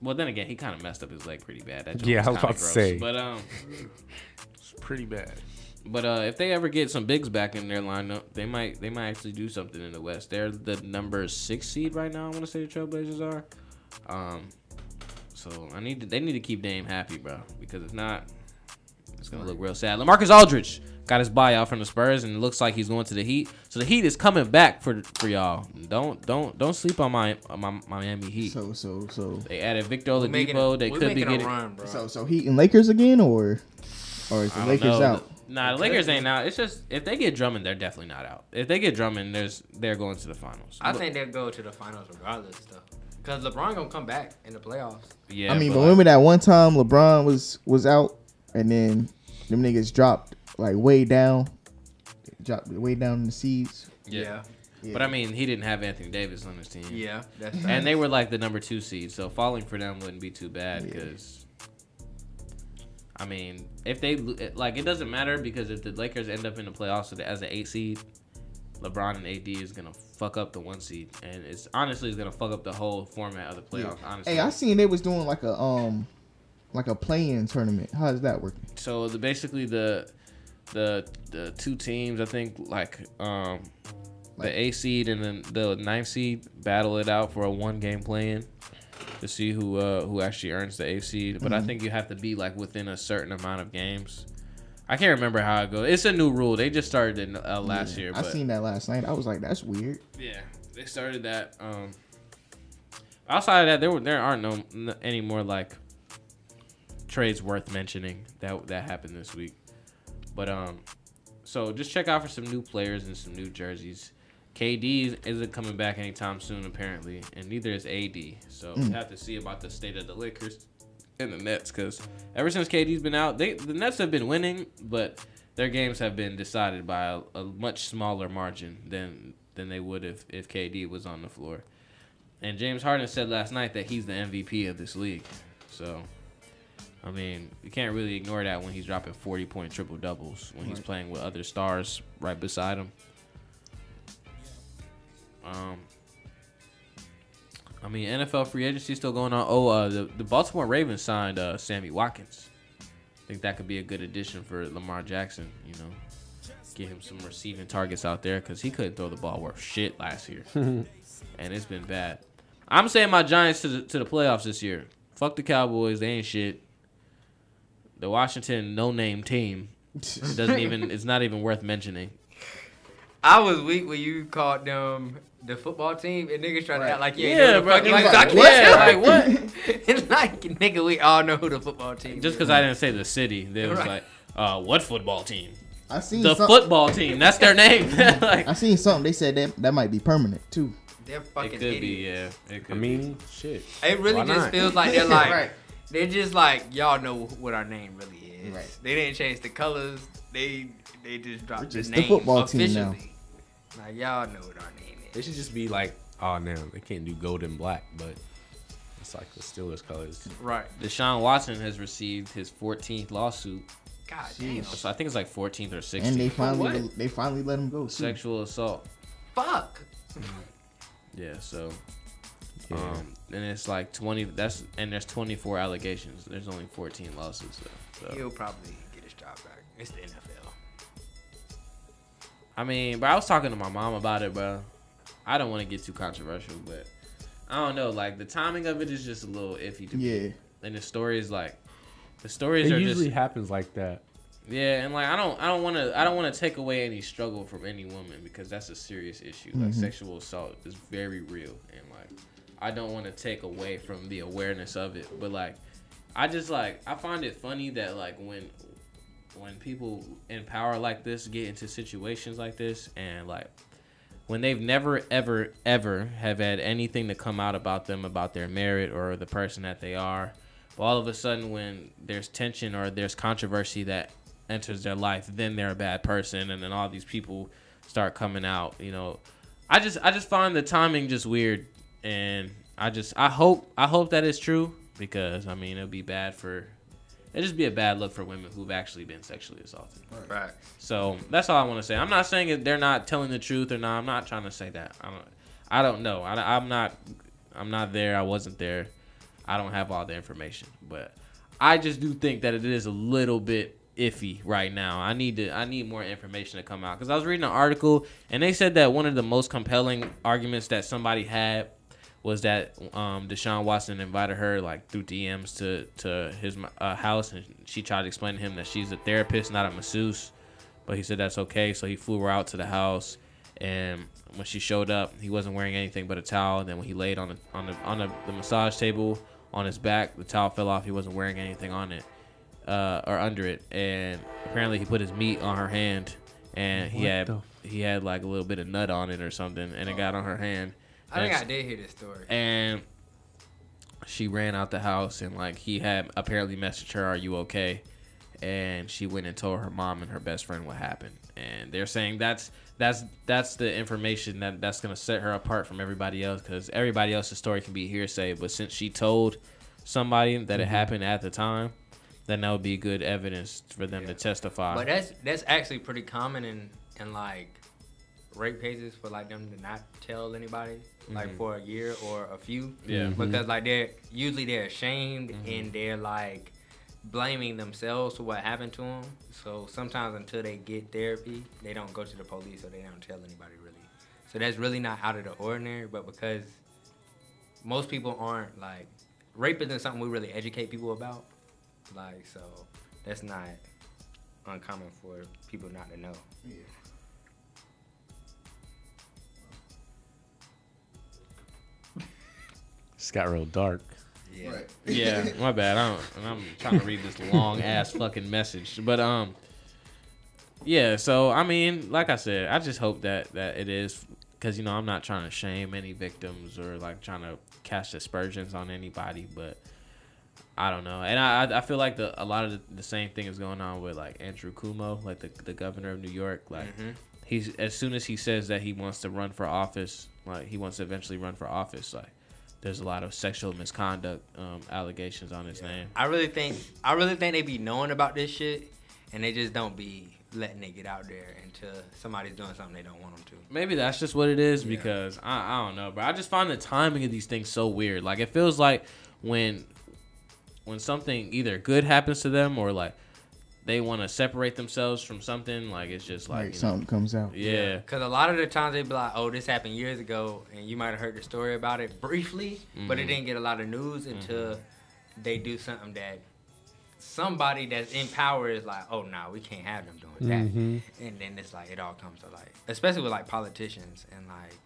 Speaker 5: Well, then again, he kind of messed up his leg pretty bad. That joint
Speaker 9: Yeah, I was
Speaker 5: kinda
Speaker 9: about to say.
Speaker 5: But um,
Speaker 10: It's pretty bad.
Speaker 5: but uh, if they ever get some bigs back in their lineup, they might they might actually do something in the West. They're the number six seed right now. I want to say the Trailblazers are. Um, so I need to, they need to keep Dame happy, bro, because if not, it's gonna look real sad. Lamarcus Aldridge got his buyout from the Spurs, and it looks like he's going to the Heat. So the Heat is coming back for for y'all. Don't don't don't sleep on my on my Miami Heat.
Speaker 2: So so so
Speaker 5: they added Victor
Speaker 4: We're making
Speaker 5: Oladipo.
Speaker 4: a,
Speaker 5: They
Speaker 4: we're
Speaker 5: could be
Speaker 4: making
Speaker 5: getting.
Speaker 4: a run, bro.
Speaker 2: so so Heat and Lakers again, or or is the
Speaker 5: I don't
Speaker 2: Lakers
Speaker 5: know.
Speaker 2: out?
Speaker 5: Nah, the Lakers ain't out. It's just if they get Drummond, they're definitely not out. If they get Drummond, there's they're going to the finals.
Speaker 4: I think they'll go to the finals regardless, though. Cause LeBron gonna come back in the playoffs.
Speaker 5: Yeah,
Speaker 2: I mean,
Speaker 5: but
Speaker 2: but remember that one time LeBron was was out, and then them niggas dropped like way down, dropped way down in the seeds.
Speaker 5: Yeah.
Speaker 2: Yeah.
Speaker 5: But I mean, he didn't have Anthony Davis on his team.
Speaker 4: yeah, yeah, that's
Speaker 5: And they were like the number two seed, so falling for them wouldn't be too bad because, I mean, if they lo- it- like, it doesn't matter because if the Lakers end up in the playoffs with- as an eight seed, LeBron and AD is gonna fuck up the one seed, and it's honestly is gonna fuck up the whole format of the playoffs. Honestly,
Speaker 2: Hey, I seen they was doing like a um, like a play-in tournament. How does that work?
Speaker 5: so the basically the the the two teams I think like um
Speaker 2: Like-
Speaker 5: the A seed and then the ninth seed battle it out for a one game play-in to see who uh who actually earns the A seed.
Speaker 2: Mm-hmm.
Speaker 5: But I think you have to be like within a certain amount of games. I can't remember how it goes. It's a new rule. They just started it uh, last year.
Speaker 2: I
Speaker 5: but-
Speaker 2: seen that last night. I was like, that's weird.
Speaker 5: yeah, they started that. Um, outside of that, there were there aren't no n- any more like trades worth mentioning that that happened this week. But um, so just check out for some new players and some new jerseys. KD isn't coming back anytime soon, apparently, and neither is AD. So we have to see about the state of the Lakers and the Nets, because ever since KD's been out, they the Nets have been winning, but their games have been decided by a, a much smaller margin than than they would if if KD was on the floor. And James Harden said last night that he's the MVP of this league. So, I mean, you can't really ignore that when he's dropping forty point triple doubles when he's playing with other stars right beside him. Um, I mean, NFL free agency still going on. Oh, uh, the, the Baltimore Ravens signed uh, Sammy Watkins. I think that could be a good addition for Lamar Jackson. You know, get him some receiving targets out there because he couldn't throw the ball worth shit last year, and it's been bad. I'm saying my Giants to the, to the playoffs this year. Fuck the Cowboys, they ain't shit. The Washington no name team doesn't even. It's not even worth mentioning.
Speaker 4: I was weak when you called them the football team and niggas trying to act like you ain't
Speaker 5: Yeah,
Speaker 4: know
Speaker 5: bro,
Speaker 4: what the
Speaker 5: you
Speaker 4: fuck
Speaker 5: like,
Speaker 4: you
Speaker 5: yeah,
Speaker 4: talking about. like nigga, we all know who the football team.
Speaker 5: Just
Speaker 4: is.
Speaker 5: because I didn't say the city, they was
Speaker 4: Right.
Speaker 5: like, uh, what football team?
Speaker 2: I seen
Speaker 5: The
Speaker 2: some-
Speaker 5: football team. That's their name. like,
Speaker 2: I seen something. They said that that might be permanent too.
Speaker 4: they're
Speaker 5: it
Speaker 4: fucking
Speaker 5: could
Speaker 4: idiots.
Speaker 5: be. Yeah, it could
Speaker 9: I mean, shit.
Speaker 4: It really
Speaker 9: Why
Speaker 4: just
Speaker 9: not?
Speaker 4: feels like they're like
Speaker 2: Right.
Speaker 4: they're just like y'all know what our name really is.
Speaker 2: Right.
Speaker 4: They didn't change the colors. They they just
Speaker 2: We're
Speaker 4: dropped
Speaker 2: just
Speaker 4: the
Speaker 2: the
Speaker 4: name
Speaker 2: football team
Speaker 4: officially.
Speaker 2: now.
Speaker 4: Like y'all know what our name
Speaker 9: They
Speaker 4: is.
Speaker 9: should just be like, oh, no, they can't do gold and black, but it's like the Steelers colors.
Speaker 4: Right.
Speaker 5: be. Deshaun Watson has received his 14th lawsuit.
Speaker 4: God
Speaker 5: So I think it's like 14th or 16th.
Speaker 2: And they finally
Speaker 4: what?
Speaker 2: they finally let him go. Too.
Speaker 5: Sexual assault.
Speaker 4: damn. Fuck.
Speaker 5: Yeah. So, um, and it's like 20. That's and there's 24 allegations. There's only 14 lawsuits though. So.
Speaker 4: He'll probably get his job back. It's the NFL.
Speaker 5: I mean, but I was talking to my mom about it, bro. I don't want to get too controversial, but I don't know. Like the timing of it is just a little iffy to me.
Speaker 2: Yeah,
Speaker 5: And the story is like, the stories
Speaker 9: It
Speaker 5: are
Speaker 9: usually
Speaker 5: just
Speaker 9: happens like that.
Speaker 5: yeah. And like I don't, I don't want to, I don't want to take away any struggle from any woman because that's a serious issue. Like sexual assault is very real, and like I don't want to take away from the awareness of it. But like I just like I find it funny that like when when people in power like this get into situations like this and like when they've never ever ever have had anything to come out about them about their merit or the person that they are but all of a sudden when there's tension or there's controversy that enters their life then they're a bad person and then all these people start coming out you know i just i just find the timing just weird and i just i hope i hope that is true because i mean it'll be bad for it'd just be a bad look for women who've actually been sexually assaulted
Speaker 4: Right.
Speaker 5: so that's all I want to say. I'm not saying that they're not telling the truth or not. I'm not trying to say that. I don't. I don't know. I, am not. I'm not there. I wasn't there. I don't have all the information, but I just do think that it is a little bit iffy right now. I need to I need more information to come out cuz I was reading an article and they said that one of the most compelling arguments that somebody had was that um, Deshaun Watson invited her like through DMs to to his uh, house and she tried to explain to him that she's a therapist, not a masseuse, but he said that's okay. So he flew her out to the house, and when she showed up, he wasn't wearing anything but a towel. then when he laid on the on the on the, the massage table on his back, the towel fell off. He wasn't wearing anything on it uh, or under it, and apparently he put his meat on her hand, and he had he had like a little bit of nut on it or something, and it got on her hand.
Speaker 4: I
Speaker 5: And
Speaker 4: think
Speaker 5: it's-
Speaker 4: I did hear this story.
Speaker 5: and she ran out the house and like he had apparently messaged her are you okay and she went and told her mom and her best friend what happened and they're saying that's that's that's the information that that's going to set her apart from everybody else because everybody else's story can be hearsay but since she told somebody that it happened at the time then that would be good evidence for them to testify
Speaker 4: But that's that's actually pretty common in in like rape cases for like them to not tell anybody like for a year or a few.
Speaker 5: Yeah. Mhm.
Speaker 4: Because like they're usually they're ashamed and they're like blaming themselves for what happened to them. So sometimes until they get therapy, they don't go to the police or they don't tell anybody really. So that's really not out of the ordinary, but because most people aren't like rape isn't something we really educate people about. Like so that's not uncommon for people not to know.
Speaker 9: It's got real dark.
Speaker 4: Yeah.
Speaker 2: Right.
Speaker 5: yeah my bad i don't and i'm trying to read this long ass fucking message but um yeah so i mean like i said i just hope that that it is because you know i'm not trying to shame any victims or like trying to cast aspersions on anybody but i don't know and i i I feel like the a lot of the, the same thing is going on with like andrew cuomo like the, the governor of new york like he's as soon as he says that he wants to run for office like he wants to eventually run for office like there's a lot of sexual misconduct um, allegations on his name
Speaker 4: I really think I really think they be knowing about this shit and they just don't be letting it get out there until somebody's doing something they don't want them to.
Speaker 5: Maybe that's just what it is because I, I don't know, but I just find the timing of these things so weird. Like it feels like when when something either good happens to them or like they want to separate themselves from something, like it's just like,
Speaker 2: Like
Speaker 5: you know,
Speaker 2: something comes out.
Speaker 5: yeah,
Speaker 4: Cause a lot of the times they be like, "Oh, this happened years ago," and you might have heard the story about it briefly, but it didn't get a lot of news until they do something that somebody that's in power is like, "Oh, nah, we can't have them doing that." And then it's like it all comes to light, especially with like politicians and like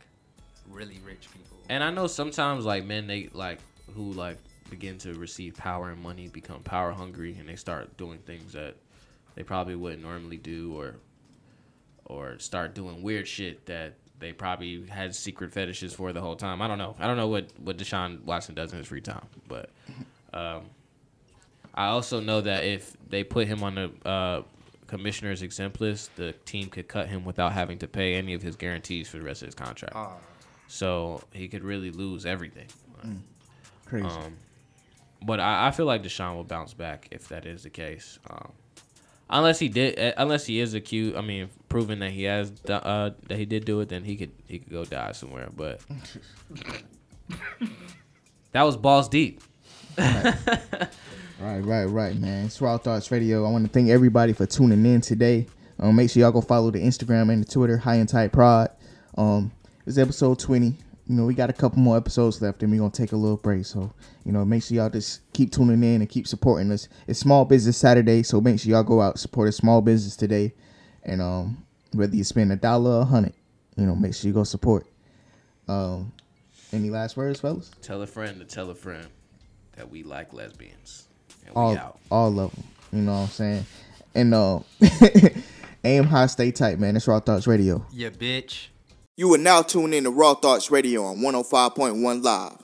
Speaker 4: really rich people.
Speaker 5: And I know sometimes like men they like who like begin to receive power and money become power hungry and they start doing things that they probably wouldn't normally do or or start doing weird shit that they probably had secret fetishes for the whole time. I don't know. I don't know what what Deshaun Watson does in his free time, but um I also know that if they put him on the uh, commissioner's exempt list, the team could cut him without having to pay any of his guarantees for the rest of his contract.
Speaker 4: Oh,
Speaker 5: So he could really lose everything.
Speaker 2: Crazy.
Speaker 5: Um, but I, I feel like Deshaun will bounce back if that is the case. Um, unless he did, uh, unless he is accused. I mean, proven that he has do- uh, that he did do it, then he could he could go die somewhere. But that was balls deep.
Speaker 2: Right, right, right, man. Swell Thoughts Radio. I want to thank everybody for tuning in today. Um, make sure y'all go follow the Instagram and the Twitter, High and Tight Prod. Um, it's episode 20. You know, we got a couple more episodes left and we're going to take a little break. So, you know, make sure y'all just keep tuning in and keep supporting us. It's Small Business Saturday, so make sure y'all go out, support a small business today. And um, whether you spend a dollar or a hundred, you know, make sure you go support. Um, any last words, fellas?
Speaker 5: Tell a friend to tell a friend that we like lesbians. And we
Speaker 2: all
Speaker 5: out.
Speaker 2: all of them. You know what I'm saying? And uh, aim high, stay tight, man. That's Raw Thoughts Radio.
Speaker 4: yeah, bitch.
Speaker 2: You are now tuned in to Raw Thoughts Radio on 105.1 Live.